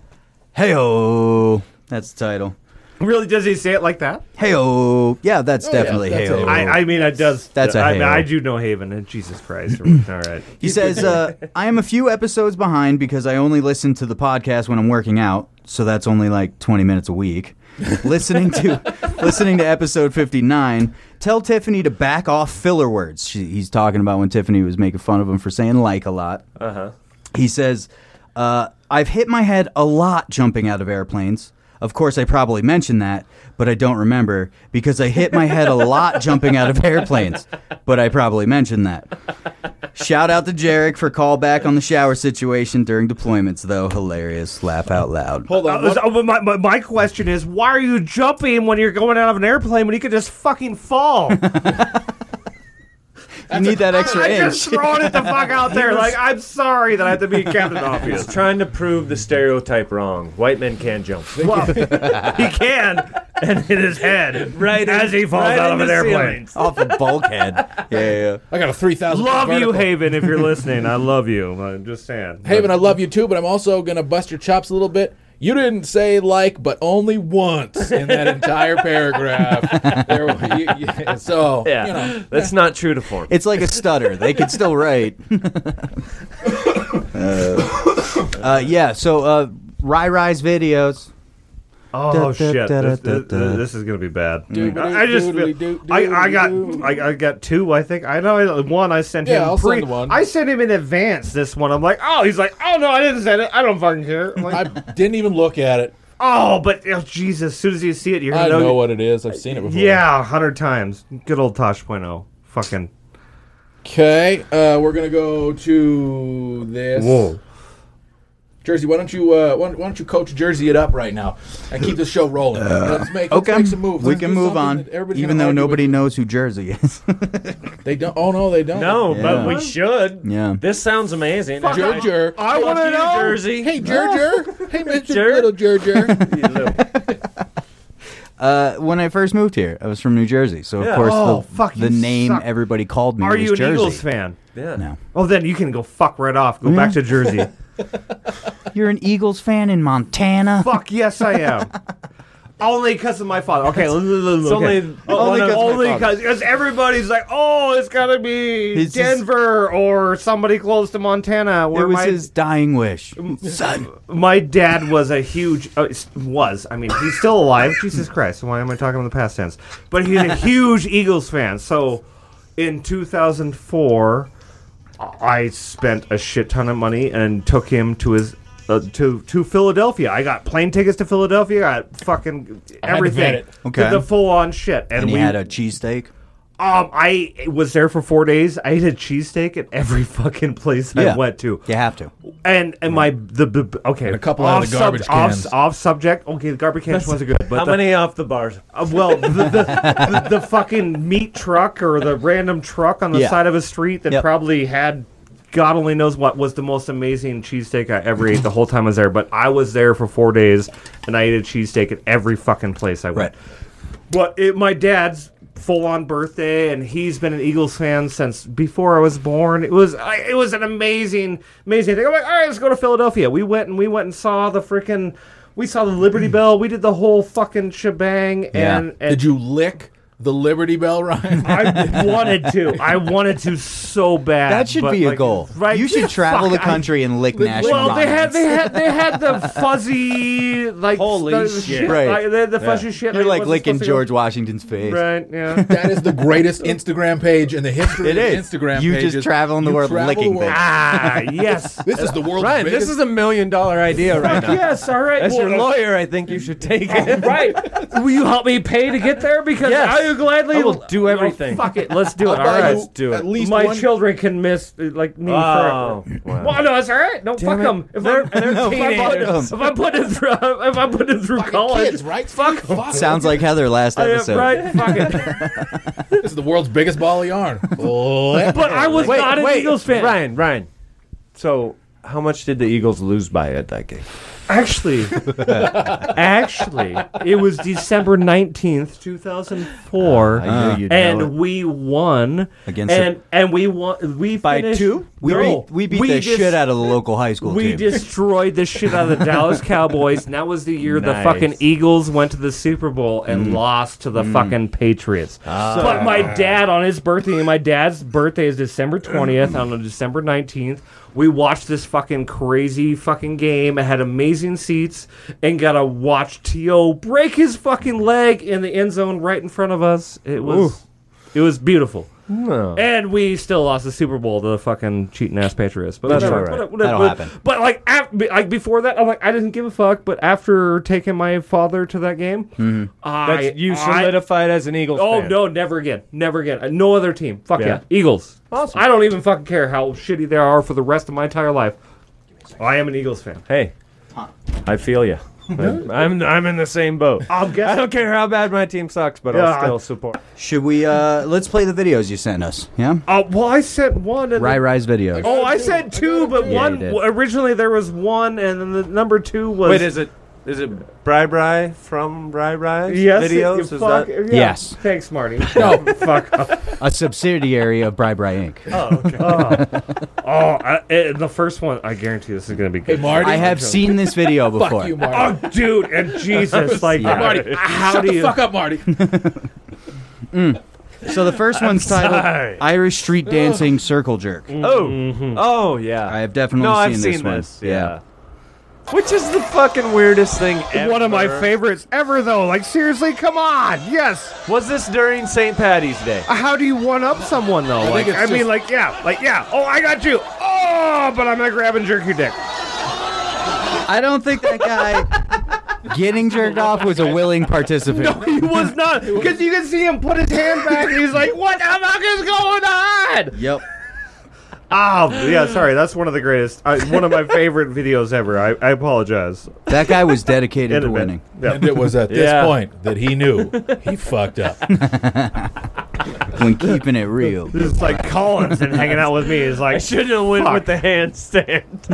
Speaker 1: hey oh. That's the title.
Speaker 3: really? Does he say it like that?
Speaker 1: Hey oh. Yeah, that's
Speaker 2: yeah,
Speaker 1: definitely
Speaker 2: that's
Speaker 1: hey oh.
Speaker 2: it.
Speaker 3: I, I mean, it does.
Speaker 1: That's a
Speaker 3: I, mean,
Speaker 1: hail.
Speaker 3: I do know Haven. And Jesus Christ! All right.
Speaker 1: He says, uh, I am a few episodes behind because I only listen to the podcast when I'm working out, so that's only like 20 minutes a week. listening to listening to episode 59, tell Tiffany to back off filler words. She, he's talking about when Tiffany was making fun of him for saying like a lot. Uh-huh. He says, uh, I've hit my head a lot jumping out of airplanes. Of course, I probably mentioned that, but I don't remember because I hit my head a lot jumping out of airplanes. But I probably mentioned that. Shout out to Jarek for callback on the shower situation during deployments, though. Hilarious. Laugh out loud.
Speaker 2: Hold on.
Speaker 3: Uh, so, but my, my, my question is, why are you jumping when you're going out of an airplane when you could just fucking fall?
Speaker 1: You need that extra
Speaker 3: I'm just
Speaker 1: inch.
Speaker 3: throwing it the fuck out there. Like, I'm sorry that I have to be Captain Obvious.
Speaker 4: Trying to prove the stereotype wrong. White men can't jump.
Speaker 3: Well, he can, and hit his head
Speaker 4: Right in-
Speaker 3: as he falls
Speaker 4: right
Speaker 3: out of
Speaker 4: in
Speaker 3: an
Speaker 4: the
Speaker 3: airplane.
Speaker 4: ceiling.
Speaker 1: Off a bulkhead. Yeah, yeah.
Speaker 2: I got a 3,000
Speaker 3: Love you,
Speaker 2: vertical.
Speaker 3: Haven, if you're listening. I love you. I'm just saying.
Speaker 2: Haven, I love you too, but I'm also going to bust your chops a little bit. You didn't say like, but only once in that entire paragraph. There, you, you- so,
Speaker 4: Yeah,
Speaker 2: you know,
Speaker 4: that's not true to form.
Speaker 1: It's like a stutter. They could still write. uh, uh, yeah, so uh, Rai Rai's videos.
Speaker 3: Oh
Speaker 1: Da, da,
Speaker 3: shit!
Speaker 1: da,
Speaker 3: This,
Speaker 1: da,
Speaker 3: this,
Speaker 1: da, da.
Speaker 3: this is gonna be bad.
Speaker 2: Doodly,
Speaker 3: I I just
Speaker 2: doodly, doo,
Speaker 3: I, I got
Speaker 2: doodly,
Speaker 3: I, I got two. I think I know I- one. I sent
Speaker 2: Yeah,
Speaker 3: him
Speaker 2: I'll
Speaker 3: pre.
Speaker 2: send one.
Speaker 3: I sent him in advance. This one. I'm like, oh, he's like, oh no, I didn't send it. I don't fucking care. I'm
Speaker 2: I
Speaker 3: like,
Speaker 2: didn't even look at it.
Speaker 3: oh, but oh, Jesus! As soon as you see it, you're
Speaker 2: I
Speaker 3: gonna
Speaker 2: know, what it is. I've seen it before.
Speaker 3: Yeah, a hundred times. Good old Tosh.0. Fucking
Speaker 2: Okay, uh, we're gonna go to this.
Speaker 3: whoa.
Speaker 2: Jersey, why don't you uh, why, don't- why don't you coach Jersey it up right now and keep the show rolling? let's make, let's
Speaker 1: Uh, Okay,
Speaker 2: make some moves.
Speaker 1: we
Speaker 2: Let's
Speaker 1: can
Speaker 2: do
Speaker 1: move
Speaker 2: something
Speaker 1: on,
Speaker 2: that everybody's
Speaker 1: even
Speaker 2: gonna
Speaker 1: though
Speaker 2: argue
Speaker 1: nobody
Speaker 2: with.
Speaker 1: knows who Jersey is.
Speaker 2: they don't. Oh no, they don't.
Speaker 4: no,
Speaker 1: Yeah.
Speaker 4: but we should.
Speaker 1: Yeah.
Speaker 4: This sounds amazing.
Speaker 2: Fuck
Speaker 4: I-
Speaker 2: Jer.
Speaker 4: I want to
Speaker 3: Fuck you,
Speaker 4: know.
Speaker 3: Jersey.
Speaker 2: Hey Jerger. hey Mr.
Speaker 4: Jer.
Speaker 2: Little Jerger.
Speaker 1: uh, when I first moved here, I was from New Jersey, so of
Speaker 4: Yeah.
Speaker 1: course
Speaker 3: Oh,
Speaker 1: the,
Speaker 3: fuck, you
Speaker 1: the name
Speaker 3: suck.
Speaker 1: everybody called me
Speaker 3: Are
Speaker 1: was
Speaker 3: you an
Speaker 1: Jersey.
Speaker 3: Eagles fan?
Speaker 4: Yeah.
Speaker 1: No,
Speaker 3: Oh, then you can go fuck right off. Go back to Jersey.
Speaker 1: you're an Eagles fan in Montana.
Speaker 3: fuck yes, I am. Only because of my father. Okay, l- l- l-
Speaker 4: It's
Speaker 3: okay.
Speaker 4: only-
Speaker 1: oh,
Speaker 4: one of-
Speaker 3: only
Speaker 4: only
Speaker 3: because because everybody's like, oh, it's gotta be
Speaker 1: It's his-
Speaker 3: Denver or somebody close to Montana. Where
Speaker 1: it was
Speaker 3: my Mm,
Speaker 1: his dying wish.
Speaker 3: son. My dad was a huge uh, s- was. I mean, he's still alive. Jesus Christ! Why am I talking in the past tense? But he's a huge Eagles fan. So, in 2004, I spent a shit ton of money and took him to his. Uh, to to Philadelphia, I got plane tickets to Philadelphia. I got fucking
Speaker 1: I had to vet
Speaker 3: everything.
Speaker 1: it. Okay.
Speaker 3: did the full on shit, and,
Speaker 1: And he
Speaker 3: we
Speaker 1: had a cheesesteak.
Speaker 3: um, I was there for four days. I ate a cheesesteak at every fucking place I
Speaker 1: Yeah.
Speaker 3: went to.
Speaker 1: You have to.
Speaker 3: And and my the, the okay a
Speaker 2: couple
Speaker 3: off
Speaker 2: out of the garbage
Speaker 3: sub- off-
Speaker 2: cans.
Speaker 3: Off, subject. Okay, the garbage cans wasn't good. But
Speaker 4: How
Speaker 3: the,
Speaker 4: many off the bars?
Speaker 3: Uh, well, the, the, the, the fucking meat truck or the random truck on the
Speaker 4: Yeah.
Speaker 3: side of a street that
Speaker 4: Yep.
Speaker 3: probably had God only knows what was the most amazing cheesesteak I ever ate the whole time I was there. But I was there for four days and I ate a cheesesteak at every fucking place I went. But it, my dad's full on birthday, and he's been an Eagles fan since before I was born. It was I, it was an amazing, amazing thing. I'm like, all right, let's go to Philadelphia. We went and we went and saw the freaking. We saw the Liberty Bell. We did the whole fucking shebang. And, and
Speaker 2: Did you lick the Liberty Bell, Ryan?
Speaker 3: I wanted to. I wanted to so bad.
Speaker 1: That should
Speaker 3: but,
Speaker 1: be a
Speaker 3: like,
Speaker 1: goal.
Speaker 3: Right?
Speaker 1: You should travel the
Speaker 3: Fuck, I-
Speaker 1: country and lick national
Speaker 3: well, they had
Speaker 1: monuments.
Speaker 3: they had they had the fuzzy like
Speaker 1: Holy
Speaker 3: the
Speaker 1: shit.
Speaker 3: Right.
Speaker 1: Right.
Speaker 3: they had the
Speaker 1: Yeah.
Speaker 3: fuzzy shit.
Speaker 1: You're
Speaker 3: it
Speaker 1: like
Speaker 3: wasn't
Speaker 1: licking
Speaker 3: supposed to go-
Speaker 1: George Washington's face.
Speaker 3: Right. Yeah.
Speaker 2: That is the greatest Instagram page in the history
Speaker 1: It
Speaker 2: of
Speaker 1: is.
Speaker 2: Instagram
Speaker 1: You just
Speaker 2: pages.
Speaker 1: travel in the
Speaker 2: You
Speaker 1: world
Speaker 2: travel
Speaker 1: licking
Speaker 2: world.
Speaker 1: things.
Speaker 4: Ah,
Speaker 3: yes.
Speaker 2: This is the world's
Speaker 4: Ryan,
Speaker 2: biggest.
Speaker 4: this is a million dollar idea right
Speaker 3: Fuck
Speaker 4: now.
Speaker 3: yes, all right.
Speaker 4: As
Speaker 3: Well,
Speaker 4: your
Speaker 3: uh,
Speaker 4: lawyer, I think you should take it.
Speaker 3: right. Will you help me pay to get there? Because
Speaker 4: Yes.
Speaker 3: I will gladly
Speaker 4: I will do
Speaker 3: No,
Speaker 4: everything.
Speaker 3: fuck it. Let's do it.
Speaker 4: I'll
Speaker 3: All
Speaker 4: buy
Speaker 3: right.
Speaker 4: you Let's do it.
Speaker 3: At
Speaker 4: at
Speaker 3: least
Speaker 4: least
Speaker 3: my
Speaker 4: one-
Speaker 3: children can miss uh, like me
Speaker 4: Oh,
Speaker 3: forever.
Speaker 4: wow.
Speaker 3: Well, no, it's all right. No,
Speaker 4: Damn
Speaker 3: fuck
Speaker 4: it.
Speaker 3: them. If
Speaker 4: They're-
Speaker 3: I'm,
Speaker 4: they're
Speaker 3: if I'm putting-
Speaker 1: teenagers.
Speaker 3: if I'm putting through, if I'm putting through college,
Speaker 2: kids, right?
Speaker 3: Fuck 'em.
Speaker 1: Sounds like Heather last
Speaker 3: I am-
Speaker 1: episode.
Speaker 3: right? Fuck it.
Speaker 2: this is the world's biggest ball of yarn. Lick.
Speaker 3: But I was
Speaker 4: wait,
Speaker 3: not an
Speaker 4: wait,
Speaker 3: Eagles fan.
Speaker 4: Ryan, Ryan. So, how much did the Eagles lose by at that game?
Speaker 3: Actually, actually, it was December nineteenth, two thousand four,
Speaker 4: I knew you'd know it.
Speaker 3: and we won
Speaker 1: Against
Speaker 3: and and we won. We
Speaker 4: By
Speaker 3: finished-
Speaker 4: two?
Speaker 1: We
Speaker 3: No.
Speaker 1: beat, we beat the
Speaker 3: dis-
Speaker 1: shit out of the local high school
Speaker 3: We
Speaker 1: team.
Speaker 3: destroyed the shit out of the Dallas Cowboys. And that was the year the
Speaker 4: Nice. Mm.
Speaker 3: fucking Eagles went to the Super Bowl and lost to the fucking Patriots.
Speaker 4: Ah.
Speaker 3: But my dad on his birthday, and my dad's birthday is December 20th. on December 19th, we watched this fucking crazy fucking game. It had amazing seats and got to watch T.O. break his fucking leg in the end zone right in front of us. It was it was beautiful. And we still lost the Super Bowl to the fucking cheating ass Patriots. But
Speaker 4: That's
Speaker 3: whatever,
Speaker 4: all right.
Speaker 3: whatever,
Speaker 1: That'll
Speaker 3: but,
Speaker 1: happen.
Speaker 3: But like, af- like before that, I'm like, I didn't give a fuck. But after taking my father to that game,
Speaker 1: Mm-hmm.
Speaker 3: I
Speaker 4: That's, you
Speaker 3: I-
Speaker 4: solidified as an Eagles
Speaker 3: Oh
Speaker 4: fan.
Speaker 3: no, never again, never again. Uh, No other team. Fuck yeah,
Speaker 4: Yeah.
Speaker 3: Eagles.
Speaker 4: Awesome.
Speaker 3: I don't even fucking care how shitty they are for the rest of my entire life. I am an Eagles fan.
Speaker 4: Hey, I feel you. I'm I'm in the same boat.
Speaker 3: I'll guess.
Speaker 4: I don't care how bad my team sucks, but
Speaker 3: Yeah,
Speaker 4: I'll
Speaker 3: I-
Speaker 4: still support.
Speaker 1: Should we? uh Let's play the videos you sent us. Yeah.
Speaker 3: Uh, well, I sent one. And
Speaker 1: Rai Rai's videos.
Speaker 3: Oh, I said two, but
Speaker 1: Yeah,
Speaker 3: one
Speaker 1: you did.
Speaker 3: originally there was one, and then the number two was.
Speaker 4: Wait, is it is it Bri Bri from Bri Bri
Speaker 3: Yes, it-
Speaker 4: videos?
Speaker 3: you
Speaker 4: Is
Speaker 3: fuck- yeah.
Speaker 4: that-
Speaker 1: Yes.
Speaker 3: Thanks, Marty. No, fuck. off.
Speaker 1: A subsidiary of Bri Bri Inc.
Speaker 3: Oh, I, eh, the first one. I guarantee this is gonna be good.
Speaker 2: Hey, Marty.
Speaker 1: I have seen this video
Speaker 2: Fuck
Speaker 1: before.
Speaker 2: you, Marty.
Speaker 3: Oh, dude, and Jesus, like,
Speaker 1: Yeah.
Speaker 2: Marty,
Speaker 3: how
Speaker 2: shut
Speaker 3: do
Speaker 2: the
Speaker 3: you?
Speaker 2: fuck up, Marty.
Speaker 1: So the first one's titled
Speaker 4: sorry.
Speaker 1: "Irish Street Dancing Circle Jerk."
Speaker 4: Oh, oh yeah.
Speaker 1: I have definitely
Speaker 4: no,
Speaker 1: seen
Speaker 4: I've
Speaker 1: this
Speaker 4: seen
Speaker 1: one.
Speaker 4: this. Yeah. Which is the fucking weirdest thing ever.
Speaker 3: One of my favorites ever, though. Like, seriously, come on. Yes.
Speaker 4: Was this during St. Patty's Day?
Speaker 3: How do you one up someone though? like,
Speaker 2: it's
Speaker 3: I mean,
Speaker 2: just-
Speaker 3: like, yeah, like, yeah. Oh, I got you. Oh, but I'm gonna grab and jerk your dick.
Speaker 1: I don't think that guy getting jerked off was a willing participant.
Speaker 3: He was not, because you can see him put his hand back, and he's like, "What the fuck is going on?"
Speaker 1: Yep.
Speaker 3: Oh, yeah. Sorry, that's one of the greatest, I, one of my favorite videos ever. I, I apologize.
Speaker 1: That guy was dedicated
Speaker 3: In a
Speaker 1: to
Speaker 3: bit.
Speaker 1: winning.
Speaker 3: Yeah.
Speaker 2: And it was at this
Speaker 4: Yeah.
Speaker 2: point that he knew he fucked up.
Speaker 1: When keeping it real.
Speaker 3: It's like Collins and hanging out with me is like
Speaker 4: Shouldn't have went
Speaker 3: Fuck.
Speaker 4: with the handstand.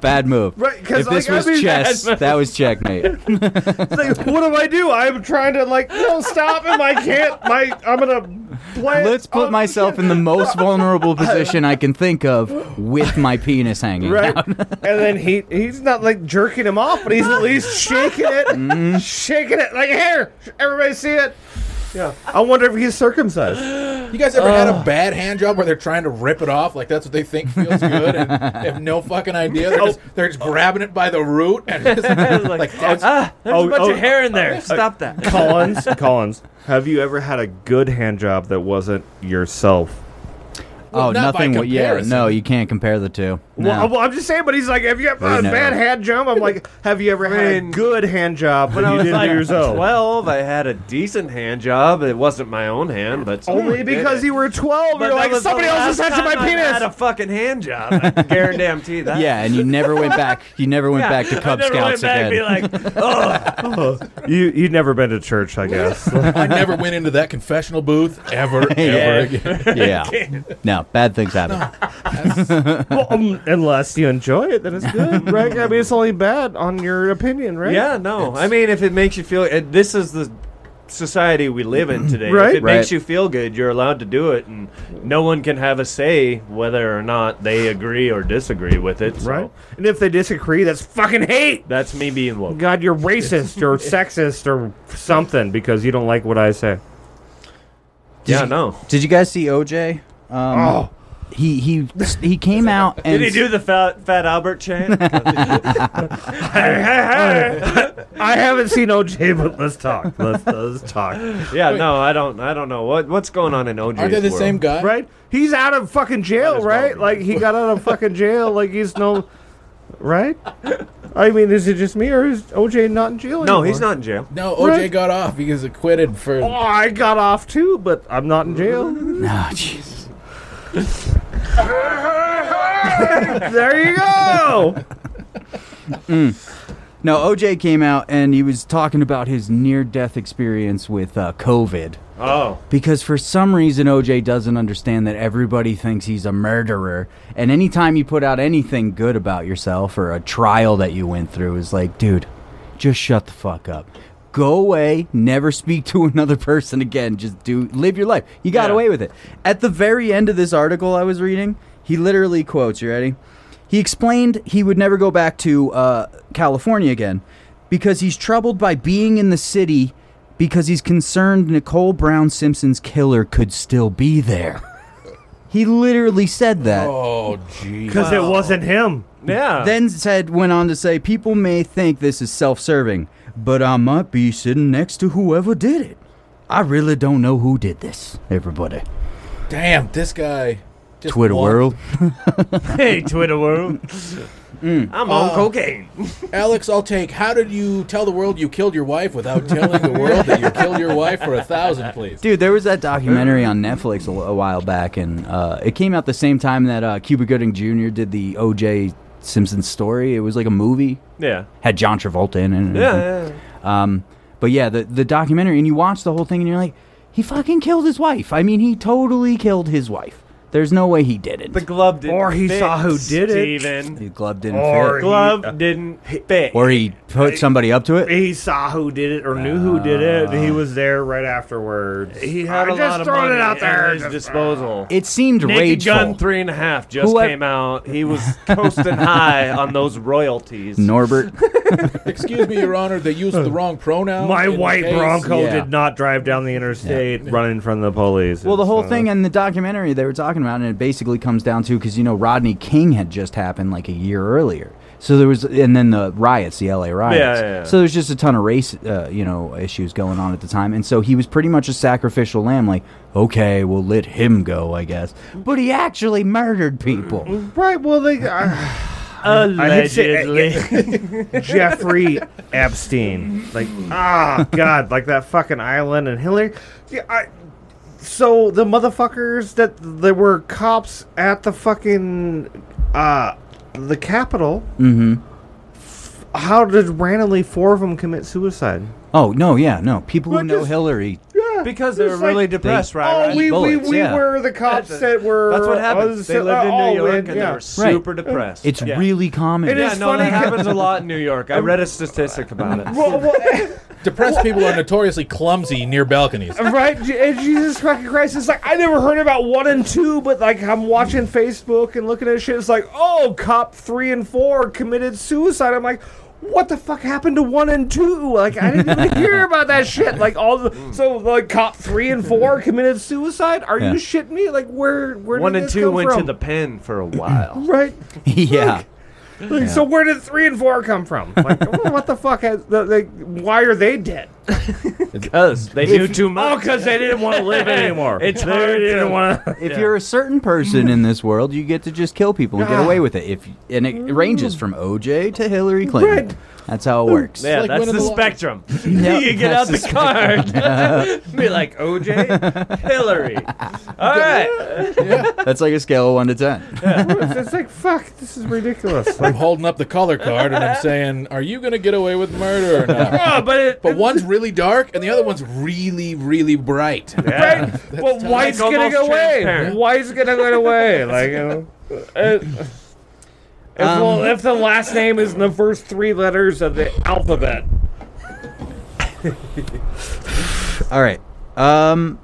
Speaker 1: Bad move.
Speaker 3: Right, 'cause,
Speaker 1: if this
Speaker 3: like, I
Speaker 1: was
Speaker 3: mean,
Speaker 1: chess,
Speaker 3: that's-
Speaker 1: that was checkmate.
Speaker 3: It's like, what do I do? I'm trying to like, no, stop him. I can't. My, I'm gonna
Speaker 1: Let's
Speaker 4: Oh,
Speaker 1: put myself in the most vulnerable position I can think of with my penis hanging
Speaker 12: Right.
Speaker 1: out.
Speaker 12: and then he he's not like jerking him off, but he's at least shaking it,
Speaker 1: Mm-hmm.
Speaker 12: shaking it like here. Everybody see it? Yeah. I wonder if he's circumcised.
Speaker 2: You guys ever had a bad hand job where they're trying to rip it off? Like that's what they think feels good, and they have no fucking idea. They're just, they're just grabbing it by the root and just, like, that's-
Speaker 12: there's a bunch of hair in there.
Speaker 4: uh,
Speaker 12: Stop that.
Speaker 3: Collins, Collins, have you ever had a good hand job that wasn't yourself?
Speaker 1: oh, nothing. wa- Yeah, no, you can't compare the two. No.
Speaker 12: Well, well, I'm just saying, but he's like, have you ever
Speaker 1: I
Speaker 12: had a
Speaker 1: know.
Speaker 12: bad hand job? I'm like, have you ever had a good hand job
Speaker 4: When
Speaker 12: that
Speaker 4: I
Speaker 12: you
Speaker 4: was
Speaker 12: didn't
Speaker 4: like
Speaker 12: do yourself?
Speaker 4: 12, I had a decent hand job. It wasn't my own hand, but someone
Speaker 12: Only
Speaker 4: did
Speaker 12: because
Speaker 4: it.
Speaker 12: you were 12,
Speaker 4: But
Speaker 12: you're
Speaker 4: that
Speaker 12: like,
Speaker 4: was the
Speaker 12: somebody else is
Speaker 4: last
Speaker 12: touching my
Speaker 4: time I
Speaker 12: penis.
Speaker 4: had a fucking hand job. I can guarantee that.
Speaker 1: yeah, and you never went back. You never went
Speaker 4: Yeah,
Speaker 1: back to
Speaker 4: I
Speaker 1: Cub
Speaker 4: never went
Speaker 1: Scouts
Speaker 4: back
Speaker 1: again.
Speaker 4: and be like, oh,
Speaker 3: you you'd never been to church, I guess.
Speaker 2: I never went into that confessional booth ever, ever again.
Speaker 1: yeah. No, bad things happen.
Speaker 12: well, um,
Speaker 3: unless you enjoy it, then it's
Speaker 12: good, right? I mean, it's only bad on your opinion, right?
Speaker 4: Yeah, no. I mean, if it makes you feel, uh, this is the society we live in today.
Speaker 12: Right.
Speaker 4: If it
Speaker 12: Right.
Speaker 4: makes you feel good, you're allowed to do it, and no one can have a say whether or not they agree or disagree with it. Right.
Speaker 12: And if they disagree, that's fucking hate.
Speaker 4: That's me being woke.
Speaker 3: God, you're racist or sexist or something because you don't like what I say.
Speaker 1: Did
Speaker 4: yeah,
Speaker 1: you-
Speaker 4: no.
Speaker 1: Did you guys see OJ? Um,
Speaker 4: Oh.
Speaker 1: He he he came out and
Speaker 4: Did he do the fat, fat Albert chant?
Speaker 3: I haven't seen OJ, but let's talk. Let's, let's talk.
Speaker 4: yeah, no, I don't. I don't know what what's going on in OJ's
Speaker 2: Aren't they the same
Speaker 4: world?
Speaker 2: guy?
Speaker 12: Right? He's out of fucking jail, right? Like, he got out of fucking jail. Like, he's no. Right? I mean, is it just me or is OJ not in jail?
Speaker 4: No,
Speaker 12: anymore?
Speaker 4: he's not in jail.
Speaker 2: No, OJ
Speaker 12: Right.
Speaker 2: got off because acquitted for.
Speaker 12: Oh, I got off too, but I'm not in jail.
Speaker 1: No, Jesus.
Speaker 12: there you go.
Speaker 1: No, OJ came out and he was talking about his near-death experience with uh, COVID.
Speaker 4: Oh,
Speaker 1: Because for some reason, OJ doesn't understand that everybody thinks he's a murderer. And anytime you put out anything good about yourself or a trial that you went through, is like, dude, just shut the fuck up. Go away. Never speak to another person again. Just do live your life. You got
Speaker 4: Yeah.
Speaker 1: away with it. At the very end of this article I was reading, he literally quotes. You ready? He explained he would never go back to uh, California again because he's troubled by being in the city because he's concerned Nicole Brown Simpson's killer could still be there. he literally said that.
Speaker 2: Oh, gee.
Speaker 3: Because it wasn't him.
Speaker 4: yeah.
Speaker 1: Then said went on to say people may think this is self-serving, but I might be sitting next to whoever did it. I really don't know who did this, everybody.
Speaker 2: Damn, this guy. Just
Speaker 1: Twitter
Speaker 2: walked-
Speaker 1: world.
Speaker 4: hey, Twitter world. I'm on
Speaker 2: Uh,
Speaker 4: cocaine.
Speaker 2: Alex, I'll take. How did you tell the world you killed your wife without telling the world that you killed your wife for a thousand, please?
Speaker 1: Dude, there was that documentary on Netflix a, a while back, and uh, it came out the same time that uh, Cuba Gooding Jr. did the O.J. Simpson story. It was like a movie,
Speaker 4: Yeah.
Speaker 1: had John Travolta in it. and
Speaker 4: Yeah.
Speaker 1: everything.
Speaker 4: yeah, yeah.
Speaker 1: Um, but yeah, the the documentary, and you watch the whole thing, and you're like, he fucking killed his wife. I mean, he totally killed his wife. There's no way he didn't.
Speaker 4: The glove didn't.
Speaker 12: Or he
Speaker 4: fit,
Speaker 12: saw who did it.
Speaker 4: Steven.
Speaker 1: the glove didn't
Speaker 4: Oh,
Speaker 12: Or- uh,
Speaker 1: fit,
Speaker 4: Glove didn't fit.
Speaker 1: or he put somebody up to it.
Speaker 12: He saw who did it or knew who did it. and He was there right afterwards.
Speaker 4: Ah. He had
Speaker 12: I
Speaker 4: a
Speaker 12: just
Speaker 4: lot of
Speaker 12: throwing
Speaker 4: money
Speaker 12: it out there.
Speaker 4: at his
Speaker 12: Just-
Speaker 4: disposal.
Speaker 1: It seemed
Speaker 4: Naked
Speaker 1: rageful.
Speaker 4: Gun three and a half just
Speaker 1: Who I-
Speaker 4: came out. He was coasting high on those royalties.
Speaker 1: Norbert.
Speaker 2: Excuse me, Your Honor. They used the wrong pronoun.
Speaker 3: Uh, My
Speaker 2: in the
Speaker 3: white
Speaker 2: case.
Speaker 3: Bronco
Speaker 1: Yeah.
Speaker 3: did not drive down the interstate running from the police.
Speaker 1: Well, the
Speaker 3: It's,
Speaker 1: whole
Speaker 3: uh,
Speaker 1: thing in the documentary they were talking about, and it basically comes down to because you know Rodney King had just happened like a year earlier, so there was, and then the riots, the LA riots.
Speaker 4: Yeah, yeah, yeah.
Speaker 1: So there's just a ton of race, uh, you know, issues going on at the time, and so he was pretty much a sacrificial lamb. Like, okay, we'll let him go, I guess, but he actually murdered
Speaker 3: Mm-hmm.
Speaker 1: people.
Speaker 12: right. Well, they. Uh,
Speaker 4: Allegedly.
Speaker 12: eh, Jeffrey.
Speaker 3: Epstein. Like,
Speaker 12: Ah,
Speaker 3: God, like that fucking island and Hillary.
Speaker 12: yeah, I, so the motherfuckers that there were cops at the fucking uh the Capitol.
Speaker 1: hmm
Speaker 12: How did randomly four of them commit suicide?
Speaker 1: Oh no, yeah, no. People
Speaker 12: Well,
Speaker 1: who know
Speaker 12: just-
Speaker 1: Hillary.
Speaker 12: Yeah,
Speaker 4: because they were
Speaker 12: It's like-
Speaker 4: really depressed, right?
Speaker 12: Oh,
Speaker 4: Ryan?
Speaker 12: we, we,
Speaker 1: bullets,
Speaker 12: we
Speaker 1: yeah.
Speaker 12: were the cops
Speaker 4: That's-
Speaker 12: that were.
Speaker 4: That's what happened.
Speaker 12: us-
Speaker 4: they lived in
Speaker 12: all
Speaker 4: New York
Speaker 12: in,
Speaker 4: and
Speaker 12: yeah.
Speaker 4: they were super depressed.
Speaker 1: It's
Speaker 4: yeah.
Speaker 1: really common.
Speaker 12: It
Speaker 4: Yeah,
Speaker 12: is
Speaker 4: no,
Speaker 12: funny
Speaker 4: that happens a lot in New York. I read a statistic about it.
Speaker 12: Well, well,
Speaker 2: Depressed people are notoriously clumsy near balconies.
Speaker 3: right? J- And Jesus fucking Christ, it's like I never heard about one and two, but like I'm watching Facebook and looking at shit. It's like, oh, cop three and four committed suicide. I'm like, what the fuck happened to one and two? Like I didn't even hear about that shit. Like all
Speaker 4: Mm.
Speaker 3: the so like cop three and four committed suicide. Are
Speaker 4: Yeah.
Speaker 3: you shitting me? Like where where
Speaker 4: One
Speaker 3: did
Speaker 4: and
Speaker 3: this
Speaker 4: two
Speaker 3: come
Speaker 4: went to
Speaker 3: from?
Speaker 4: the pen for a while.
Speaker 3: right.
Speaker 1: yeah.
Speaker 3: Like, So where did three and four come from? Like, what the fuck has the, like? Why are they dead?
Speaker 4: Because they
Speaker 1: knew
Speaker 4: too much.
Speaker 3: Oh, because they didn't want to live anymore.
Speaker 4: It's
Speaker 3: they
Speaker 4: hard
Speaker 3: didn't
Speaker 4: to-
Speaker 3: want to.
Speaker 1: If you're a certain person in this world, you get to just kill people and get
Speaker 3: Ah.
Speaker 1: away with it. If and it ranges from OJ to Hillary Clinton. That's how it works.
Speaker 4: Yeah, that's the spectrum.
Speaker 1: Yep,
Speaker 4: you get out
Speaker 1: that's
Speaker 4: the
Speaker 1: the
Speaker 4: card.
Speaker 1: spectrum.
Speaker 4: Be like OJ, Hillary. All right.
Speaker 1: That's like a scale of one to ten.
Speaker 3: it's, it's like fuck. This is ridiculous.
Speaker 2: I'm holding up the color card and I'm saying, "Are you gonna get away with murder or not?"
Speaker 3: No, but it,
Speaker 2: But one's really dark and the other one's really, really bright.
Speaker 3: Right? Well, white's
Speaker 2: Like
Speaker 3: gonna
Speaker 2: almost
Speaker 3: go away.
Speaker 2: transparent.
Speaker 3: White's gonna go away. Like, you know, it- if,
Speaker 4: Um,
Speaker 3: well, if the last name is in the first three letters of the alphabet.
Speaker 1: All right. Um,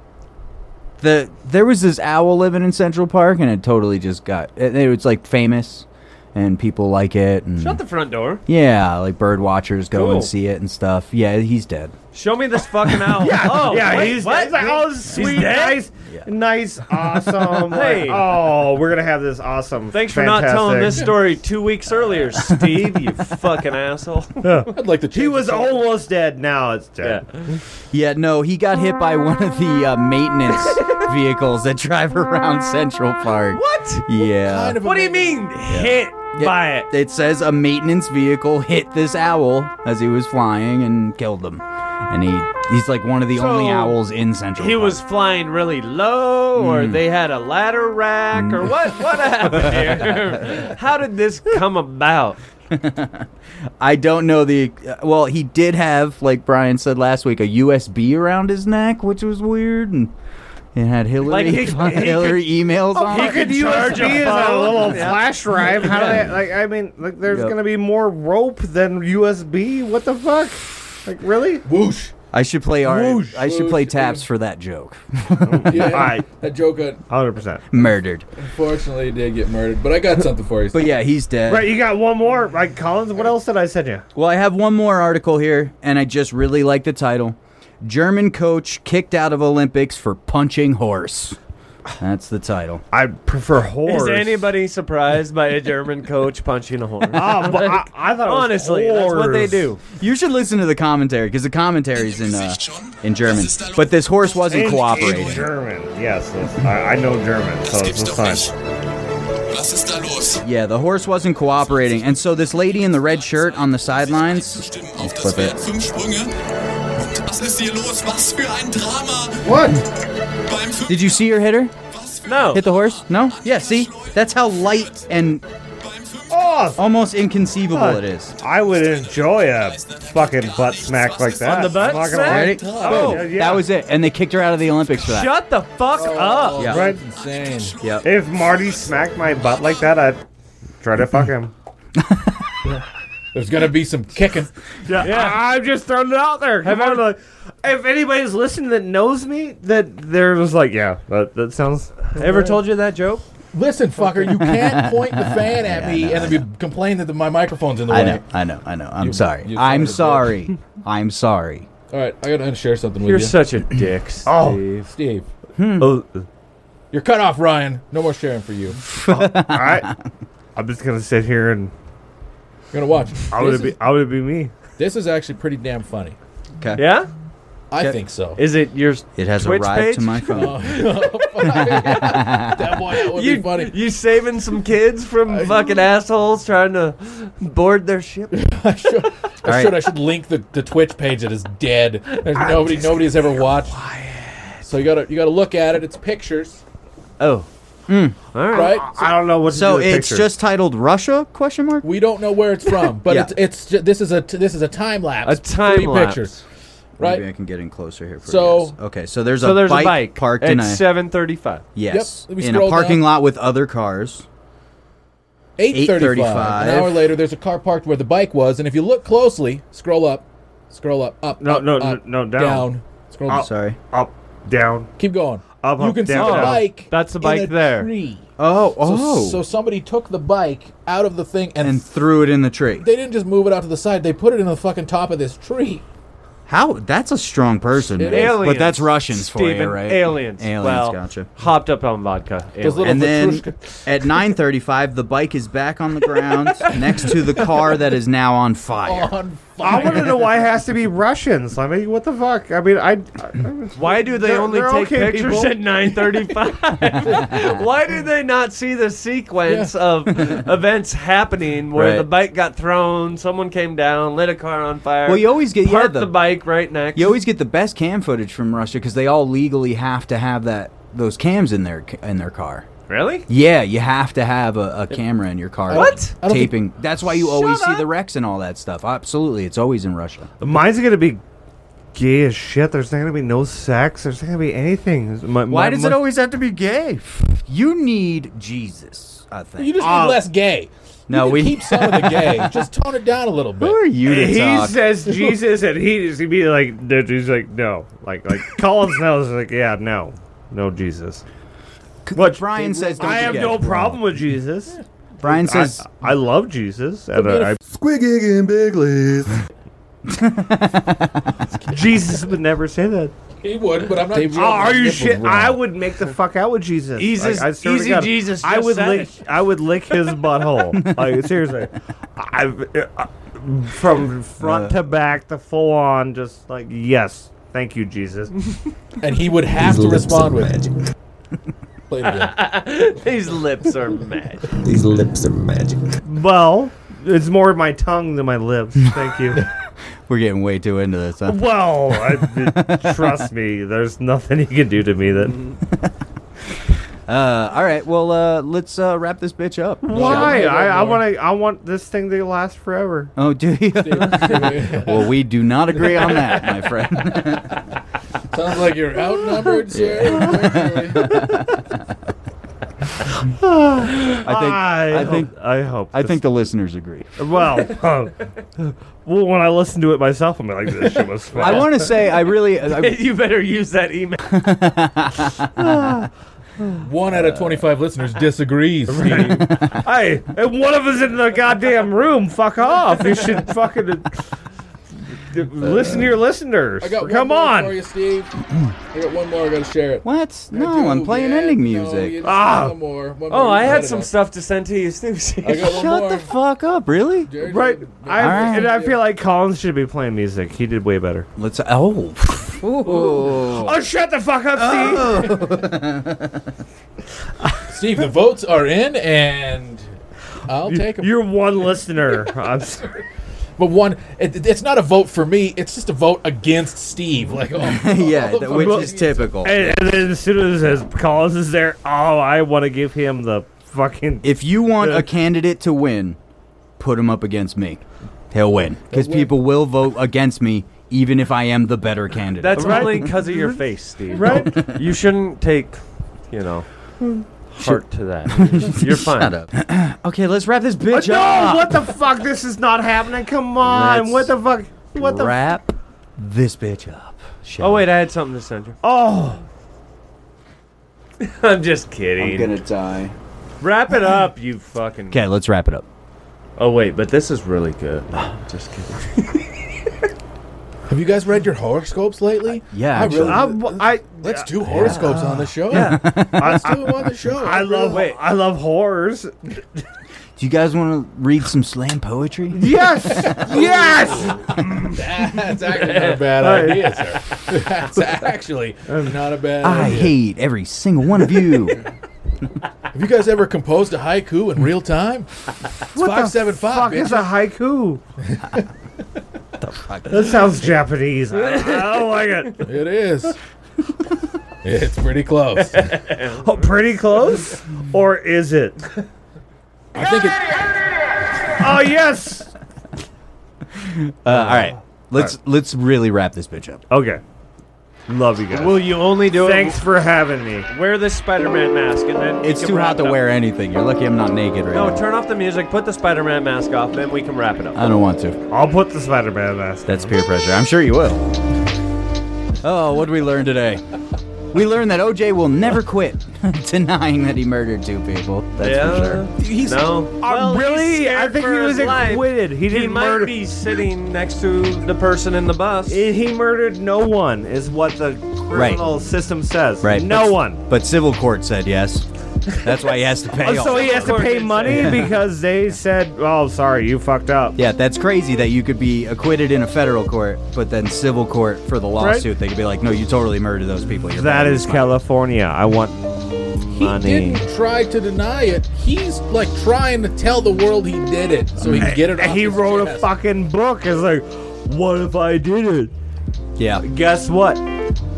Speaker 1: the there was this owl living in Central Park, and it totally just got it, it was like famous, and people like it. And
Speaker 4: Shut the front door.
Speaker 1: yeah, like bird watchers go
Speaker 4: Cool.
Speaker 1: and see it and stuff. Yeah, he's dead.
Speaker 4: Show me this fucking owl. oh,
Speaker 3: yeah,
Speaker 4: wait,
Speaker 3: he's,
Speaker 4: what?
Speaker 3: he's like, oh, this is
Speaker 4: He's
Speaker 3: sweet,
Speaker 4: dead?
Speaker 3: nice, nice, awesome. like,
Speaker 4: Hey.
Speaker 3: oh, we're gonna have this awesome.
Speaker 4: Thanks for not telling this story two weeks earlier, Steve. You fucking asshole.
Speaker 2: I'd like to.
Speaker 3: He was almost dead. Now it's dead.
Speaker 1: Yeah, no, he got hit by one of the uh, maintenance vehicles that drive around Central Park.
Speaker 4: What?
Speaker 1: Yeah.
Speaker 4: What do you mean hit by it?
Speaker 1: It says a maintenance vehicle hit this owl as he was flying and killed him. And he he's like one of the only
Speaker 4: So,
Speaker 1: owls in Central
Speaker 4: He
Speaker 1: Park.
Speaker 4: was flying really low, or
Speaker 1: Mm.
Speaker 4: they had a ladder rack, or what? What happened here? How did this come about?
Speaker 1: I don't know the uh, well, he did have like Brian said last week a USB around his neck, which was weird and it had Hillary
Speaker 4: Like, he- he
Speaker 1: Hillary emails
Speaker 3: Oh,
Speaker 1: on
Speaker 3: he
Speaker 1: it.
Speaker 3: could
Speaker 4: charge
Speaker 3: USB as
Speaker 4: a
Speaker 3: a
Speaker 4: phone.
Speaker 3: little
Speaker 4: Yeah.
Speaker 3: flash drive. How do they? Like, I mean, like, there's
Speaker 1: Yep.
Speaker 3: gonna be more rope than USB. What the fuck? Like, really?
Speaker 2: Whoosh.
Speaker 1: I should play our,
Speaker 2: Whoosh.
Speaker 1: I should play taps for that joke.
Speaker 2: Yeah,
Speaker 3: All right.
Speaker 2: That joke, uh,
Speaker 3: Hundred percent.
Speaker 1: Murdered.
Speaker 2: unfortunately, he did get murdered. But I got something for you.
Speaker 1: But yeah, he's dead.
Speaker 3: Right, you got one more. Like Collins, what else did I send you?
Speaker 1: Well, I have one more article here, and I just really like the title. German coach kicked out of Olympics for punching horse. That's the title.
Speaker 3: I prefer horse.
Speaker 4: Is anybody surprised by a German coach punching a horse?
Speaker 3: Ah, but I, I thought it was
Speaker 4: Honestly, that's what they
Speaker 3: horse.
Speaker 4: do.
Speaker 1: You should listen to the commentary because the commentary's in uh, in German. But this horse wasn't
Speaker 3: In-
Speaker 1: cooperating.
Speaker 3: in German.
Speaker 13: Yes, yes, I, I know German,
Speaker 3: Oh,
Speaker 13: so it's fine.
Speaker 8: Was ist da los?
Speaker 1: Yeah, the horse wasn't cooperating, and so this lady in the red shirt on the sidelines. I'll
Speaker 8: Das
Speaker 1: clip
Speaker 8: Pferd
Speaker 1: it.
Speaker 8: fünf Sprünge. Und was ist hier los? Was für ein Drama
Speaker 3: What?
Speaker 8: beim fünf.
Speaker 1: Did you see her hit her?
Speaker 4: No.
Speaker 1: Hit the horse? No. Yeah. See, that's how light and
Speaker 3: Oh,
Speaker 1: almost inconceivable it is.
Speaker 3: I would enjoy a fucking butt smack like that.
Speaker 4: On the butt
Speaker 3: I'm not gonna
Speaker 4: smack?
Speaker 3: lie.
Speaker 1: Ready?
Speaker 3: Oh, yeah, yeah.
Speaker 1: That was it, and they kicked her out of the Olympics for that.
Speaker 4: Shut the fuck
Speaker 1: Oh.
Speaker 4: up.
Speaker 1: Yeah.
Speaker 3: Right.
Speaker 2: Insane.
Speaker 1: Yep.
Speaker 3: If Marty smacked my butt like that, I'd try to fuck him.
Speaker 2: There's gonna be some kicking.
Speaker 3: Yeah, I, am just throwing it out there. Come on, like, if anybody's listening that knows me, that they're just like, yeah, that, that sounds.
Speaker 4: Ever told you that joke?
Speaker 2: Listen, fucker, you can't point the fan at me and then be complain that the, my microphone's in the
Speaker 1: I
Speaker 2: way.
Speaker 1: know, I know, I know. I'm
Speaker 2: You-
Speaker 1: sorry.
Speaker 2: you
Speaker 1: I'm
Speaker 2: son of a bitch.
Speaker 1: sorry. I'm sorry.
Speaker 2: All right, I gotta share something with
Speaker 4: You're
Speaker 2: you.
Speaker 4: such a dick,
Speaker 3: Oh.
Speaker 4: Steve.
Speaker 2: Steve,
Speaker 3: Oh,
Speaker 2: you're cut off, Ryan. No more sharing for you. You're
Speaker 3: all right. I'm just gonna sit here and
Speaker 2: gonna watch.
Speaker 3: I would
Speaker 2: This
Speaker 3: be
Speaker 2: is-
Speaker 3: I would be me.
Speaker 2: This is actually pretty damn funny.
Speaker 4: Yeah?
Speaker 2: I think so.
Speaker 4: Is it your
Speaker 1: It has
Speaker 4: Twitch
Speaker 1: arrived
Speaker 4: page?
Speaker 1: to my phone.
Speaker 2: that boy, that would be
Speaker 4: you,
Speaker 2: funny.
Speaker 4: you saving some kids from fucking assholes trying to board their ship?
Speaker 2: I should, I,
Speaker 1: right.
Speaker 2: should I should link the, the Twitch page that is dead. There's nobody nobody's ever watched. So you gotta you gotta look at it. It's pictures,
Speaker 4: Oh.
Speaker 1: Hmm.
Speaker 4: All right.
Speaker 2: right? So
Speaker 3: I don't know what.
Speaker 1: So
Speaker 3: to do with
Speaker 1: it's
Speaker 3: pictures.
Speaker 1: just titled Russia? Question mark.
Speaker 2: we don't know where it's from, but
Speaker 1: Yeah.
Speaker 2: it's it's ju- this is a t- this is a time lapse.
Speaker 4: A time
Speaker 2: three
Speaker 4: lapse.
Speaker 2: pictures,
Speaker 1: Maybe I
Speaker 2: right?
Speaker 1: can get in closer here. For
Speaker 2: So-
Speaker 1: you guys. okay, so there's
Speaker 4: So
Speaker 1: a
Speaker 4: there's
Speaker 1: bike
Speaker 4: a bike
Speaker 1: parked
Speaker 4: at
Speaker 1: in a
Speaker 4: 7:35.
Speaker 1: yes
Speaker 2: uh, Yep, we
Speaker 1: in a
Speaker 2: scroll
Speaker 1: parking
Speaker 2: down.
Speaker 1: lot with other cars.
Speaker 2: Eight thirty-five. An hour later, there's a car parked where the bike was, and if you look closely, scroll up. Scroll up, up.
Speaker 14: No,
Speaker 2: up,
Speaker 14: no,
Speaker 2: up,
Speaker 14: no, no, down.
Speaker 2: Scroll
Speaker 14: Up,
Speaker 2: down.
Speaker 1: Sorry.
Speaker 14: Up, down.
Speaker 2: Keep going.
Speaker 14: Up,
Speaker 2: you
Speaker 14: up,
Speaker 2: can
Speaker 14: down,
Speaker 2: see the
Speaker 14: down.
Speaker 2: bike.
Speaker 14: That's the
Speaker 2: in
Speaker 14: bike
Speaker 2: a
Speaker 14: there.
Speaker 2: Tree.
Speaker 1: Oh,
Speaker 2: So-
Speaker 1: oh.
Speaker 2: So, somebody took the bike out of the thing and,
Speaker 1: and threw it in the tree.
Speaker 2: they didn't just move it out to the side. They put it in the fucking top of this tree.
Speaker 1: How? That's a strong person.
Speaker 2: It
Speaker 1: Man.
Speaker 2: is.
Speaker 1: But that's Russians for
Speaker 4: Steven,
Speaker 1: you, right?
Speaker 4: Aliens.
Speaker 1: Aliens.
Speaker 4: well,
Speaker 1: Gotcha.
Speaker 4: Hopped up on vodka. Aliens.
Speaker 1: And then at 9:35, the bike is back on the ground next to the car that is now on
Speaker 2: Oh.
Speaker 1: fire.
Speaker 3: I want to know why it has to be Russians. I mean, what the fuck? I mean, I.
Speaker 4: Why do they
Speaker 3: They're-
Speaker 4: only
Speaker 3: they're
Speaker 4: take
Speaker 3: okay
Speaker 4: pictures
Speaker 3: people.
Speaker 4: at 9:35? Why do they not see the sequence of events happening where
Speaker 1: Right.
Speaker 4: the bike got thrown, someone came down, lit a car on fire?
Speaker 1: Well, you always get- yeah,
Speaker 4: parked
Speaker 1: the-
Speaker 4: the, bike right next.
Speaker 1: You always get the best cam footage from Russia because they all legally have to have that those cams in their in their car.
Speaker 4: really?
Speaker 1: Yeah, you have to have a, a camera in your car.
Speaker 4: What? I don't think-
Speaker 1: Taping. That's why you always see the wrecks and all that stuff. Absolutely, it's always in Russia.
Speaker 3: Mine's gonna be gay as shit. There's not gonna be no sex. There's not gonna be anything. My- my-
Speaker 1: Why does
Speaker 3: my-
Speaker 1: it always have to be gay? You need Jesus, I think.
Speaker 2: You just need less gay.
Speaker 1: No,
Speaker 2: you can
Speaker 1: we-
Speaker 2: keep some of the gay. Just tone it down a little bit.
Speaker 1: Who are you to
Speaker 3: he
Speaker 1: talk?
Speaker 3: says Jesus, and he just be like, dude, he's like, no, like, like Collins knows, like, yeah, no, no Jesus.
Speaker 1: What Brian says? Don't
Speaker 3: I
Speaker 1: you
Speaker 3: have
Speaker 1: get
Speaker 3: no
Speaker 1: it.
Speaker 3: problem with Jesus.
Speaker 1: Brian
Speaker 3: I-
Speaker 1: says-
Speaker 3: I, love Jesus, and I, I
Speaker 5: Squiggy and Biglies.
Speaker 3: Jesus would never say that.
Speaker 2: He would, but I'm not.
Speaker 3: Oh, are you shit? I would make the fuck out with Jesus.
Speaker 4: Jesus-
Speaker 3: I swear to
Speaker 4: easy
Speaker 3: God,
Speaker 4: Jesus
Speaker 3: I
Speaker 4: just
Speaker 3: would
Speaker 4: said
Speaker 3: lick.
Speaker 4: it.
Speaker 3: I would lick his butthole. like seriously, I uh, from front
Speaker 4: Uh,
Speaker 3: to back to full on, just like yes, thank you, Jesus.
Speaker 2: and he would have to respond with it. Play it again.
Speaker 4: These lips are mad.
Speaker 3: These lips are magic. Well, it's more my tongue than my lips. Thank you.
Speaker 1: We're getting way too into this. Huh?
Speaker 3: well, I, trust me, there's nothing you can do to me that.
Speaker 1: Uh, all right. Well, uh, let's uh, wrap this bitch up.
Speaker 3: Why? I, I want to. I want this thing to last forever.
Speaker 1: Oh, do you? well, we do not agree on that, my friend.
Speaker 2: Sounds like you're outnumbered, sir.
Speaker 1: I think. I,
Speaker 3: hope-
Speaker 1: think.
Speaker 3: I hope.
Speaker 1: I think the listeners agree.
Speaker 3: Well, um, well, when I listen to it myself, I'm like, this shit was fun.
Speaker 1: I want to say I really. I,
Speaker 4: you better use that email.
Speaker 2: One out of 25 listeners disagrees. Steve.
Speaker 3: hey, and one of us in the goddamn room, fuck off. You should fucking uh, listen to your listeners.
Speaker 2: I got one
Speaker 3: Come
Speaker 2: more
Speaker 3: on.
Speaker 2: for you, Steve. I got one more. I gotta share it.
Speaker 1: what?
Speaker 2: I
Speaker 1: No,
Speaker 2: do,
Speaker 1: I'm playing
Speaker 2: yeah,
Speaker 1: ending
Speaker 2: no,
Speaker 1: music.
Speaker 2: you-
Speaker 3: Ah.
Speaker 2: One more. One more.
Speaker 4: Oh, I
Speaker 2: You
Speaker 4: had
Speaker 2: it
Speaker 4: some
Speaker 2: all.
Speaker 4: stuff to send to you, Steve.
Speaker 2: I got one
Speaker 1: Shut
Speaker 2: more.
Speaker 1: the fuck up! Really?
Speaker 2: Jerry,
Speaker 3: Right, I,
Speaker 1: All right.
Speaker 3: and I feel like Collins should be playing music. He did way better.
Speaker 1: Let's. Oh. Ooh.
Speaker 3: Oh, shut the fuck up,
Speaker 4: Oh.
Speaker 3: Steve.
Speaker 2: Steve, the votes are in, and I'll take them.
Speaker 3: You're one listener. I'm sorry.
Speaker 2: But one, it, it's not a vote for me. It's just a vote against Steve. Like, oh,
Speaker 1: yeah, that, which is typical.
Speaker 3: And, and then as soon as, as Collins is there, oh, I want to give him the fucking.
Speaker 1: If you want a candidate to win, put him up against me. He'll win because people will vote against me, even if I am the better candidate.
Speaker 4: That's
Speaker 3: Right.
Speaker 4: only because of your face, Steve.
Speaker 3: Right?
Speaker 4: You shouldn't take, you know,
Speaker 3: Hmm.
Speaker 4: heart to that. You're fine.
Speaker 1: Shut up. okay, let's wrap this bitch
Speaker 3: No,
Speaker 1: up.
Speaker 3: what the fuck? This is not happening. Come on.
Speaker 1: Let's
Speaker 3: What the fuck? What the f-
Speaker 1: wrap this bitch up. Shall
Speaker 4: Oh
Speaker 1: we?
Speaker 4: wait, I had something to send you.
Speaker 3: Oh,
Speaker 4: I'm just kidding.
Speaker 1: die.
Speaker 4: Wrap it up, you fucking.
Speaker 1: Okay, let's wrap it up.
Speaker 4: Oh wait, but this is really good. Just kidding.
Speaker 2: Have you guys read your horoscopes lately?
Speaker 1: Yeah,
Speaker 2: I
Speaker 1: actually.
Speaker 2: really.
Speaker 3: Uh, I'm, I
Speaker 2: let's do horoscopes on the show. let's do them on the show.
Speaker 3: I love
Speaker 2: really-
Speaker 3: I love horrors.
Speaker 1: Do you guys want to read some slam poetry?
Speaker 3: Yes, yes.
Speaker 2: That's actually not a bad idea, sir. That's actually not a bad
Speaker 1: I
Speaker 2: idea.
Speaker 1: hate every single one of you.
Speaker 2: Have you guys ever composed a haiku in real time? It's
Speaker 3: What the
Speaker 2: five seven five.
Speaker 3: fuck
Speaker 2: bitch.
Speaker 3: is a haiku? That sounds Japanese. I don't, I don't like it.
Speaker 2: It is. it's pretty close.
Speaker 3: Oh, pretty close, or is it?
Speaker 2: I think it,
Speaker 3: Oh yes.
Speaker 1: Uh, all right, let's let's really wrap this bitch up.
Speaker 3: Okay. Love you guys.
Speaker 4: Will you only do it?
Speaker 3: Thanks for having me.
Speaker 4: Wear this Spider-Man mask, and then we
Speaker 1: It's
Speaker 4: can
Speaker 1: too
Speaker 4: wrap
Speaker 1: hot to
Speaker 4: it up.
Speaker 1: wear anything. You're lucky I'm not naked right
Speaker 4: No,
Speaker 1: now.
Speaker 4: turn off the music. Put the Spider-Man mask off, then we can wrap it up.
Speaker 1: I don't want to.
Speaker 3: I'll put the Spider-Man mask.
Speaker 1: That's peer pressure. I'm sure you will. Oh, what did we learn today? We learned that OJ will never quit denying that he murdered two people. That's for sure.
Speaker 4: He's, no. Well,
Speaker 3: really?
Speaker 4: he's
Speaker 3: I
Speaker 4: scared
Speaker 3: think he
Speaker 4: for
Speaker 3: was
Speaker 4: his life.
Speaker 3: acquitted. He didn't
Speaker 4: might
Speaker 3: murder-
Speaker 4: be sitting next to the person in the bus.
Speaker 3: I- He murdered no one, is what the criminal system says.
Speaker 1: Right.
Speaker 3: No
Speaker 1: But-
Speaker 3: one.
Speaker 1: But civil court said yes. That's why he has to pay
Speaker 3: Oh, so
Speaker 1: all-
Speaker 3: he has to pay money because they said, "Oh, sorry, you fucked up."
Speaker 1: Yeah, that's crazy that you could be acquitted in a federal court, but then civil court for the
Speaker 3: Right.
Speaker 1: lawsuit, they could be like, no, you totally murdered those people. You're
Speaker 3: That
Speaker 1: bad.
Speaker 3: is California. I want
Speaker 2: He
Speaker 3: money.
Speaker 2: didn't try to deny it. He's like trying to tell the world he did it, so he can get it. Off
Speaker 3: He
Speaker 2: his
Speaker 3: wrote a
Speaker 2: chest.
Speaker 3: fucking book. It's like, what if I did it?
Speaker 1: Yeah.
Speaker 3: Guess what?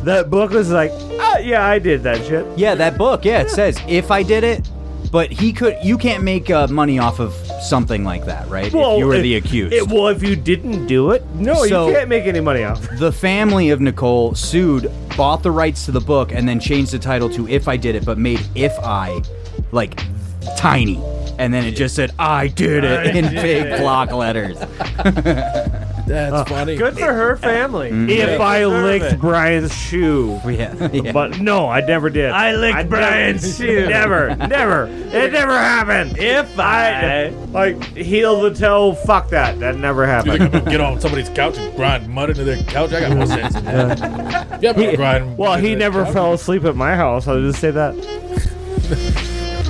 Speaker 3: That book was like, ah, yeah, I did that shit.
Speaker 1: Yeah, that book. Yeah, it says if I did it, but he could. You can't make uh, money off of something like that, right? if you were
Speaker 3: if-
Speaker 1: the accused.
Speaker 3: it- well, if you didn't do it, no,
Speaker 1: So-
Speaker 3: you can't make any money off.
Speaker 1: the family of Nicole sued, bought the rights to the book, and then changed the title to "If I Did It," but made "If I" like tiny, and then it just said "I did it"
Speaker 4: I
Speaker 1: in
Speaker 4: did
Speaker 1: big
Speaker 4: it.
Speaker 1: block letters.
Speaker 2: That's
Speaker 3: Uh,
Speaker 2: funny.
Speaker 4: Good for her family.
Speaker 3: If
Speaker 4: They
Speaker 3: I
Speaker 4: deserve
Speaker 3: licked
Speaker 4: it.
Speaker 3: Brian's shoe,
Speaker 1: yeah, yeah.
Speaker 3: but no, I never did.
Speaker 4: I licked
Speaker 3: never-
Speaker 4: Brian's shoe.
Speaker 3: Never, never. It never happened.
Speaker 4: If I.
Speaker 3: Like heel to toe, fuck that. That never
Speaker 2: You think I'm
Speaker 3: happened.
Speaker 2: gonna get on somebody's couch and grind mud into their couch? I got more sense. than that. yeah, I'm gonna grind.
Speaker 3: Well,
Speaker 2: mud
Speaker 3: he
Speaker 2: into their
Speaker 3: never
Speaker 2: couch.
Speaker 3: fell asleep at my house. I'll just say that.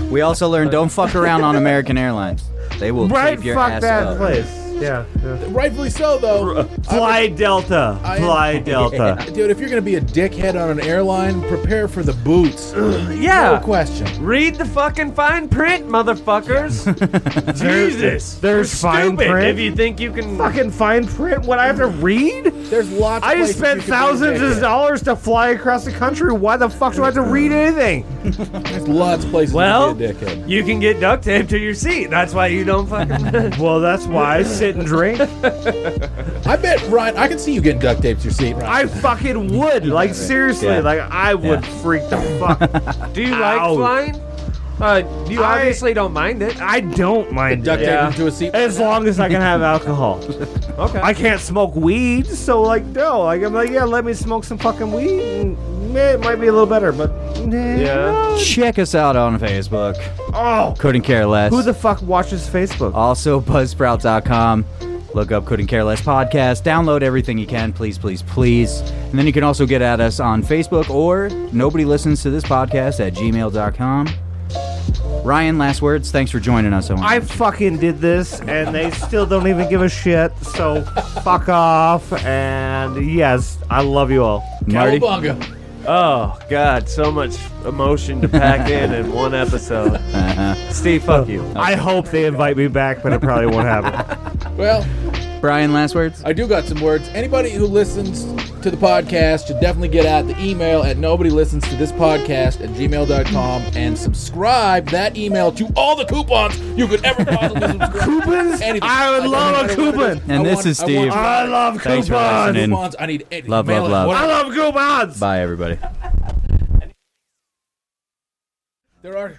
Speaker 1: We also learned don't fuck around on American Airlines. They will
Speaker 3: Right,
Speaker 1: tape your
Speaker 3: fuck
Speaker 1: ass
Speaker 3: that
Speaker 1: up.
Speaker 3: place. Yeah. yeah.
Speaker 2: Rightfully so, though.
Speaker 3: Fly Delta.
Speaker 2: I-
Speaker 3: Fly Delta.
Speaker 2: Dude, if you're gonna be a dickhead on an airline, prepare for the boots. No
Speaker 4: Yeah.
Speaker 2: question.
Speaker 4: Read the fucking fine print, motherfuckers. Jesus.
Speaker 3: There's
Speaker 4: You're
Speaker 3: fine
Speaker 4: stupid
Speaker 3: print?
Speaker 4: If you think you can.
Speaker 3: Fucking fine print. What I have to read?
Speaker 2: There's lots.
Speaker 3: I
Speaker 2: of
Speaker 3: just
Speaker 2: places
Speaker 3: spent
Speaker 2: you can be a
Speaker 3: thousands of
Speaker 2: dickhead.
Speaker 3: dollars to fly across the country. Why the fuck do I have to read anything?
Speaker 2: There's lots of places you
Speaker 4: Well,
Speaker 2: can be a dickhead.
Speaker 4: you can get duct tape to your seat. That's why you don't fucking.
Speaker 3: Well, that's why I sit and drink.
Speaker 2: I bet Ryan. I can see you getting duct taped to your seat. Ryan.
Speaker 3: I fucking would. Like seriously,
Speaker 1: Yeah.
Speaker 3: like I would freak the fuck.
Speaker 4: do you like
Speaker 3: Ow.
Speaker 4: flying? Uh, you
Speaker 3: I-
Speaker 4: obviously don't mind it.
Speaker 3: I don't mind
Speaker 2: duct
Speaker 3: it.
Speaker 2: taped
Speaker 4: Yeah.
Speaker 2: into a seat.
Speaker 3: As long as I can have alcohol.
Speaker 4: Okay.
Speaker 3: I can't smoke weed, so like no, like I'm like yeah, let me smoke some fucking weed. And, eh, it might be a little better, but nah,
Speaker 4: Yeah.
Speaker 1: Check us out on Facebook.
Speaker 3: Oh,
Speaker 1: Couldn't care less.
Speaker 3: who the fuck watches Facebook?
Speaker 1: Also, buzzsprout.com. Look up Couldn't Care Less podcast. Download everything you can, please, please, please. And then you can also get at us on Facebook or nobody listens to this podcast at gmail.com. Ryan, last words. Thanks for joining us.
Speaker 3: I fucking did this, and they still don't even give a shit. So fuck off. And yes, I love you all.
Speaker 1: Marty.
Speaker 2: Cowabunga.
Speaker 4: Oh God, so much emotion to pack in in one episode. Steve, fuck you.
Speaker 3: I hope they invite me back, but it probably won't happen.
Speaker 2: Well,
Speaker 1: Brian, last words.
Speaker 2: I do got some words. Anybody who listens to the podcast should definitely get out the email at nobody listens to this podcast at gmail.com and subscribe that email to all the coupons you could ever possibly subscribe.
Speaker 3: Coupons?
Speaker 2: Anything.
Speaker 3: I would
Speaker 2: don't
Speaker 3: love
Speaker 2: care
Speaker 3: a
Speaker 2: what it
Speaker 3: coupon.
Speaker 2: I
Speaker 1: And this
Speaker 2: want-
Speaker 1: is
Speaker 2: I want-
Speaker 1: Steve.
Speaker 3: I love
Speaker 1: Thanks for
Speaker 3: coupons.
Speaker 1: listening.
Speaker 2: coupons. I need any-
Speaker 1: Love,
Speaker 2: mail
Speaker 1: love,
Speaker 2: it.
Speaker 1: love.
Speaker 2: What-
Speaker 3: I love coupons.
Speaker 1: Bye, everybody.
Speaker 2: There are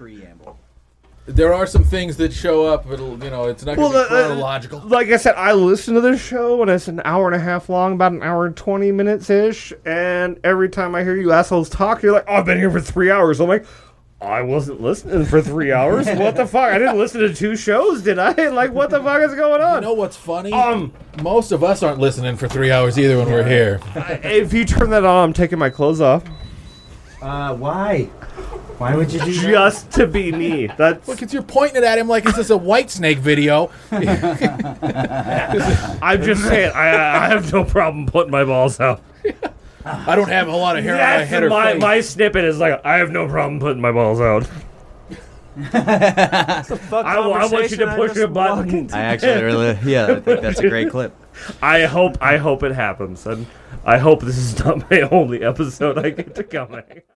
Speaker 2: There are some things that show up. It'll you know it's not
Speaker 3: Well,
Speaker 2: going to
Speaker 3: the-
Speaker 2: be
Speaker 3: the-
Speaker 2: chronological.
Speaker 3: Like I said, I listen to this show and it's an hour and a half long, about an hour and 20 minutes ish. And every time I hear you assholes talk, you're like, oh, I've been here for three hours. I'm like, I wasn't listening for three hours. What the fuck? I didn't listen to two shows, did I? Like, what the fuck is going
Speaker 2: you
Speaker 3: on?
Speaker 2: know what's funny?
Speaker 3: Um,
Speaker 2: Most of us aren't listening for three hours either when we're here.
Speaker 3: if you turn that on, I'm taking my clothes off.
Speaker 15: Uh, why? Why would you do that?
Speaker 3: Just to be me. That's
Speaker 2: Look, it's you're pointing it at him like is this a white snake video?
Speaker 3: I'm just saying. I, I have no problem putting my balls out.
Speaker 2: I don't have a lot of hair on my
Speaker 3: That's
Speaker 2: head or
Speaker 3: my,
Speaker 2: face.
Speaker 3: my snippet is like I have no problem putting my balls out.
Speaker 4: Fuck
Speaker 3: I, wa- I want you
Speaker 4: conversation,
Speaker 3: to
Speaker 4: I
Speaker 3: push
Speaker 4: just
Speaker 3: a
Speaker 4: walked
Speaker 3: button.
Speaker 4: into-
Speaker 1: I actually really, yeah, I think that's a great clip.
Speaker 3: I hope I hope it happens, and I hope this is not my only episode I get to come in.